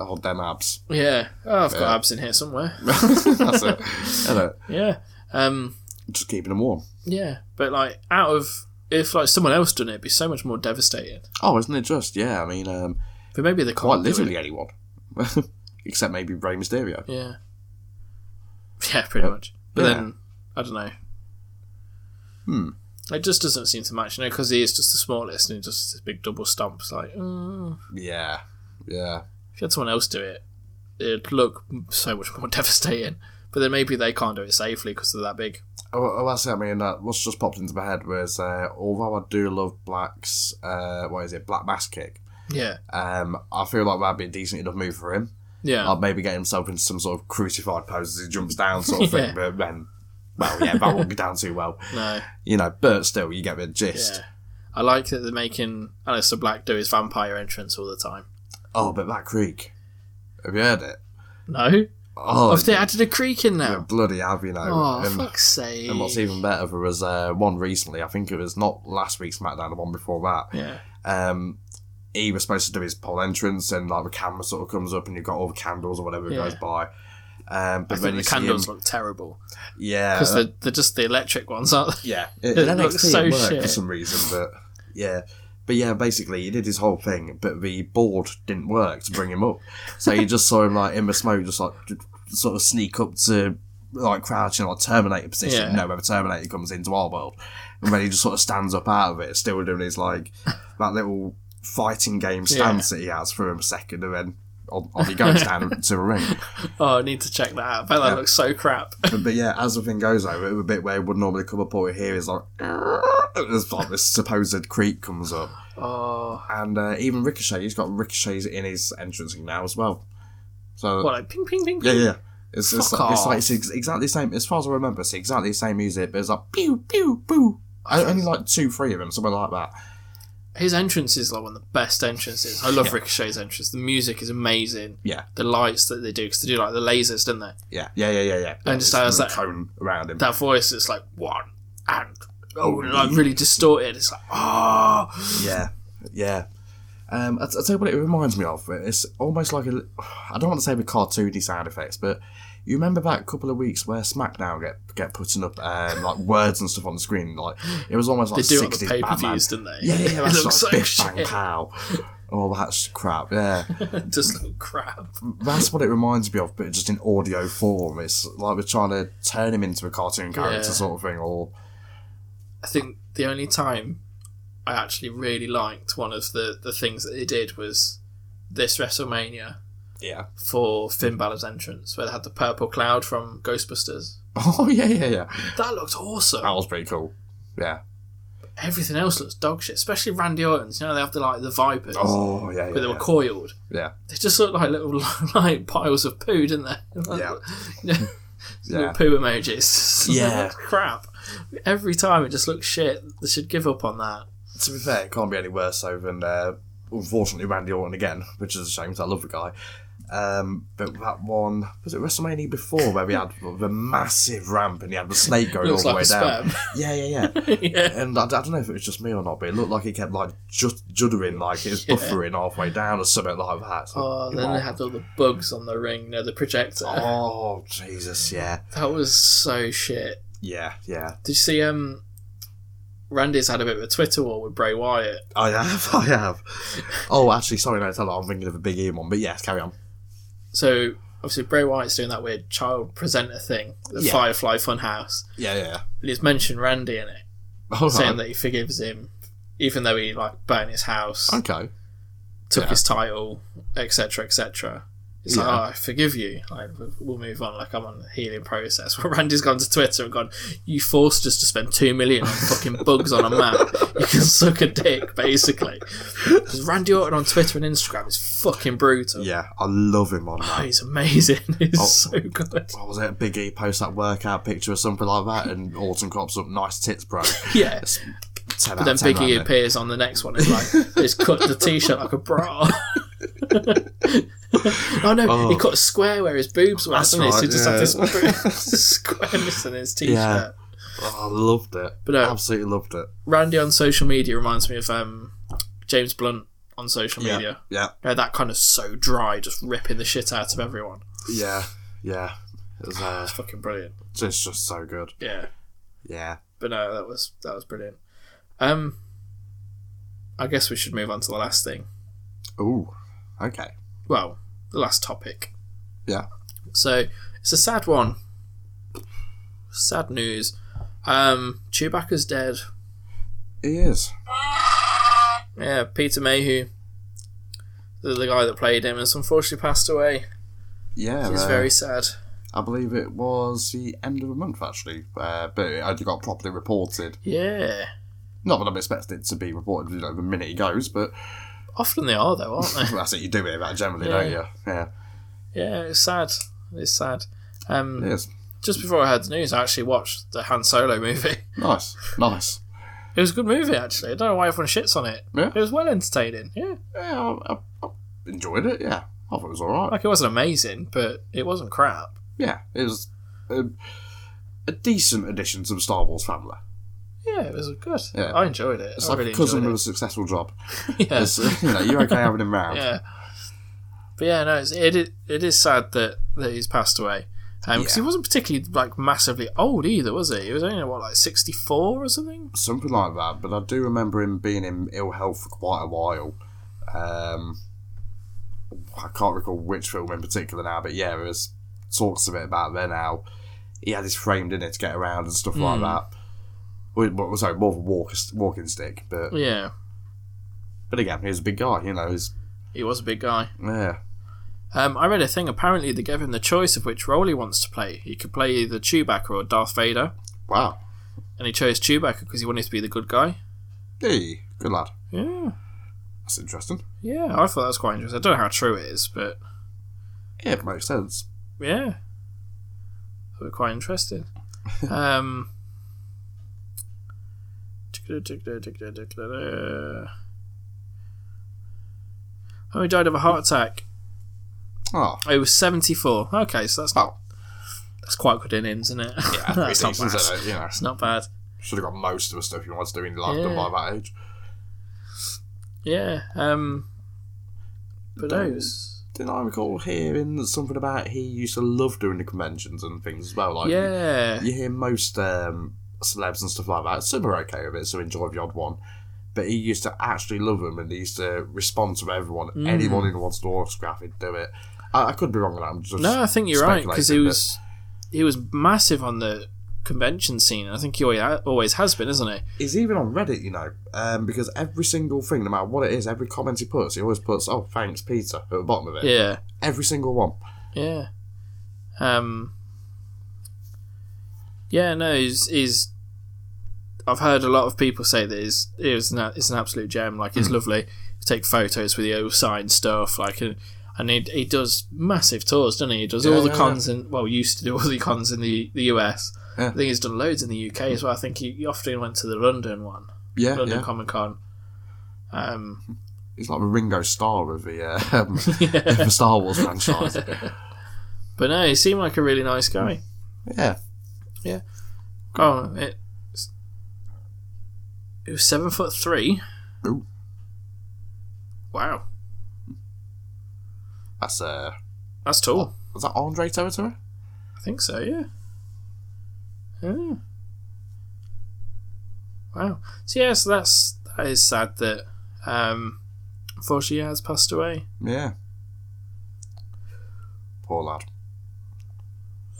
S2: oh damn abs.
S1: yeah. Oh, I've got abs in here somewhere.
S2: That's it. Isn't it?
S1: Yeah. Um,
S2: Just keeping them warm.
S1: yeah. But, like, out of. If, like, someone else done it, it'd be so much more devastating.
S2: Oh, isn't it just? Yeah, I mean, um,
S1: But maybe they
S2: quite
S1: can't. do it.
S2: literally anyone. except maybe Rey Mysterio.
S1: Yeah. Yeah, pretty
S2: Yep.
S1: much. But
S2: Yeah.
S1: then I don't know. Hmm. It just doesn't seem to match, you know, because he is just the smallest and he just this big double stomp. It's like, mm.
S2: Yeah, yeah,
S1: if you had someone else do it, it'd look so much more devastating. But then maybe they can't do it safely because they're that big.
S2: Oh, oh, that's it. I mean, that, what's just popped into my head was uh, although I do love Black's, uh, what is it, Black Mass Kick,
S1: Yeah.
S2: um, I feel like that'd be a decent enough move for him.
S1: Yeah.
S2: I'd maybe get himself into some sort of crucified pose as he jumps down, sort of
S1: Yeah.
S2: thing, but then, well, yeah, that won't go down too well.
S1: no.
S2: You know, but still, you get the gist.
S1: Yeah. I like that they're making Alistair Black do his vampire entrance all the time.
S2: Oh, but that creak. Have you heard it?
S1: No?
S2: Oh,
S1: Oh, they added a creak in
S2: yeah,
S1: now.
S2: bloody have, you know.
S1: Oh,
S2: and,
S1: fuck's sake.
S2: and what's even better there was uh, one recently, I think it was not last week's SmackDown, the one before that.
S1: Yeah.
S2: um, he was supposed to do his pole entrance, and like the camera sort of comes up, and you've got all the candles or whatever
S1: Yeah.
S2: goes by. Um,
S1: I
S2: but then
S1: think the
S2: you see
S1: candles
S2: him-
S1: look terrible.
S2: yeah,
S1: because they're, they're just the electric ones, aren't they?
S2: yeah, it,
S1: it
S2: NXT
S1: looks so
S2: it worked for
S1: shit.
S2: some reason, but yeah. But yeah, basically, he did his whole thing, but the board didn't work to bring him up. So you just saw him like in the smoke, just like j- sort of sneak up to like crouching like Terminator position.
S1: Yeah.
S2: You know where the Terminator comes into our world, and then he just sort of stands up out of it, still doing his like that little fighting game stance that he has for him a second, and then on, on he goes down to the ring.
S1: Oh, I need to check that out. But that looks so crap.
S2: But, but yeah, as the thing goes over, the bit where it would normally come up over here is like, there's like this supposed creek comes up.
S1: oh,
S2: And uh, even Ricochet, he's got ricochets in his entrance now as well. So,
S1: what like ping ping ping.
S2: Uh, yeah,
S1: ping?
S2: yeah. It's, it's,
S1: Fuck
S2: like, it's like
S1: off.
S2: it's ex- exactly the same, as far as I remember, it's exactly the same music, but it's like, pew, pew, pew. I, only like two, three of them, something like that.
S1: His entrance is like one of the best entrances. I love Ricochet's entrance. The music is amazing.
S2: Yeah.
S1: The lights that they do because they do like the lasers, don't they?
S2: Yeah, yeah, yeah, yeah, yeah.
S1: And
S2: It's
S1: so is
S2: another
S1: that-
S2: cone around him.
S1: That voice is like one and oh, and, like really distorted. It's like oh,
S2: Yeah, yeah. Um, I, I tell you what, it reminds me of. It's almost like a. I don't want to say the cartoony sound effects, but you remember that couple of weeks where SmackDown get get putting up um, like words and stuff on the screen. Like it was almost
S1: they
S2: like
S1: do it on the
S2: 60s
S1: pay per
S2: Batman.
S1: views, don't they?
S2: Yeah, yeah, yeah, that's
S1: it looks
S2: like
S1: so
S2: Biff, bang,
S1: shit.
S2: pow. All that sh- crap. Yeah,
S1: It does look crap.
S2: that's what it reminds me of, but just in audio form. It's like we're trying to turn him into a cartoon character,
S1: Yeah.
S2: sort of thing. Or
S1: I think the only time I actually really liked one of the, the things that they did was this WrestleMania
S2: yeah.
S1: for Finn Balor's entrance, where they had the purple cloud from Ghostbusters.
S2: Oh yeah, yeah, yeah.
S1: That looked awesome.
S2: That was pretty cool. Yeah.
S1: Everything else looks dog shit, especially Randy Orton's. You know, they have the like the vipers,
S2: Oh yeah, yeah.
S1: but they were
S2: yeah.
S1: coiled.
S2: yeah.
S1: They just looked like little like piles of poo, didn't they?
S2: Yeah.
S1: yeah.
S2: Yeah.
S1: Little poo emojis.
S2: Yeah.
S1: crap. Every time it just looks shit. They should give up on that.
S2: To be fair, it can't be any worse though than uh, unfortunately Randy Orton again, which is a shame because I love the guy. Um, but that one was it WrestleMania before where we had the massive ramp and he had the snake going all
S1: Looks
S2: the
S1: like
S2: way
S1: a
S2: down.
S1: sperm.
S2: Yeah, yeah, yeah.
S1: yeah.
S2: And I, I don't know if it was just me or not, but it looked like it kept like just juddering, like it was buffering halfway down or something like that. So,
S1: Oh,
S2: come
S1: then
S2: on.
S1: they had all the bugs on the ring, you know, the projector.
S2: oh Jesus, yeah,
S1: That was so shit.
S2: yeah, yeah.
S1: Did you see um Randy's had a bit of a Twitter war with Bray Wyatt?
S2: I have, I have. Oh, actually, sorry, no, tell her I'm thinking of a Big E one, but yes, carry on.
S1: So obviously Bray Wyatt's doing that weird child presenter thing, the
S2: Yeah.
S1: Firefly Funhouse.
S2: Yeah, yeah.
S1: And he's mentioned Randy in it,
S2: All
S1: saying
S2: right.
S1: that he forgives him, even though he like burned his house,
S2: Okay.
S1: took
S2: yeah.
S1: his title, etc., etc. It's like,
S2: Yeah.
S1: oh, I forgive you. Like, we'll- we'll move on. Like, I'm on the healing process. Well, Randy's gone to Twitter and gone, you forced us to spend two million on fucking bugs on a map. You can suck a dick, basically. Because Randy Orton on Twitter and Instagram is fucking brutal.
S2: Yeah, Oh. I love him on
S1: Oh,
S2: that.
S1: he's amazing. He's so good.
S2: What was it? Big E post that workout picture or something like that, and Orton crops up, nice tits, bro.
S1: Yeah.
S2: Ten
S1: But then Biggie appears on the next one and like just cut the t-shirt like a bra. oh no, he cut a square where his boobs were.
S2: That's
S1: didn't he? So he
S2: right,
S1: just had this
S2: yeah.
S1: boob- squareness in his t-shirt.
S2: Yeah. Oh, I loved it.
S1: But, uh,
S2: Absolutely loved it.
S1: Randy on social media reminds me of um, James Blunt on social media.
S2: Yeah,
S1: You know, that kind of so dry, just ripping the shit out of everyone.
S2: yeah, yeah. It was, uh,
S1: It's fucking brilliant.
S2: it's just so good.
S1: Yeah.
S2: Yeah.
S1: But no, that was that was brilliant. Um, I guess we should move on to the last thing.
S2: Ooh. Okay.
S1: Well, the last topic.
S2: Yeah.
S1: So it's a sad one. Sad news. Um, Chewbacca's dead.
S2: He is.
S1: Yeah, Peter Mayhew, the, the guy that played him, has unfortunately passed away.
S2: Yeah.
S1: It's
S2: uh,
S1: very sad.
S2: I believe it was the end of the month actually, uh, but it only got properly reported.
S1: Yeah.
S2: Not that I'm expecting it to be reported, you know, the minute he goes, but
S1: Often they are, though, aren't
S2: that's it. You do hear that generally, don't you? Yeah,
S1: they? yeah, it's sad. It's sad. Um,
S2: it is.
S1: Just before I heard the news, I actually watched the Han Solo movie.
S2: Nice, nice.
S1: It was a good movie, actually. I don't know why everyone shits on it.
S2: Yeah.
S1: It was well entertaining. Yeah.
S2: Yeah, I, I, I enjoyed it. Yeah, I thought it was all right.
S1: Like, it wasn't amazing, but it wasn't crap.
S2: Yeah, it was um, a decent addition to the Star Wars family.
S1: Yeah, it was good.
S2: Yeah.
S1: I enjoyed it.
S2: It's
S1: I
S2: like
S1: really
S2: a cousin
S1: enjoyed
S2: with
S1: it.
S2: a successful job.
S1: Yeah.
S2: It's, uh, you know, you're okay having him round.
S1: yeah. But yeah, no, it's, it is, it is sad that, that he's passed away. Because he
S2: Yeah.
S1: wasn't particularly like massively old either, was he? He was only what like sixty four or something.
S2: Something like that. But I do remember him being in ill health for quite a while. Um, I can't recall which film in particular now, but yeah, there was talks of it about then how he had his frame, didn't it, to get around and stuff
S1: Hmm.
S2: like that. Well, well, sorry, more of a walk, walking stick, but
S1: Yeah,
S2: but again, he was a big guy, you know. He's
S1: he was a big guy.
S2: yeah,
S1: Um, I read a thing. Apparently, they gave him the choice of which role he wants to play. He could play either Chewbacca or Darth Vader,
S2: wow,
S1: and he chose Chewbacca because he wanted to be the good guy.
S2: hey, good lad.
S1: Yeah,
S2: That's interesting.
S1: yeah. I thought that was quite interesting. I don't know how true it is, but
S2: Yeah, it makes sense.
S1: Yeah. So quite interesting. um Oh, he died of a heart attack.
S2: Oh,
S1: Oh, he was 74. Okay, so that's not. That's quite good innings, isn't it? Yeah, that's not bad. It's
S2: You know,
S1: not bad.
S2: should have got most of the stuff you wanted to do in life
S1: Yeah.
S2: done by that age.
S1: Yeah. Um, but
S2: Don't-
S1: those.
S2: Didn't I recall hearing something about he used to love doing the conventions and things as well? Like,
S1: Yeah.
S2: you hear most um, celebs and stuff like that. Some are okay with it, so enjoy the odd one. But he used to actually love them and he used to respond to everyone.
S1: Mm.
S2: Anyone who wants to autograph, he'd do it. I, I could be wrong on that. I'm just
S1: No, I think you're right because he
S2: speculating, but-
S1: was he was massive on the convention scene. I think he always, always has been, isn't he?
S2: He's even on Reddit, you know, um, because every single thing, no matter what it is, every comment he puts, he always puts, "Oh, thanks, Peter," at the bottom of it.
S1: Yeah,
S2: Every single one.
S1: yeah, um, yeah. No, he's, he's. I've heard a lot of people say that he's, he's an, it's an absolute gem. Like
S2: Hmm.
S1: he's lovely. Take photos with you, sign stuff. Like and, and he, he does massive tours, doesn't he? He does all the
S2: yeah,
S1: cons in well, used to do all the cons in the the US.
S2: Yeah.
S1: I think he's done loads in the UK as well. I think he, he often went to the London one.
S2: Yeah,
S1: London
S2: yeah.
S1: Comic Con. Um,
S2: He's like the Ringo Starr of the, uh, um,
S1: yeah.
S2: the Star Wars franchise.
S1: but no, he seemed like a really nice guy.
S2: yeah,
S1: Oh, it, it was seven foot three.
S2: Ooh.
S1: Wow,
S2: that's uh,
S1: that's tall.
S2: was that Andre territory?
S1: I think so. Yeah. Yeah. Wow. So yeah, so that's that is sad that um, unfortunately he has passed away.
S2: Yeah. Poor lad.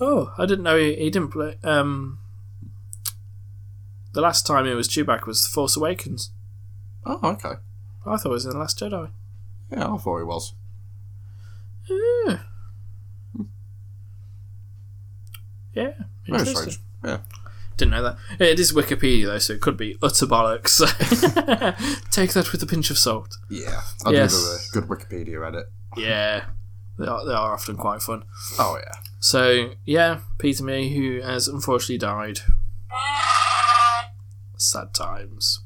S1: Oh, I didn't know he, he didn't play. Um, the last time it was Chewbacca was Force Awakens.
S2: Oh, okay.
S1: I thought it was in the Last Jedi.
S2: Yeah, I thought he was.
S1: Yeah. Yeah.
S2: Very
S1: interesting.
S2: strange. Yeah.
S1: Didn't know that. It is Wikipedia though, so it could be utter bollocks. so Take that with a pinch of salt.
S2: Yeah. I
S1: Yes.
S2: do have a good Wikipedia edit.
S1: Yeah. They are, they are often quite fun.
S2: Oh, yeah.
S1: So yeah, Peter May, who has unfortunately died. Sad times.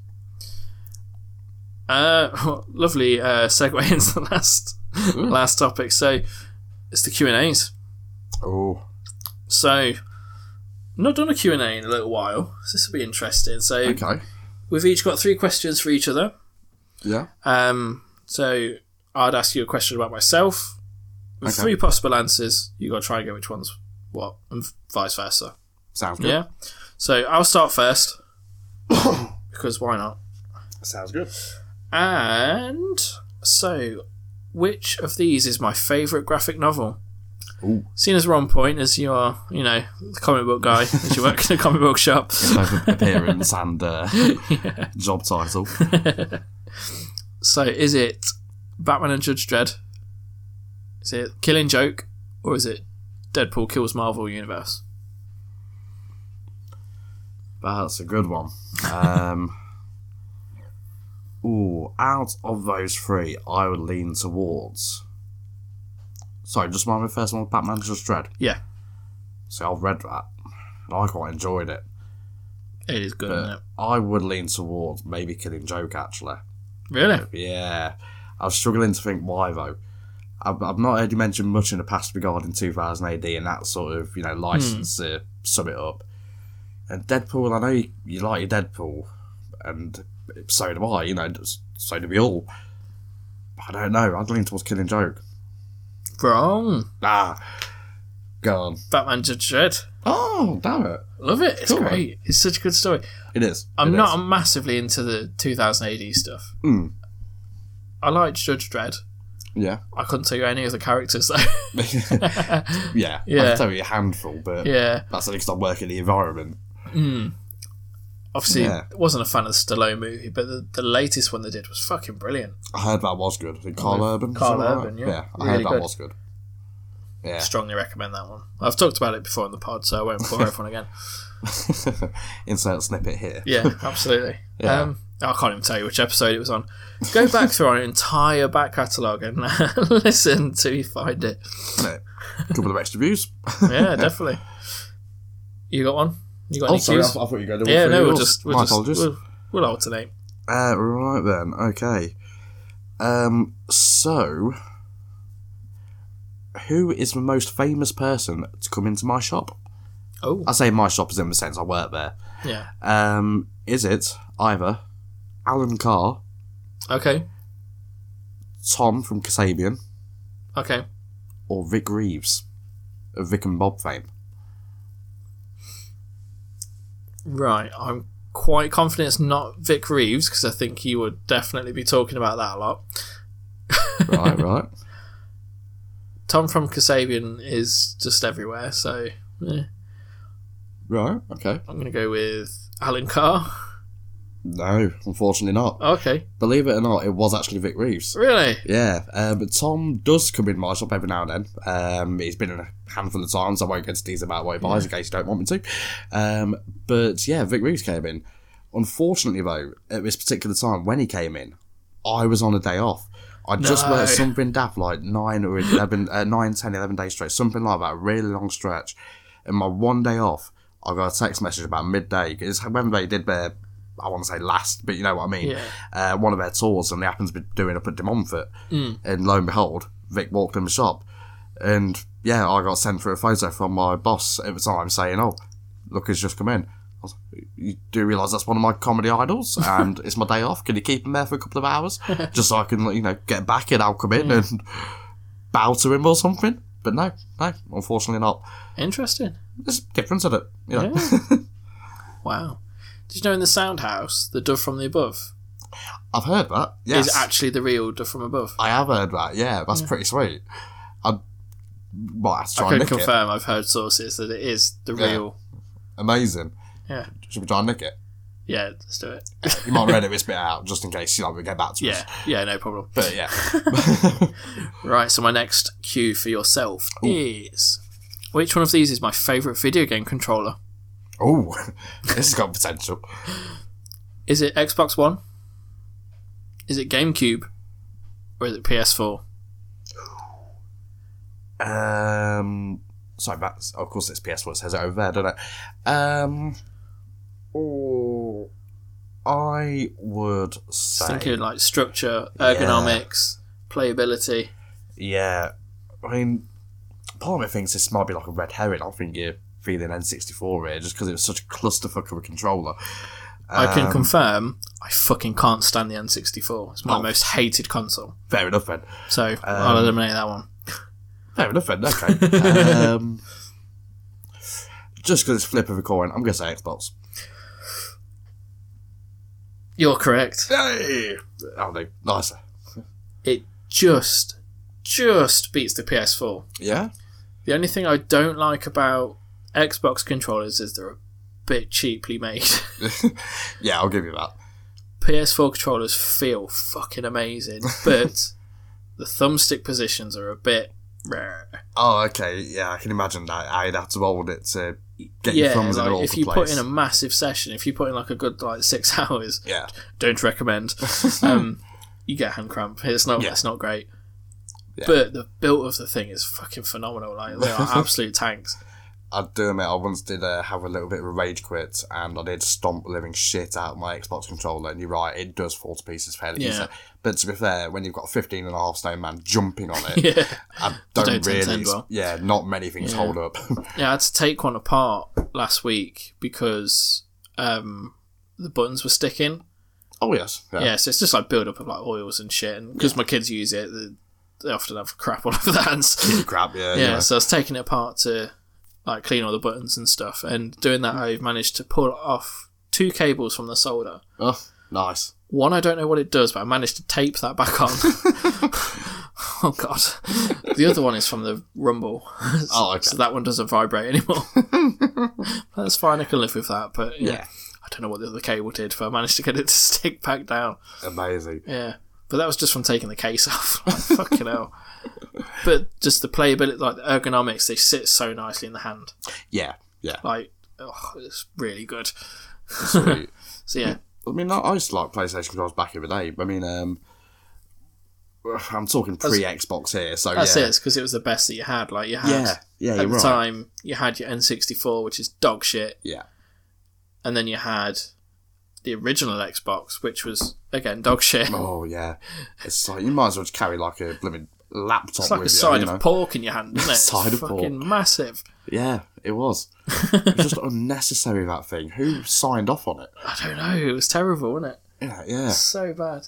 S1: Uh, lovely uh, segue into the last last topic. So it's the Q and A's.
S2: Oh.
S1: So, not done a Q&A in a little while. So this will be interesting. So,
S2: Okay.
S1: we've each got three questions for each other.
S2: Yeah.
S1: Um, so, I'd ask you a question about myself. With
S2: Okay.
S1: three possible answers. you got to try and get which one's what, and vice versa.
S2: Sounds good.
S1: Yeah? So, I'll start first. because why not?
S2: Sounds good.
S1: And so, which of these is my favourite graphic novel? Seeing as we're on point, as you are, you know, the comic book guy, as you work in a comic book shop.
S2: both appearance and uh, job title.
S1: So, is it Batman and Judge Dredd? Is it Killing Joke, or is it Deadpool kills Marvel Universe?
S2: That's a good one. Um, ooh, out of those three, I would lean towards. Sorry, just remind me first one, Batman Just Dread.
S1: Yeah,
S2: See, I've read that, and I quite enjoyed it.
S1: it is good, isn't it?
S2: I would lean towards maybe Killing Joke, actually.
S1: Really?
S2: Yeah. I was struggling to think why, though. I've, I've not heard you mention much in the past regarding 2000 AD and that sort of, you
S1: Hmm.
S2: know, license to sum it up. And Deadpool, I know you, you like your Deadpool, and so do I, you know, so do we all. But I don't know, I'd lean towards Killing Joke.
S1: Wrong.
S2: Ah, gone.
S1: Batman Judge Dredd.
S2: Oh, damn it.
S1: Love it. It's
S2: Cool, man.
S1: great. It's such a good story.
S2: It is.
S1: I'm
S2: It
S1: not
S2: is.
S1: massively into the 2000 AD stuff.
S2: Mm.
S1: I liked Judge Dredd.
S2: Yeah.
S1: I couldn't tell you any of the characters
S2: yeah.
S1: though.
S2: I
S1: Yeah.
S2: can tell you a handful, but
S1: yeah, Hmm.
S2: that's only because I work in the environment.
S1: obviously
S2: Yeah.
S1: wasn't a fan of the Stallone movie, but the, the latest one they did was fucking brilliant.
S2: I heard that was good. I think Carl
S1: Oh,
S2: Urban.
S1: Carl
S2: something like
S1: Urban,
S2: that?
S1: yeah.
S2: I
S1: Really
S2: heard that
S1: good.
S2: was good. Yeah.
S1: Strongly recommend that one. I've talked about it before in the pod, so I won't bore everyone again.
S2: Insert snippet here.
S1: Yeah, absolutely.
S2: Yeah.
S1: Um, I can't even tell you which episode it was on. Go back through our entire back catalogue and listen till you find it.
S2: No. couple of extra views.
S1: Yeah, definitely. You got one? You got
S2: Oh,
S1: any
S2: sorry, I,
S1: cues?
S2: thought- I thought you were going to
S1: Yeah,
S2: through
S1: no, we'll
S2: yours.
S1: just we'll
S2: My
S1: just
S2: apologies.
S1: we'll, we'll alternate.
S2: Uh, right then. Okay. Um. So, who is the most famous person to come into my shop?
S1: Oh,
S2: I say my shop is in the sense I work there.
S1: yeah.
S2: Um. Is it either Alan Carr,
S1: Okay,
S2: Tom from Kasabian,
S1: okay.
S2: or Rick Reeves of Rick and Bob fame?
S1: Right, I'm quite confident it's not Vic Reeves because I think he would definitely be talking about that a lot.
S2: Right. right.
S1: Tom from Kasabian is just everywhere, so eh,
S2: Right. Okay.
S1: I'm going to go with Alan Carr.
S2: No, unfortunately not.
S1: Okay,
S2: Believe it or not, it was actually Vic Reeves.
S1: really?
S2: Yeah, uh, but Tom does come in my shop every now and then. Um, he's been in a handful of times. I won't go into details about what he buys in case you don't want me to. Um, but yeah, Vic Reeves came in. Unfortunately, though, at this particular time when he came in, I was on a day off. I just
S1: No.
S2: worked something daft like nine or 11, uh, 9, 10, 11 days straight, something like that, a really long stretch. And my one day off, I got a text message about midday. It's when they did their, I want to say last, but you know what I mean,
S1: Yeah.
S2: uh, one of their tours, and they happened to be doing up at De Montfort.
S1: Hmm.
S2: And lo and behold, Vic walked in the shop. And yeah, I got sent through a photo from my boss at the time saying, oh, look who's just come in. I was like, You do realise that's one of my comedy idols, and it's my day off. Can you keep him there for a couple of hours, just so I can, you know, get back and I'll come
S1: Hmm.
S2: in and bow to him or something? But no, no, unfortunately not.
S1: Interesting.
S2: There's a difference in it, you know.
S1: Wow. Did you know in the Sound House, the Dove from the Above
S2: I've heard that. Yes,
S1: is actually the real Dove from Above?
S2: I have heard that. Yeah, that's pretty sweet. I might have to
S1: I
S2: try and
S1: can
S2: nick it.
S1: confirm. I've heard sources that it is the
S2: Yeah.
S1: real.
S2: Amazing.
S1: Yeah.
S2: Should we try and nick it?
S1: Yeah, let's do it.
S2: You might read it this bit out just in case you know we get back to us.
S1: Yeah, yeah, no problem.
S2: But yeah,
S1: Right, so my next cue for yourself is which one of these is my favourite video game controller?
S2: oh, this has got potential.
S1: Is it Xbox One? Is it GameCube? Or is it PS4?
S2: Um, sorry, that's of course it's PS4. It says it over there, doesn't it? Um, oh, I would say,
S1: Just Thinking like structure, ergonomics, playability.
S2: yeah. I mean, part of me thinks this might be like a red herring. I think you're feeling N64 here just because it was such a clusterfuck of a controller.
S1: I
S2: Um,
S1: can confirm I fucking can't stand the N64. It's my most hated console.
S2: Fair enough then.
S1: So I'll eliminate that one.
S2: Fair enough then. Okay. um, just because it's flip of a coin, I'm gonna say Xbox.
S1: You're correct.
S2: Hey, oh no, nicer.
S1: It just, just beats the PS4.
S2: Yeah.
S1: The only thing I don't like about Xbox controllers is they're a bit cheaply made.
S2: Yeah, I'll give you that.
S1: PS4 controllers feel fucking amazing, but the thumbstick positions are a bit rare.
S2: Oh, okay. Yeah, I can imagine that. I'd have to hold it to get your
S1: Yeah,
S2: thumbs in an
S1: like
S2: awful
S1: if you
S2: place.
S1: put in a massive session, if you put in like a good like six hours,
S2: yeah.
S1: don't recommend. um, you get hand cramp. It's not.
S2: Yeah.
S1: It's not great.
S2: Yeah.
S1: But the built of the thing is fucking phenomenal. Like they are absolute tanks.
S2: I do admit, I once did uh, have a little bit of a rage quit, and I did stomp the living shit out of my Xbox controller. And you're right, it does fall to pieces fairly
S1: Yeah.
S2: easily. But to be fair, when you've got a 15 and a half stone man jumping on it,
S1: Yeah,
S2: I
S1: They
S2: don't,
S1: don't tend to
S2: really.
S1: end well.
S2: Yeah, not many things
S1: Yeah.
S2: hold up.
S1: yeah. I had to take one apart last week because um, the buttons were sticking.
S2: oh, yes. Yeah.
S1: Yeah, so it's just like build up of like oils and shit. And because my kids use it, they, they often have crap all over their hands.
S2: Crap, yeah.
S1: yeah,
S2: yeah.
S1: so I was taking it apart to like clean all the buttons and stuff. And doing that, I've managed to pull off two cables from the solder.
S2: Oh, nice.
S1: One, I don't know what it does, but I managed to tape that back on. oh god! The other one is from the rumble, so,
S2: Oh, okay.
S1: so that one doesn't vibrate anymore. That's fine. I can live with that. But yeah,
S2: Yeah.
S1: I don't know what the other cable did, but I managed to get it to stick back down.
S2: Amazing.
S1: Yeah, but that was just from taking the case off. Like, fucking hell. But just the playability, like the ergonomics, they sit so nicely in the hand.
S2: Yeah, yeah.
S1: Like, oh, it's really good.
S2: Sweet.
S1: So yeah,
S2: I mean, I I used to like PlayStation controllers back in the day. but I mean, um, I'm talking pre Xbox here, so
S1: that's
S2: yeah.
S1: it. Because it was the best that you had. Like you had
S2: Yeah, yeah,
S1: at
S2: you're
S1: the
S2: right.
S1: time, you had your N64, which is dog shit,
S2: Yeah,
S1: and then you had the original Xbox, which was again dog shit.
S2: Oh yeah, it's like you might as well just carry like a blooming laptop
S1: It's like
S2: with
S1: a
S2: you.
S1: side
S2: you
S1: of
S2: know?
S1: pork in your hand, isn't it? It's
S2: Side of pork.
S1: fucking massive.
S2: yeah, it was. it was just unnecessary that thing. Who signed off on it?
S1: I don't know. It was terrible, wasn't it?
S2: Yeah, yeah.
S1: So bad.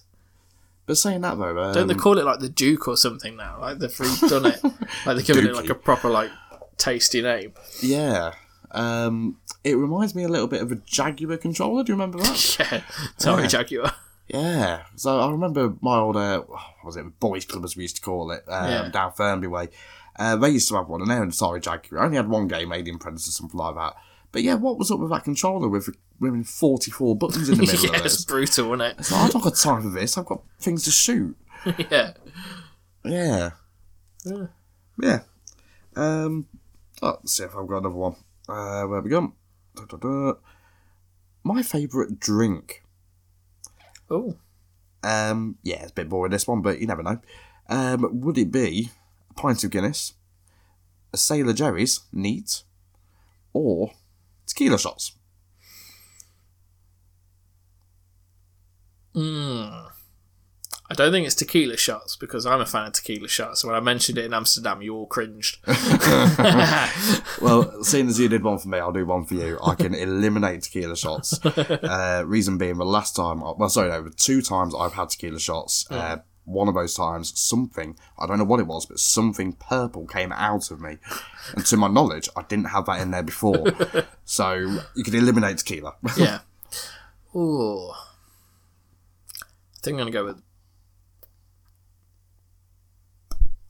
S2: But saying that though, um,
S1: Don't they call it like the Duke or something now? Like they've redone it. like they're giving it like
S2: Dookie.
S1: a proper like tasty name.
S2: yeah, um, it reminds me a little bit of a Jaguar controller. Do you remember that?
S1: Yeah, sorry Jaguar.
S2: Yeah. So I remember my old, uh, what was it, boys club as we used to call it, um,
S1: Yeah.
S2: down Fernby way. Uh, they used to have one, and they had Sorry Jaguar. I only had one game, Alien Predator, something like that. But yeah, what was up with that controller with women 44 buttons in the middle
S1: yeah,
S2: of
S1: it's
S2: it?
S1: brutal, wasn't it?
S2: It's like, I don't got time for this. I've got things to shoot.
S1: yeah,
S2: Yeah.
S1: Yeah.
S2: Yeah. Um, oh, let's see if I've got another one. Uh, where we gone? Da, da, da. My favourite drink.
S1: oh,
S2: Um, yeah, it's a bit boring this one, but you never know. Um, would it be a pint of Guinness, a Sailor Jerry's, neat, or tequila shots?
S1: Hmm. I don't think it's tequila shots because I'm a fan of tequila shots. So when I mentioned it in Amsterdam, you all cringed.
S2: Well, seeing as you did one for me, I'll do one for you. I can eliminate tequila shots. Uh, reason being, the last time, I- well, sorry, no, the two times I've had tequila shots, uh, one of those times, something, I don't know what it was, but something purple came out of me. And to my knowledge, I didn't have that in there before. so you can eliminate tequila.
S1: yeah. Ooh, I think I'm gonna go with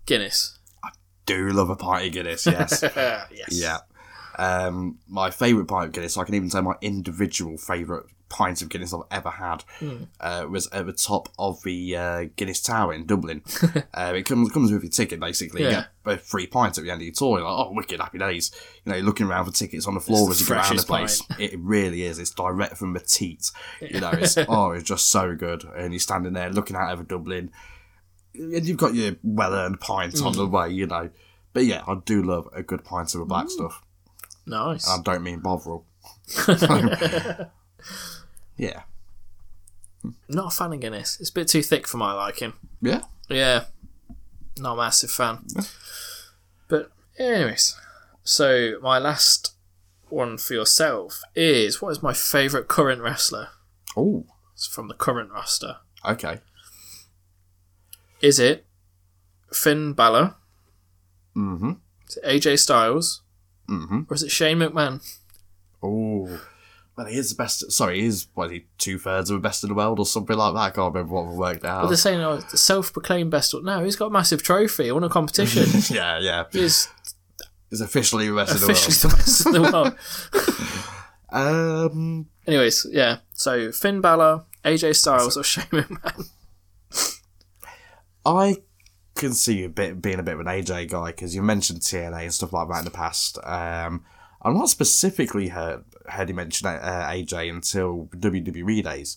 S1: Guinness.
S2: do love a pint of Guinness, yes.
S1: Uh, yes.
S2: yeah. Um, my favourite pint of Guinness, I can even say my individual favourite pint of Guinness I've ever had,
S1: Hmm.
S2: uh, was at the top of the uh, Guinness Tower in Dublin. uh, it comes comes with your ticket, basically.
S1: Yeah.
S2: You get a free pint at the end of your tour. You're like, oh, wicked, happy days. You know, you're looking around for tickets on the floor
S1: the
S2: as you go around the
S1: freshest
S2: place. it really is. It's direct from the teat. You know, it's, oh, it's just so good. And you're standing there looking out over Dublin and you've got your well earned pint on the way, you know. But yeah, I do love a good pint of a black stuff.
S1: Nice.
S2: I don't mean Bovril. yeah.
S1: Not a fan of Guinness. It's a bit too thick for my liking.
S2: Yeah.
S1: Yeah, not a massive fan. but anyways, so my last one for yourself is what is my favourite current wrestler?
S2: Oh,
S1: It's from the current roster.
S2: okay.
S1: Is it Finn Balor?
S2: Mm-hmm.
S1: Is it AJ Styles?
S2: Mm-hmm.
S1: Or is it Shane McMahon?
S2: Oh. Well, he is the best. Sorry, he is, what, he two thirds of the best in the world or something like that. I can't remember what we worked
S1: But
S2: out.
S1: they're saying oh, the self-proclaimed best. No, he's got a massive trophy. He won a competition.
S2: yeah, yeah.
S1: he's
S2: is officially the rest
S1: Officially
S2: of
S1: the best in the world.
S2: the world. Um,
S1: Anyways, yeah. So Finn Balor, AJ Styles, or Shaman Man.
S2: I can see you bit being a bit of an AJ guy because you mentioned TNA and stuff like that in the past. Um, I'm not specifically heard heard you mention uh, AJ until WWE days,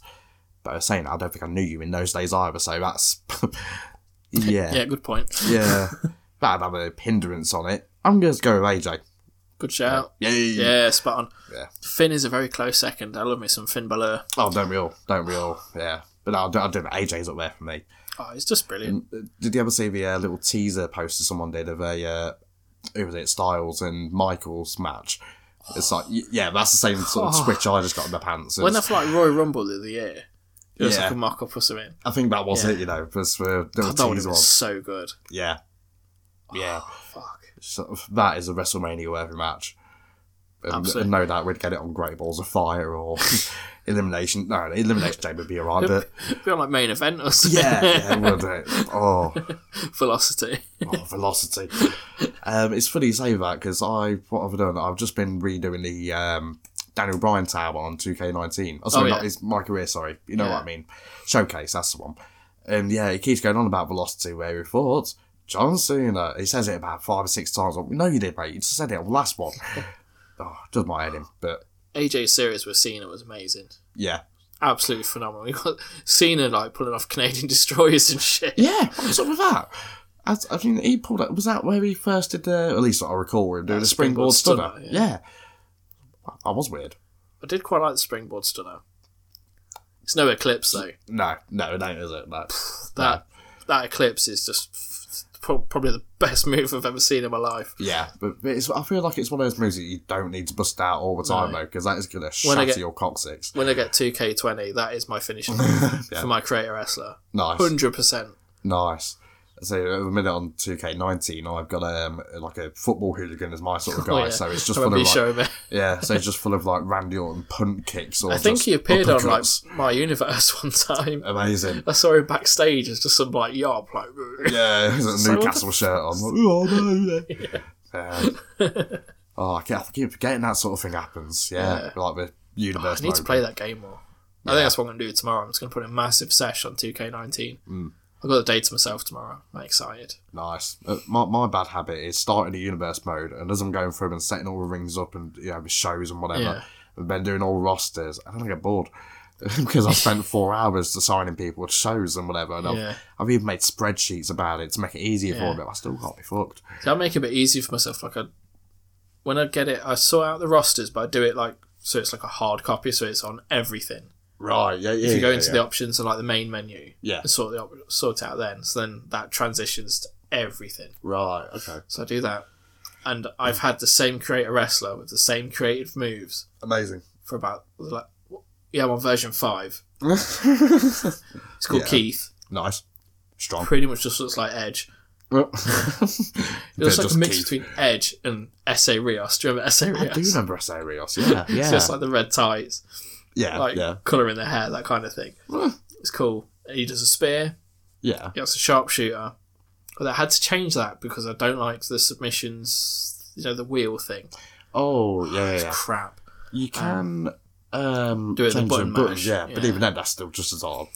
S2: but I was saying I don't think I knew you in those days either. So that's yeah,
S1: Yeah, good point.
S2: yeah. That'd have a hindrance on it. I'm going to go with AJ.
S1: Good shout.
S2: Yay.
S1: Yeah, spot on.
S2: Yeah.
S1: Finn is a very close second. I love me some Finn Balor.
S2: Oh, don't we all? Don't we all? Yeah. But no, I don't, I don't, AJ's up there for me.
S1: Oh, he's just
S2: Mm,
S1: brilliant.
S2: Did you ever see the uh, little teaser poster someone did of a uh, who was it Styles and Michaels match? It's like y- yeah, that's the same sort of switch I just got in my pants.
S1: When
S2: It's-
S1: that's like Roy Rumble of the year. It was
S2: Yeah.
S1: like a mock up or something.
S2: I think that was
S1: Yeah.
S2: it, you know, was for the
S1: God, that would have
S2: teaser
S1: been Ah.
S2: one.
S1: so good. Oh,
S2: Yeah, yeah,
S1: Fuck.
S2: so that is a WrestleMania worthy match. And,
S1: Absolutely.
S2: and no doubt we'd get it on Great Balls of Fire or Elimination. No, Elimination Chamber would be alright, but
S1: Be on like main event or something.
S2: yeah, yeah, would it? Oh.
S1: Velocity.
S2: Oh, velocity. um, it's funny you say that because I what I've done, I've just been redoing the um, Daniel Bryan tab on 2K19. Oh, sorry,
S1: Oh,
S2: not,
S1: yeah.
S2: it's my career. Sorry, you know
S1: Yeah.
S2: what I mean. Showcase, that's the one. And yeah, it keeps going on about velocity where he thought John Cena. He says it about five or six times. Like, no, you did, mate. You just said it on the last one. oh, does my head in, but
S1: AJ series with Cena was amazing.
S2: yeah,
S1: Absolutely phenomenal. You got Cena like pulling off Canadian destroyers and shit.
S2: yeah. What's up with that? I, I mean, he pulled up. Was that where he first did the? At least I recall him doing the
S1: springboard
S2: springboard stunner.
S1: stunner,
S2: Yeah. yeah, I was weird.
S1: I did quite like the springboard stunner. It's no eclipse though.
S2: No, no, it ain't, is it? No.
S1: That that eclipse is just f- pro- probably the best move I've ever seen in my life.
S2: Yeah, but but it's, I feel like it's one of those moves that you don't need to bust out all the time, though, because that is going to
S1: When I
S2: shatter
S1: get-
S2: your coccyx.
S1: When I get 2K20, that is my finishing move for my creator wrestler.
S2: Nice,
S1: 100%.
S2: nice. So at the minute on 2K19, I've got um like a football hooligan as my sort of guy,
S1: Oh, yeah.
S2: so it's
S1: I
S2: just full
S1: remember
S2: of
S1: you
S2: like,
S1: showing me.
S2: yeah, so it's just full of like Randy Orton punt kicks or
S1: I think
S2: just
S1: he appeared on like
S2: uppercuts.
S1: My Universe one time.
S2: amazing.
S1: I saw him backstage as just some like yob, like
S2: Yeah, he's got
S1: So
S2: a
S1: what the
S2: Newcastle shirt on. Like, oh no! Yeah. oh, I keep, I keep forgetting that sort of thing happens. Yeah, like the universe.
S1: Oh, I need to
S2: mode.
S1: play that game more. I think that's what I'm going to do tomorrow. I'm just going to put in a massive sesh on 2K19.
S2: Mm.
S1: I've got the day to myself tomorrow. I'm excited.
S2: Nice. Uh, my, my bad habit is starting the universe mode, and as I'm going through and setting all the rings up and you know the shows and whatever,
S1: Yeah.
S2: and then doing all rosters, and then I get bored because I spent four hours assigning people to shows and whatever, and
S1: Yeah.
S2: I've, I've even made spreadsheets about it to make it easier for
S1: Yeah.
S2: me. But I still can't be fucked.
S1: See, I make it a bit easier for myself. Like, I, when I get it, I sort out the rosters, but I do it like so it's like a hard copy, so it's on everything.
S2: Right. Yeah. Yeah.
S1: If you go into the options and like the main menu,
S2: Yeah.
S1: and sort the op- sort it out then. So then that transitions to everything.
S2: right. Okay.
S1: So I do that, and I've had the same creator wrestler with the same creative moves
S2: Amazing.
S1: for about like yeah, I'm on version five. It's called
S2: Yeah. Um,
S1: Keith.
S2: nice. Strong.
S1: Pretty much just looks like Edge.
S2: Well,
S1: It looks
S2: Yeah,
S1: like
S2: just
S1: a mix
S2: Keith.
S1: between Edge and S A Rios. Do you remember S A
S2: I do
S1: Rios?
S2: remember S.A. Rios. Yeah. Yeah.
S1: It's just like the red tights.
S2: yeah.
S1: like
S2: yeah.
S1: colour in their hair, that kind of thing. it's cool. He does a spear.
S2: Yeah.
S1: He has a sharpshooter. But I had to change that because I don't like the submissions. You know the wheel thing.
S2: Oh. Yeah. yeah,
S1: It's
S2: yeah.
S1: crap.
S2: You can um,
S1: do it with a
S2: change
S1: button
S2: the button,
S1: mash,
S2: yeah, but
S1: yeah.
S2: even then, that's still just as hard.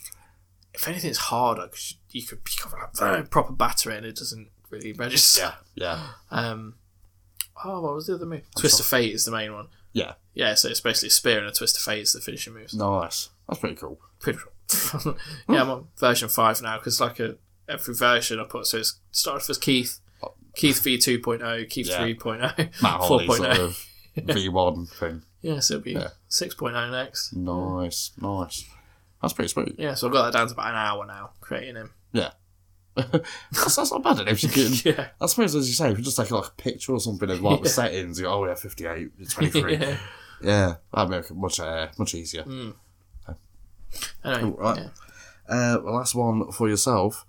S1: If anything, it's harder because you could pick up like very proper battering. It doesn't really register.
S2: yeah,
S1: Um. Oh, what was the other move? Twist of Fate is the main one.
S2: yeah.
S1: Yeah, so it's basically a spear and a twist of fate is the finishing moves.
S2: Nice. That's pretty cool.
S1: pretty yeah, I'm on version five now because like a, every version I put so it's started off as Keith, Keith V 2.0, Keith
S2: Yeah.
S1: 3.0,
S2: Matt Holly
S1: 4.0.
S2: sort of V1 thing.
S1: Yeah, so it'll be 6.0 next.
S2: Nice, nice. That's pretty sweet.
S1: Yeah, so I've got that down to about an hour now creating him.
S2: Yeah. that's, that's not bad. If you can,
S1: Yeah,
S2: I suppose, as you say, if you just take like a picture or something of like the settings, you go, oh yeah, 58, 23. yeah.
S1: yeah. Hmm.
S2: that'd make it much, uh, much easier.
S1: Anyway,
S2: right.
S1: yeah.
S2: Uh, well, last one for yourself.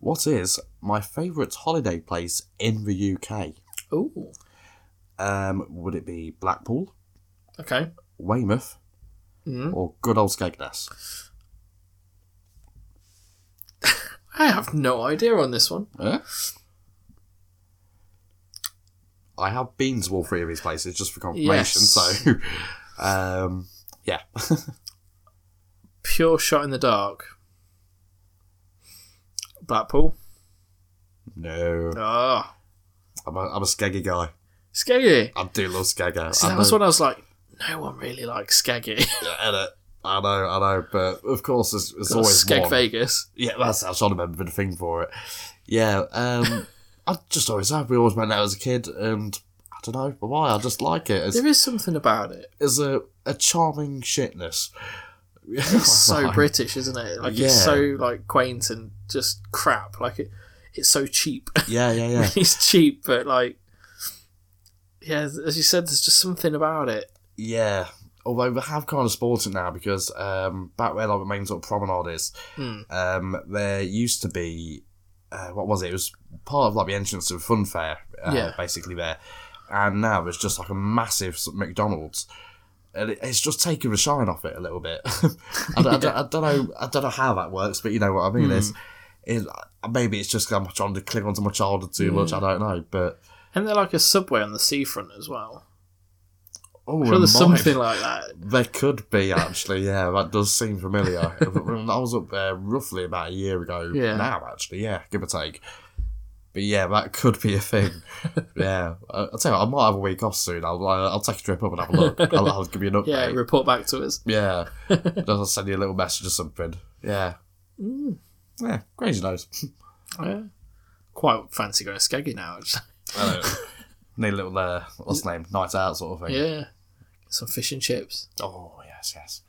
S2: What is my favourite holiday place in the UK?
S1: Ooh,
S2: Um, would it be Blackpool,
S1: okay. Hmm.
S2: Weymouth, or good old Skegness? Eh?
S1: I have no idea on this one.
S2: Huh? I have been to all three of these places just for confirmation.
S1: Yes.
S2: So, um, yeah,
S1: Pure shot in the dark. Blackpool.
S2: no,
S1: Ah,
S2: I'm a, I'm a skeggy guy.
S1: Skeggy.
S2: I do love Skagger.
S1: See,
S2: I
S1: that was
S2: know-
S1: when I was like, no one really likes Skeggy.
S2: I know, I know, I know, but of course, there's, there's always
S1: Skeg
S2: one.
S1: Vegas.
S2: Yeah, that's I should have been the thing for it. Yeah, um, I just always have. We always went out as a kid, and I don't know why. I just like it. It's,
S1: There is something about it.
S2: it's a, a charming shitness.
S1: It's so British, isn't it? Like it's
S2: Yeah.
S1: so like quaint and just crap. Like it, it's so cheap.
S2: Yeah, yeah, yeah.
S1: it's cheap, but like, yeah, as you said, there's just something about it.
S2: Yeah. Although we have kind of spoiled it now because um, back where like, the main sort of promenade is,
S1: Hmm.
S2: um, there used to be uh, what was it? It was part of like the entrance to the fun fair, uh,
S1: Yeah.
S2: basically there, and now it's just like a massive sort of McDonald's, and it, it's just taking the shine off it a little bit. I, don't- I don't, I don't know, I don't know how that works, but you know what I mean.
S1: Hmm.
S2: It's, it, maybe it's just 'cause I'm trying to cling onto my childhood too much. I don't know, but
S1: And they're like a subway on the seafront as well.
S2: oh,
S1: Sure, there's
S2: it might-
S1: something like that.
S2: There could be actually, yeah. That does seem familiar. When I was up there roughly about a year ago.
S1: Yeah.
S2: Now, actually, yeah, give or take. But yeah, that could be a thing. yeah, I- I'll tell you, what, I might have a week off soon. I'll I'll I'll take a trip up and have a look. I'll, I'll give you an
S1: Yeah,
S2: update.
S1: report back to us.
S2: Yeah, I'll send you a little message or something. Yeah, yeah, crazy nose.
S1: Hmm, Yeah. Quite fancy going skeggy now. Actually.
S2: I don't know. Need a little uh, what's the name night out sort of thing.
S1: Yeah, some fish and chips.
S2: Oh yes, yes.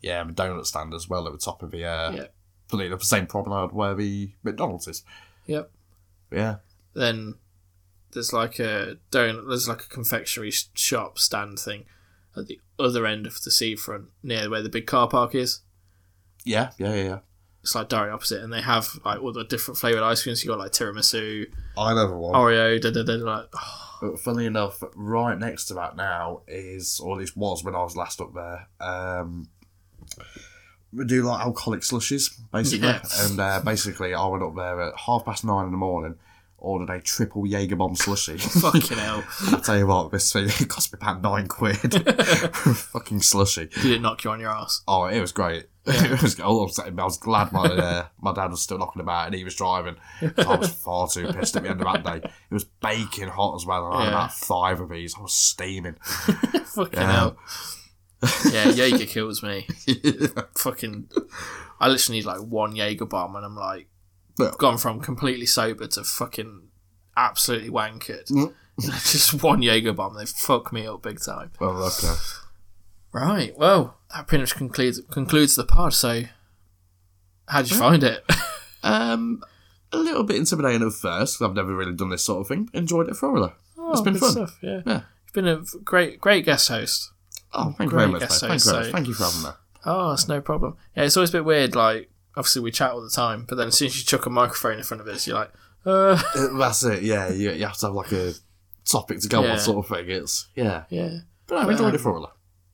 S2: Yeah, and a donut stand as well at the top of the uh,
S1: Yeah.
S2: probably the same promenade where the McDonald's is.
S1: Yep.
S2: Yeah.
S1: Then there's like a donut. There's like a confectionery sh- shop stand thing at the other end of the seafront near where the big car park is.
S2: Yeah, yeah, yeah, yeah.
S1: It's like direct opposite, and they have like all the different flavored ice creams. You got like tiramisu,
S2: I know the
S1: Oh.
S2: one.
S1: Oreo, da da da. da, Like, oh,
S2: But funnily enough, right next to that now is, or at least was when I was last up there, um, we do like alcoholic slushes, basically.
S1: Yeah.
S2: And uh, basically, I went up there at half past nine in the morning, ordered a triple Jaeger bomb slushie.
S1: fucking hell!
S2: I tell you what, this thing it cost me about nine quid. Fucking slushy.
S1: Did it knock you on your ass?
S2: Oh, it was great. it was, I was I was glad my uh, my dad was still knocking about and he was driving. I was far too pissed at the end of that day. It was baking hot as well. And I
S1: Yeah.
S2: had about five of these. I was steaming.
S1: Fucking
S2: Yeah.
S1: hell! Yeah, Jaeger kills me.
S2: Oh,
S1: fucking I literally need like one Jaeger bomb and I'm like
S2: Yeah.
S1: gone from completely sober to fucking absolutely wankered.
S2: Mm.
S1: Just one Jaeger bomb, they fuck me up big time.
S2: well, okay.
S1: Right, well, that pretty much concludes concludes the pod, so how'd you find it?
S2: Um, a little bit intimidating at first. 'cause I've never really done this sort of thing. Enjoyed it thoroughly. it's been fun.
S1: Oh, yeah.
S2: Yeah.
S1: You've been a great great guest host.
S2: Oh, thank you
S1: Great
S2: very much, mate.
S1: guess so,
S2: Thank you very
S1: so-
S2: much. Thank you for having me.
S1: Oh, it's no problem. Yeah, it's always a bit weird, like obviously we chat all the time, but then as soon as you chuck a microphone in front of us, you're like, uh
S2: Uh, That's it. Yeah, you, you have to have like a topic to go
S1: Yeah.
S2: on, sort of thing. It's yeah.
S1: yeah.
S2: But I've enjoyed
S1: um,
S2: it thoroughly.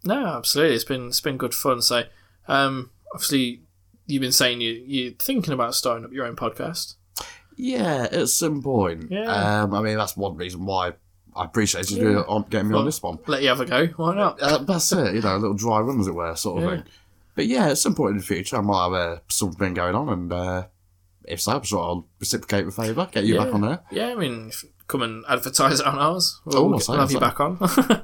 S1: No, absolutely. It's been it's been good fun. So, um, obviously, you've been saying you you're thinking about starting up your own podcast.
S2: Yeah, at some point.
S1: Yeah.
S2: Um, I mean, that's one reason why I appreciate you doing- on getting me
S1: Well-
S2: on this one.
S1: Let you have a go. Why not?
S2: Uh, that's it, you know, a little dry run, as it were, sort of
S1: Yeah.
S2: thing. But yeah, at some point in the future, I might have uh, something going on, and uh, if so, I'm sure I'll reciprocate the favour, get you
S1: Yeah.
S2: back on there.
S1: Yeah, I mean, f- come and advertise it on ours. We'll,
S2: Oh,
S1: we'll
S2: so-
S1: have you
S2: so-
S1: back on.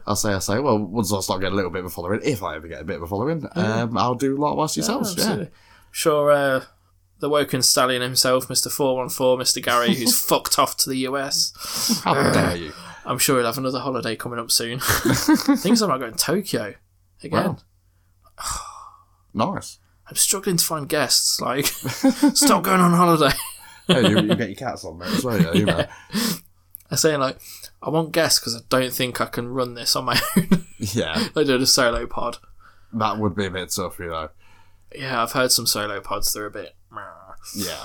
S2: I say, I say, well, once I start getting a little bit of a following, if I ever get a bit of a following, um, I'll do likewise yourselves. Yeah,
S1: Absolutely. Sure. Uh, the Woken Stallion himself, Mr. 414, Mr. Gary, who's fucked off to the US.
S2: how dare you?
S1: I'm sure he'll have another holiday coming up soon. Things I'm not going to Tokyo again.
S2: Wow. Nice.
S1: I'm struggling to find guests. Like, stop going on holiday.
S2: Hey, you, you get your cats on there as well, yeah, you know.
S1: I say like, I won't guess because I don't think I can run this on my own.
S2: Yeah,
S1: I did a solo pod.
S2: that would be a bit tough, you know.
S1: Yeah, I've heard some solo pods. They're a bit.
S2: Yeah.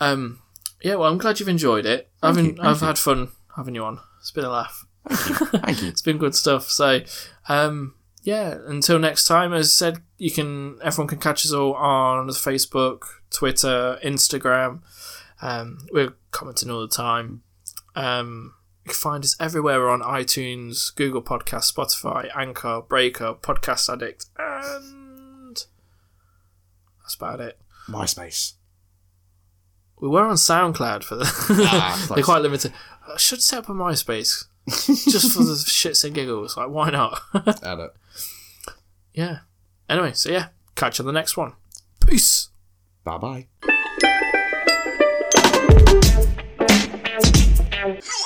S1: Um. Yeah. Well, I'm glad you've enjoyed it. I've
S2: you,
S1: en-
S2: thank
S1: I've
S2: you.
S1: had fun having you on. It's been a laugh.
S2: Thank you.
S1: It's been good stuff. So, um. Yeah. Until next time, as I said, you can everyone can catch us all on Facebook, Twitter, Instagram. Um, we're commenting all the time. Um, You can find us everywhere. We're on iTunes, Google Podcasts, Spotify, Anchor, Breaker, Podcast Addict, and that's about it.
S2: MySpace.
S1: We were on SoundCloud for the.
S2: Ah,
S1: they're
S2: close.
S1: quite limited. I should set up a MySpace just for the shits and giggles. Like, why not?
S2: Add it.
S1: yeah. Anyway, so yeah, catch you on the next one. Peace.
S2: Bye bye.
S3: New